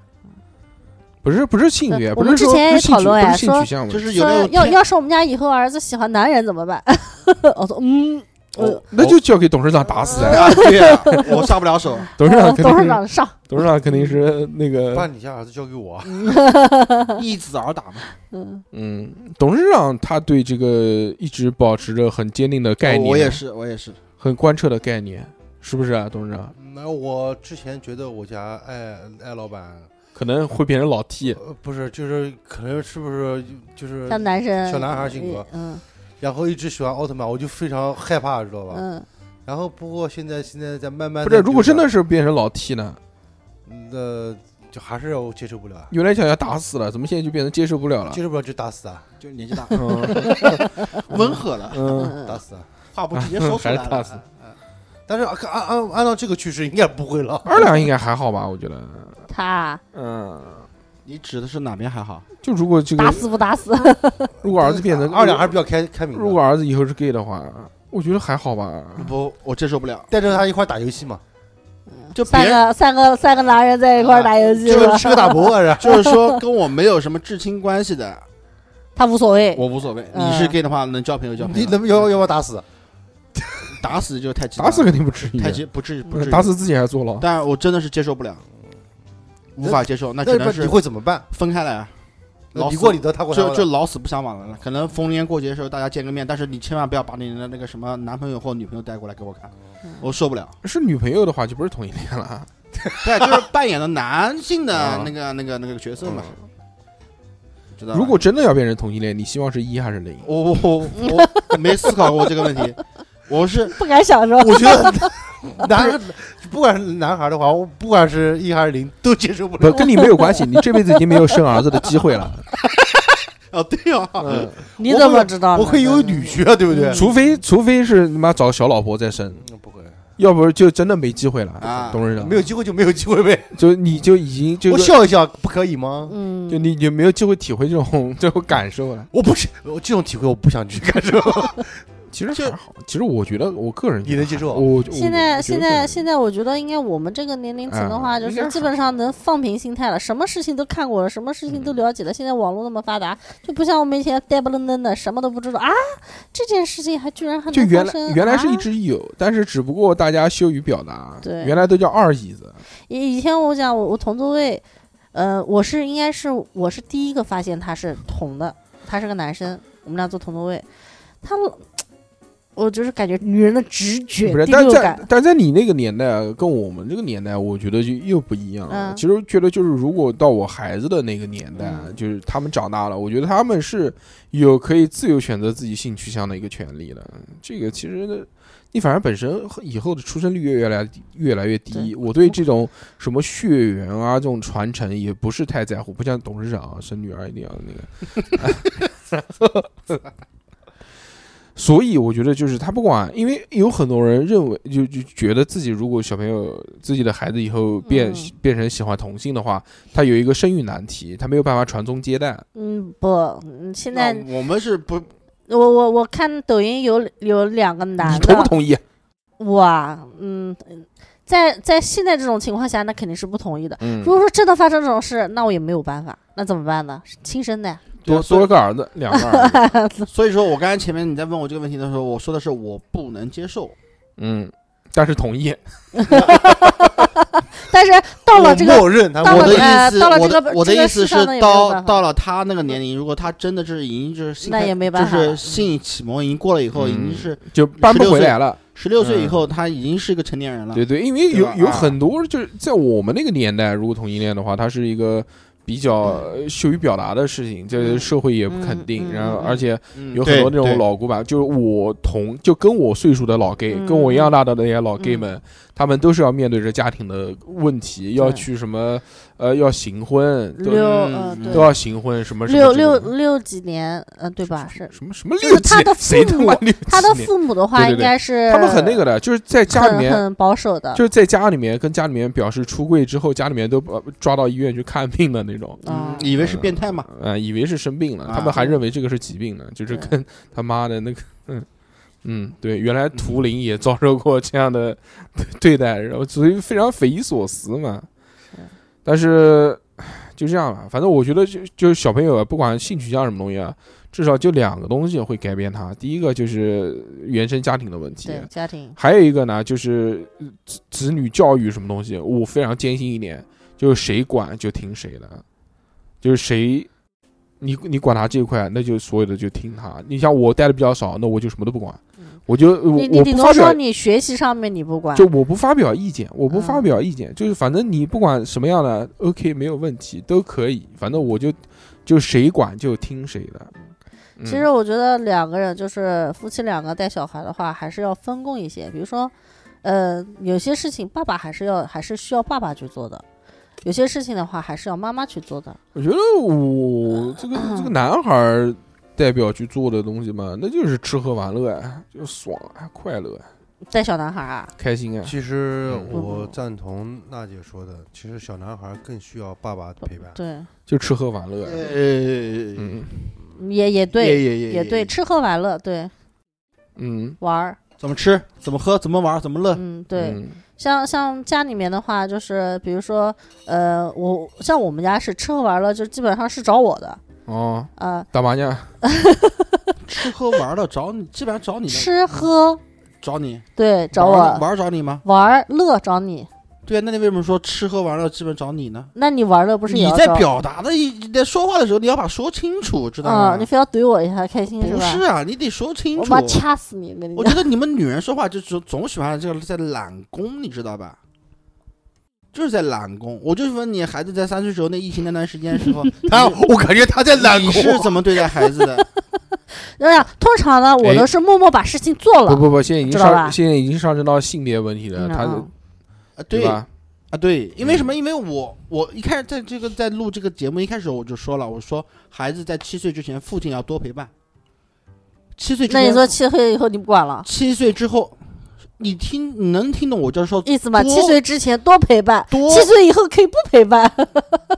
[SPEAKER 1] 不是不是性别，
[SPEAKER 5] 对
[SPEAKER 1] 不
[SPEAKER 5] 我们
[SPEAKER 1] 是说
[SPEAKER 5] 之前
[SPEAKER 1] 不是性
[SPEAKER 5] 也讨
[SPEAKER 1] 取
[SPEAKER 5] 论
[SPEAKER 1] 不
[SPEAKER 5] 哎
[SPEAKER 1] 是性
[SPEAKER 5] 说
[SPEAKER 1] 取向
[SPEAKER 4] 就
[SPEAKER 1] 问题。
[SPEAKER 4] 是有那
[SPEAKER 5] 说
[SPEAKER 4] 种
[SPEAKER 5] 要
[SPEAKER 4] 天
[SPEAKER 5] 要是我们家以后儿子喜欢男人怎么办？ 我说 嗯，我
[SPEAKER 1] 呃哦那就交给董事长打死啊！
[SPEAKER 4] 啊，对呀，我下不了手。
[SPEAKER 1] 董事长肯
[SPEAKER 5] 董
[SPEAKER 1] 定
[SPEAKER 5] 事
[SPEAKER 1] 是
[SPEAKER 5] 长上，
[SPEAKER 1] 董事长肯定是那个
[SPEAKER 6] 把你家儿子交给我，
[SPEAKER 4] 一子而打嘛，
[SPEAKER 5] 嗯
[SPEAKER 1] 嗯，董事长他对这个一直保持着很坚定的概念，
[SPEAKER 4] 哦
[SPEAKER 1] 啊
[SPEAKER 4] 我也是，我也是。
[SPEAKER 1] 很贯彻的概念，是不是啊？董事长
[SPEAKER 6] 嗯那我之前觉得我家艾艾老板，
[SPEAKER 1] 可能会变成老 T，
[SPEAKER 6] 呃，不是，就是可能是不是就是，
[SPEAKER 5] 像男生
[SPEAKER 6] 小男孩儿性格，
[SPEAKER 5] 嗯
[SPEAKER 6] 然后一直喜欢奥特曼，我就非常害怕，知道吧？
[SPEAKER 5] 嗯，
[SPEAKER 6] 然后不过现在现在在慢慢
[SPEAKER 1] 不
[SPEAKER 6] 地
[SPEAKER 1] 是？如果
[SPEAKER 6] 觉
[SPEAKER 1] 真
[SPEAKER 6] 得
[SPEAKER 1] 的是变成老 T 呢？
[SPEAKER 6] 那就还是我接受不了啊，
[SPEAKER 1] 原来想要打死了，怎么现在就变成接受不了了
[SPEAKER 6] 接？受不了就打死啊，
[SPEAKER 4] 就年纪大，
[SPEAKER 1] 嗯
[SPEAKER 4] 温和了，
[SPEAKER 1] 嗯，
[SPEAKER 6] 打死啊！
[SPEAKER 4] 话不直接说出来
[SPEAKER 1] 还是打死
[SPEAKER 4] 了。
[SPEAKER 6] 但是按按按按照这个趋势，应该不会了。
[SPEAKER 1] 二两应该还好吧？我觉得，
[SPEAKER 5] 他
[SPEAKER 1] 嗯，
[SPEAKER 4] 你指的是哪边还好？
[SPEAKER 1] 就如果这
[SPEAKER 5] 打
[SPEAKER 1] 个，
[SPEAKER 5] 死不打死，
[SPEAKER 1] 如果儿子变成
[SPEAKER 6] 二两，还是比较开开明的。
[SPEAKER 1] 如果儿子以后是 gay 的话，我觉得还好吧。
[SPEAKER 4] 不，我接受不了。
[SPEAKER 6] 带着他一块儿打游戏嘛，
[SPEAKER 4] 就别
[SPEAKER 5] 三
[SPEAKER 4] 人。
[SPEAKER 5] 个三个三个男人在一块儿打游戏
[SPEAKER 6] 吃
[SPEAKER 5] 了
[SPEAKER 6] 个，吃个大伯啊是吧
[SPEAKER 4] 就是说跟我没有什么至亲关系的，
[SPEAKER 5] 他无所谓，
[SPEAKER 4] 我无所谓。
[SPEAKER 5] 嗯
[SPEAKER 4] 你是 gay 的话，能交朋友交朋
[SPEAKER 6] 你
[SPEAKER 4] 友，
[SPEAKER 6] 能不能要要不要打死？
[SPEAKER 4] 打死就是太极
[SPEAKER 1] 打
[SPEAKER 4] 端了，
[SPEAKER 1] 死肯定不至于，
[SPEAKER 4] 太极不至于不至于
[SPEAKER 1] 打，死自己还是坐牢。
[SPEAKER 4] 但我真的是接受不了，无法接受，那只
[SPEAKER 6] 那
[SPEAKER 4] 能
[SPEAKER 6] 不你
[SPEAKER 4] 是
[SPEAKER 6] 会怎么办？
[SPEAKER 4] 分开来啊，老
[SPEAKER 6] 你
[SPEAKER 4] 死
[SPEAKER 6] 过你的，他过他
[SPEAKER 4] 就就
[SPEAKER 6] 的。
[SPEAKER 4] 老死不相往来了。可能逢年过节的时候大家见个面，但是你千万不要把你的那个什么男朋友或女朋友带过来给我看，我受不了。
[SPEAKER 1] 是女朋友的话，就不是同性恋了 啊。
[SPEAKER 4] 对，就是扮演的男性的
[SPEAKER 1] 啊嗯
[SPEAKER 4] 那个那个那个角色嘛，知道吧？
[SPEAKER 1] 如果真的要变成同性恋，你希望是一还是零？
[SPEAKER 4] 我我我我我没思考过这个问题，我是
[SPEAKER 5] 不敢想是吧？
[SPEAKER 6] 我觉得 男孩，不管是男孩的话，我不管是一还是零，都接受不
[SPEAKER 1] 不
[SPEAKER 6] 了。
[SPEAKER 1] 跟你没有关系，你这辈子已经没有生儿子的机会 了，
[SPEAKER 4] 哦对哦，
[SPEAKER 1] 嗯，
[SPEAKER 5] 你
[SPEAKER 6] 我
[SPEAKER 5] 怎
[SPEAKER 6] 会
[SPEAKER 5] 么知道呢？
[SPEAKER 6] 啊我会有女婿啊，对不对？
[SPEAKER 1] 除非除非是你妈找小老婆再生，
[SPEAKER 5] 嗯
[SPEAKER 6] 不会，
[SPEAKER 1] 要不就真的没机会了
[SPEAKER 4] 啊，
[SPEAKER 1] 董事长
[SPEAKER 6] 没。有机会就没有机会 呗。
[SPEAKER 1] 就你就已经就
[SPEAKER 6] 我笑一笑不可以吗？
[SPEAKER 5] 嗯，
[SPEAKER 1] 就你就没有机会体会这种这种感受了。
[SPEAKER 6] 我不是，我这种体会我不想去感 受。
[SPEAKER 1] 其实还好，其实我觉得我个人觉
[SPEAKER 6] 你
[SPEAKER 1] 得
[SPEAKER 6] 能接受啊
[SPEAKER 1] 还好我
[SPEAKER 5] 现在现在
[SPEAKER 1] 现
[SPEAKER 5] 现在，我觉得应该我们这个年龄层的
[SPEAKER 1] 啊
[SPEAKER 5] 话，就
[SPEAKER 1] 应该
[SPEAKER 5] 是基本上能放平心态了，什么事情都看过了，什么事情都了解了。现在网络那么发达，就不像我们以前呆不愣登的，什么都不知道啊，这件事情还居然还
[SPEAKER 1] 就
[SPEAKER 5] 能
[SPEAKER 1] 原来
[SPEAKER 5] 发生。
[SPEAKER 1] 原来是一
[SPEAKER 5] 啊
[SPEAKER 1] 直有，但是只不过大家羞于表达，
[SPEAKER 5] 对
[SPEAKER 1] 原来都叫二椅子，
[SPEAKER 5] 以以前我讲我我同座位，呃，我是应该是我是第一个发现他是同的，他是个男生，我们俩坐同座位，他老我就是感觉女人的直觉
[SPEAKER 1] 不是？
[SPEAKER 5] 第
[SPEAKER 1] 但
[SPEAKER 5] 六
[SPEAKER 1] 在
[SPEAKER 5] 感，
[SPEAKER 1] 但在你那个年代跟我们这个年代，我觉得就又不一样了。
[SPEAKER 5] 嗯
[SPEAKER 1] 其实觉得就是，如果到我孩子的那个年代，
[SPEAKER 5] 嗯
[SPEAKER 1] 就是他们长大了，我觉得他们是有可以自由选择自己性取向的一个权利的。这个其实呢。你反而本身和以后的出生率越来越来越低，
[SPEAKER 5] 对
[SPEAKER 1] 我对这种什么血缘啊这种传承也不是太在乎，不像董事长、啊、生女儿一定要那个， 所以我觉得就是他不管，因为有很多人认为就就觉得自己如果小朋友自己的孩子以后变、
[SPEAKER 5] 嗯
[SPEAKER 1] 变成喜欢同性的话，他有一个生育难题，他没有办法传宗接代。
[SPEAKER 5] 嗯，不，嗯现在
[SPEAKER 4] 那啊我们是不
[SPEAKER 5] 我我我看抖音有有两个
[SPEAKER 1] 你
[SPEAKER 5] 男的
[SPEAKER 1] 同不，同意？
[SPEAKER 5] 我啊嗯，在在现在这种情况下，那肯定是不同意的。
[SPEAKER 1] 嗯
[SPEAKER 5] 如，果说真的发生这种事，那我也没有办法，那怎么办呢？是亲生的呀，
[SPEAKER 1] 多多了个儿子，两个 儿子。
[SPEAKER 4] 啊所以说我刚才前面你在问我这个问题的时候，我说的是我不能接受，
[SPEAKER 1] 嗯，但是同意。
[SPEAKER 5] 但是到了这个
[SPEAKER 6] 我默认他
[SPEAKER 5] 到
[SPEAKER 4] 我
[SPEAKER 5] 了
[SPEAKER 4] 的
[SPEAKER 5] 呃
[SPEAKER 4] 意思，
[SPEAKER 5] 到了
[SPEAKER 4] 我
[SPEAKER 5] 这个
[SPEAKER 4] 的我的
[SPEAKER 5] 这个
[SPEAKER 4] 意思
[SPEAKER 5] 世
[SPEAKER 4] 是
[SPEAKER 5] 上呢也没有
[SPEAKER 4] 到
[SPEAKER 5] 办法
[SPEAKER 4] 到了他那个年龄，如果他真的就是已经就是性
[SPEAKER 5] 那
[SPEAKER 4] 开
[SPEAKER 5] 也没办
[SPEAKER 4] 就
[SPEAKER 5] 法
[SPEAKER 4] 是
[SPEAKER 5] 了嗯
[SPEAKER 4] 性启蒙已经过了以后，已经
[SPEAKER 1] 嗯
[SPEAKER 4] 是
[SPEAKER 1] 就搬不回来了。
[SPEAKER 4] 十六岁以
[SPEAKER 1] 嗯
[SPEAKER 4] 后，他已经是一个成年人了。
[SPEAKER 1] 对对，因为
[SPEAKER 4] 对
[SPEAKER 1] 有
[SPEAKER 4] 吧
[SPEAKER 1] 有
[SPEAKER 4] 啊
[SPEAKER 1] 很多就是在我们那个年代，如果同性恋的话，它是一个比较呃羞于表达的事情，这
[SPEAKER 4] 嗯
[SPEAKER 1] 社会也不肯定，
[SPEAKER 5] 嗯嗯嗯
[SPEAKER 1] 然后
[SPEAKER 5] 嗯
[SPEAKER 1] 而且
[SPEAKER 4] 嗯，
[SPEAKER 1] 有很多那
[SPEAKER 4] 对
[SPEAKER 1] 种，老古板，就是我同就跟我岁数的老 gay，跟
[SPEAKER 5] 嗯
[SPEAKER 1] 我一样大的那些老 gay 们，他们都是要面对着家庭的问题，要去什么呃要行婚，都
[SPEAKER 5] 嗯六呃
[SPEAKER 4] 嗯
[SPEAKER 5] 对
[SPEAKER 1] 都要行婚什么什么
[SPEAKER 5] 六
[SPEAKER 1] 这个
[SPEAKER 5] 六六几年，呃对吧？是
[SPEAKER 1] 什么什么
[SPEAKER 5] 就是
[SPEAKER 1] 六级
[SPEAKER 5] 他的，父
[SPEAKER 1] 谁他妈
[SPEAKER 5] 母
[SPEAKER 1] 六级
[SPEAKER 5] 他的
[SPEAKER 1] 呢
[SPEAKER 5] 父母的话，
[SPEAKER 1] 对对
[SPEAKER 5] 应
[SPEAKER 1] 对
[SPEAKER 5] 该是
[SPEAKER 1] 他们很那个的，就是在家里
[SPEAKER 5] 很
[SPEAKER 1] 面
[SPEAKER 5] 很保守的，
[SPEAKER 1] 就是在家里面跟家里面表示出柜之后，家里面都把抓到医院去看病的那种，
[SPEAKER 5] 啊
[SPEAKER 4] 嗯，以为是变态嘛？
[SPEAKER 1] 呃，以为是生病了，
[SPEAKER 4] 啊
[SPEAKER 1] 他们还认为这个是疾病呢，就是
[SPEAKER 5] 对
[SPEAKER 1] 跟他妈的那个，嗯嗯，对，原来图灵也遭受过这样的
[SPEAKER 5] 嗯
[SPEAKER 1] 对待，然后所以非常匪夷所思嘛。但是就这样吧，反正我觉得就就是小朋友啊，不管性取向什么东西啊，至少就两个东西会改变他，第一个就是原生家庭的问题，啊
[SPEAKER 5] 对家庭，
[SPEAKER 1] 还有一个呢，就是呃子子女教育什么东西，我非常坚信一点，就是谁管就听谁的，就是谁，你你管他这一块，那就所有的就听他。你像我带的比较少，那我就什么都不管，我就我
[SPEAKER 5] 嗯你你
[SPEAKER 1] 我
[SPEAKER 5] 顶
[SPEAKER 1] 不
[SPEAKER 5] 多
[SPEAKER 1] 发
[SPEAKER 5] 说
[SPEAKER 1] 表，
[SPEAKER 5] 你学习上面你不管，
[SPEAKER 1] 就我不发表意见，我不发
[SPEAKER 5] 嗯
[SPEAKER 1] 表意见，就是反正你不管什么样的，OK 没有问题，都可以，反正我就就谁管就听谁的。嗯
[SPEAKER 5] 其实我觉得两个人就是夫妻两个带小孩的话，还是要分工一些。比如说，呃，有些事情爸爸还是要还是需要爸爸去做的，有些事情的话还是要妈妈去做的。
[SPEAKER 1] 我觉得我这 个这个男孩儿代表去做的东西嘛，那就是吃喝玩乐啊，就爽啊，快乐啊，
[SPEAKER 5] 带小男孩啊，
[SPEAKER 1] 开心啊。
[SPEAKER 6] 其实
[SPEAKER 1] 嗯
[SPEAKER 6] 我赞同娜姐说的，其实小男孩更需要爸爸陪伴。
[SPEAKER 5] 对，
[SPEAKER 1] 就吃喝玩乐啊。
[SPEAKER 4] 呃，
[SPEAKER 1] 嗯
[SPEAKER 5] 也也
[SPEAKER 4] 也
[SPEAKER 5] 对，
[SPEAKER 4] 也也
[SPEAKER 5] 也对，，吃喝玩乐，对，
[SPEAKER 1] 嗯，
[SPEAKER 5] 玩儿，
[SPEAKER 4] 怎么吃，怎么喝，怎么玩，怎么乐，
[SPEAKER 5] 嗯，对。
[SPEAKER 1] 嗯
[SPEAKER 5] 像像家里面的话，就是比如说，呃，我像我们家是吃喝玩乐，就基本上是找我的，
[SPEAKER 1] 哦，
[SPEAKER 5] 呃，
[SPEAKER 1] 打麻将，
[SPEAKER 4] 吃喝玩乐找你，基本上找你的
[SPEAKER 5] 吃喝
[SPEAKER 4] 找你
[SPEAKER 5] 对，找
[SPEAKER 4] 玩儿
[SPEAKER 5] 我
[SPEAKER 4] 玩儿找你吗？
[SPEAKER 5] 玩儿乐找你，
[SPEAKER 4] 对啊，那你为什么说吃喝玩乐基本找你呢？
[SPEAKER 5] 那你玩乐不是
[SPEAKER 4] 你
[SPEAKER 5] 也要
[SPEAKER 4] 在
[SPEAKER 5] 找我
[SPEAKER 4] 表达的一你在说话的时候，你要把说清楚，知道
[SPEAKER 5] 啊、
[SPEAKER 4] 吗？
[SPEAKER 5] 你非要怼我一下开心
[SPEAKER 4] 不
[SPEAKER 5] 吧？
[SPEAKER 4] 是啊，你得说清
[SPEAKER 5] 我
[SPEAKER 4] 楚
[SPEAKER 5] 妈。掐死你！我跟你
[SPEAKER 4] 我
[SPEAKER 5] 讲，
[SPEAKER 4] 觉得你们女人说话就总总喜欢这个在懒工，你知道吧？就是在懒工。我就问你，孩子在三岁时候那疫情那段时间时候，
[SPEAKER 6] 他我感觉他在懒
[SPEAKER 4] 你是
[SPEAKER 6] 惰，
[SPEAKER 4] 怎么对待孩子 的？
[SPEAKER 5] 哎呀，通常呢，我
[SPEAKER 1] 哎
[SPEAKER 5] 都是默默把事情做了。
[SPEAKER 1] 不不不，现在已经
[SPEAKER 5] 知道吧
[SPEAKER 1] 上，现在已经上升到性别问题了，
[SPEAKER 5] 嗯
[SPEAKER 1] 他是
[SPEAKER 5] 嗯
[SPEAKER 4] 啊，
[SPEAKER 1] 对
[SPEAKER 4] 对啊，
[SPEAKER 1] 吧？
[SPEAKER 4] 对，因为什么？因为我我一开始在这个在录这个节目一开始我就说了，我说孩子在七岁之前，父亲要多陪伴。七岁之
[SPEAKER 5] 那
[SPEAKER 4] 前
[SPEAKER 5] 你说七岁以后你不管了，
[SPEAKER 4] 七岁之后，你听你能听懂我就是说，
[SPEAKER 5] 意思吗？
[SPEAKER 4] 多
[SPEAKER 5] 七岁之前多陪伴，
[SPEAKER 4] 多
[SPEAKER 5] 七岁以后可以不陪伴。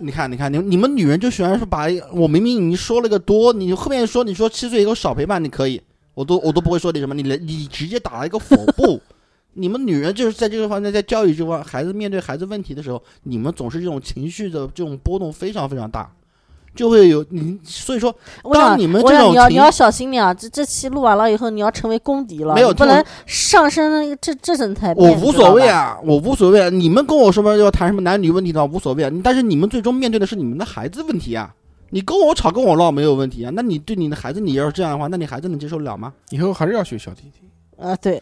[SPEAKER 4] 你看，你看，你你们女人就喜欢说把我明明已经说了个多，你后面说你说七岁以后少陪伴，你可以，我都我都不会说你什么，你连你直接打了一个否不。 你们女人就是在这个方面，在教育这方，孩子面对孩子问题的时候，你们总是这种情绪的这种波动非常非常大，就会有你，所以说
[SPEAKER 5] 我想
[SPEAKER 4] 你们
[SPEAKER 5] 我
[SPEAKER 4] 这
[SPEAKER 5] 想
[SPEAKER 4] 种
[SPEAKER 5] 你要
[SPEAKER 4] 情
[SPEAKER 5] 你要小心点啊！这这期录完了以后，你要成为公敌了，
[SPEAKER 4] 没有
[SPEAKER 5] 你不
[SPEAKER 4] 听我
[SPEAKER 5] 能上升这这层台
[SPEAKER 4] 我
[SPEAKER 5] 面。
[SPEAKER 4] 无
[SPEAKER 5] 你知道
[SPEAKER 4] 所谓
[SPEAKER 5] 吧！
[SPEAKER 4] 啊，我无所谓啊。你们跟我什么要谈什么男女问题的，无所谓啊。但是你们最终面对的是你们的孩子问题啊。你跟我吵跟我闹没有问题啊，那你对你的孩子，你要是这样的话，那你孩子能接受了吗？
[SPEAKER 1] 以后还是要学小提琴。
[SPEAKER 5] 啊，对，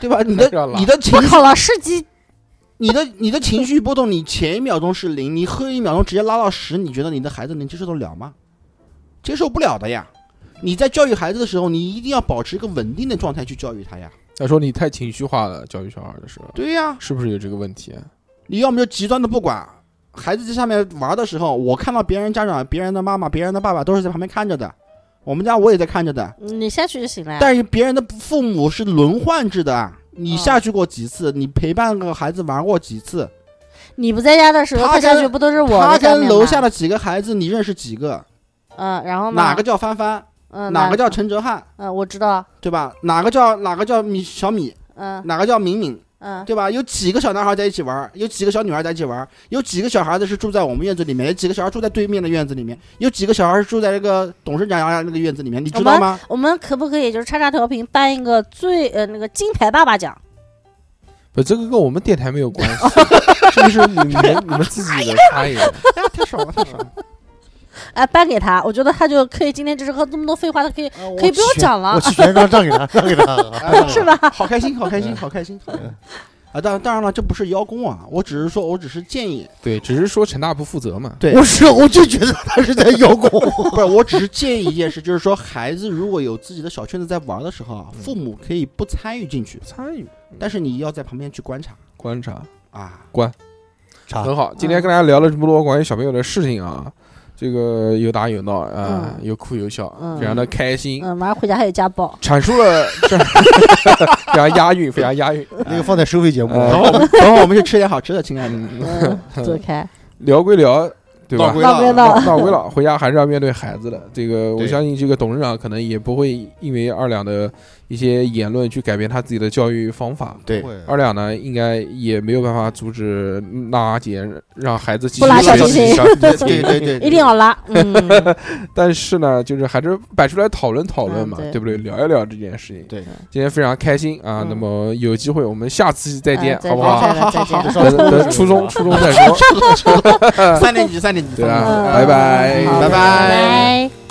[SPEAKER 4] 对吧？你
[SPEAKER 1] 还是要
[SPEAKER 4] 的
[SPEAKER 1] 拉
[SPEAKER 4] 你的情
[SPEAKER 5] 我考了市级，
[SPEAKER 4] 你的你的情绪波动，你前一秒钟是零，你后一秒钟直接拉到十，你觉得你的孩子能接受得了吗？接受不了的呀。你在教育孩子的时候，你一定要保持一个稳定的状态去教育他呀。
[SPEAKER 1] 他说你太情绪化了，教育小孩的时候，
[SPEAKER 4] 对呀、
[SPEAKER 1] 是不是有这个问题啊？
[SPEAKER 4] 你要么就极端的不管，孩子在下面玩的时候，我看到别人家长、别人的妈妈、别人的爸爸都是在旁边看着的，我们家我也在看着的，
[SPEAKER 5] 嗯你下去就行了呀。
[SPEAKER 4] 但是别人的父母是轮换制的啊。你下去过几次？你陪伴个孩子玩过几次？
[SPEAKER 5] 你不在家的时候，
[SPEAKER 4] 他
[SPEAKER 5] 他下
[SPEAKER 4] 跟
[SPEAKER 5] 去不都是我在
[SPEAKER 4] 他
[SPEAKER 5] 下
[SPEAKER 4] 跟
[SPEAKER 5] 面
[SPEAKER 4] 楼
[SPEAKER 5] 吗
[SPEAKER 4] 下的几个孩子，你认识几个？
[SPEAKER 5] 嗯，然后嘛
[SPEAKER 4] 哪个叫帆帆？
[SPEAKER 5] 嗯
[SPEAKER 4] 哪个叫陈哲瀚？
[SPEAKER 5] 嗯，我知道，
[SPEAKER 4] 对吧？哪个叫哪个叫米小米？
[SPEAKER 5] 嗯
[SPEAKER 4] 哪个叫敏敏？
[SPEAKER 5] 嗯，
[SPEAKER 4] 对吧？有几个小男孩在一起玩儿，有几个小女孩在一起玩儿，有几个小孩子是住在我们院子里面，有几个小孩住在对面的院子里面，有几个小孩是住在那个董事长家那个院子里面，你知道吗？
[SPEAKER 5] 我们可不可以就是叉叉调频颁一个最呃那个金牌爸爸奖？
[SPEAKER 1] 不，这个跟我们电台没有关 系，这个是你们你们自己的差异。
[SPEAKER 4] 哎呀，太爽了，太 爽了！
[SPEAKER 5] 哎，颁给他，我觉得他就可以今天就是和这么多废话，他可以可以不用讲了
[SPEAKER 6] 我，去全让让给他， 让给他。啊
[SPEAKER 3] 哎
[SPEAKER 5] 是吧？
[SPEAKER 1] 呃
[SPEAKER 4] 好开心，好开
[SPEAKER 1] 嗯
[SPEAKER 4] 心，好开心！好开心啊，当当然了，这不是邀功啊，我只是说，我只是建议，
[SPEAKER 1] 对，只是说陈大不负责嘛。
[SPEAKER 4] 对
[SPEAKER 6] 我是我就觉得他是在邀功，
[SPEAKER 4] 不是，我只是建议一件事，就是说，孩子如果有自己的小圈子在玩的时候啊，父母可以不参与进去，
[SPEAKER 1] 参与
[SPEAKER 4] 但是你要在旁边去观察
[SPEAKER 1] 观察
[SPEAKER 4] 啊。
[SPEAKER 5] 啊
[SPEAKER 6] 啥？
[SPEAKER 1] 很好。
[SPEAKER 5] 嗯
[SPEAKER 1] 今天跟大家聊了这么多关于小朋友的事情啊，这个有打有闹啊，
[SPEAKER 5] 嗯
[SPEAKER 1] 有哭有笑，
[SPEAKER 5] 嗯
[SPEAKER 1] 非常的开心，
[SPEAKER 5] 嗯，晚上回家还有家暴，
[SPEAKER 1] 阐述了这 非常押韵，非常押韵。
[SPEAKER 6] 那个放在收费节目，
[SPEAKER 1] 呃
[SPEAKER 4] 等会儿我们，等会儿我们去吃点好吃的，亲爱的。
[SPEAKER 1] 嗯，
[SPEAKER 5] 嗯，走开，
[SPEAKER 1] 聊归聊，对吧？
[SPEAKER 5] 闹归闹，
[SPEAKER 1] 闹归了，回家还是要面对孩子的。这个我
[SPEAKER 6] 对
[SPEAKER 1] 相信，这个董事长可能也不会因为二两的一些言论去改变他自己的教育方法。
[SPEAKER 4] 对，
[SPEAKER 1] 二两呢，应该也没有办法阻止娜姐让孩子继续
[SPEAKER 5] 不拉
[SPEAKER 1] 学习
[SPEAKER 5] 小提琴
[SPEAKER 1] 小提琴
[SPEAKER 4] 对对对，
[SPEAKER 5] 一定要拉，嗯，
[SPEAKER 1] 但是呢，就是还是摆出来讨论讨论嘛，
[SPEAKER 5] 嗯对
[SPEAKER 1] 对不对？聊一聊这件事情。
[SPEAKER 4] 对，
[SPEAKER 1] 今天非常开心啊！
[SPEAKER 5] 嗯
[SPEAKER 1] 那么有机会我们下次再见
[SPEAKER 5] 嗯，再
[SPEAKER 1] 好不
[SPEAKER 5] 见
[SPEAKER 1] 好？
[SPEAKER 5] 再见再见
[SPEAKER 1] 等等呃初中初中再说，
[SPEAKER 4] 三年级，三年级，
[SPEAKER 1] 对啊
[SPEAKER 5] 嗯，
[SPEAKER 1] 拜拜
[SPEAKER 5] 好拜
[SPEAKER 4] 拜拜
[SPEAKER 5] 拜。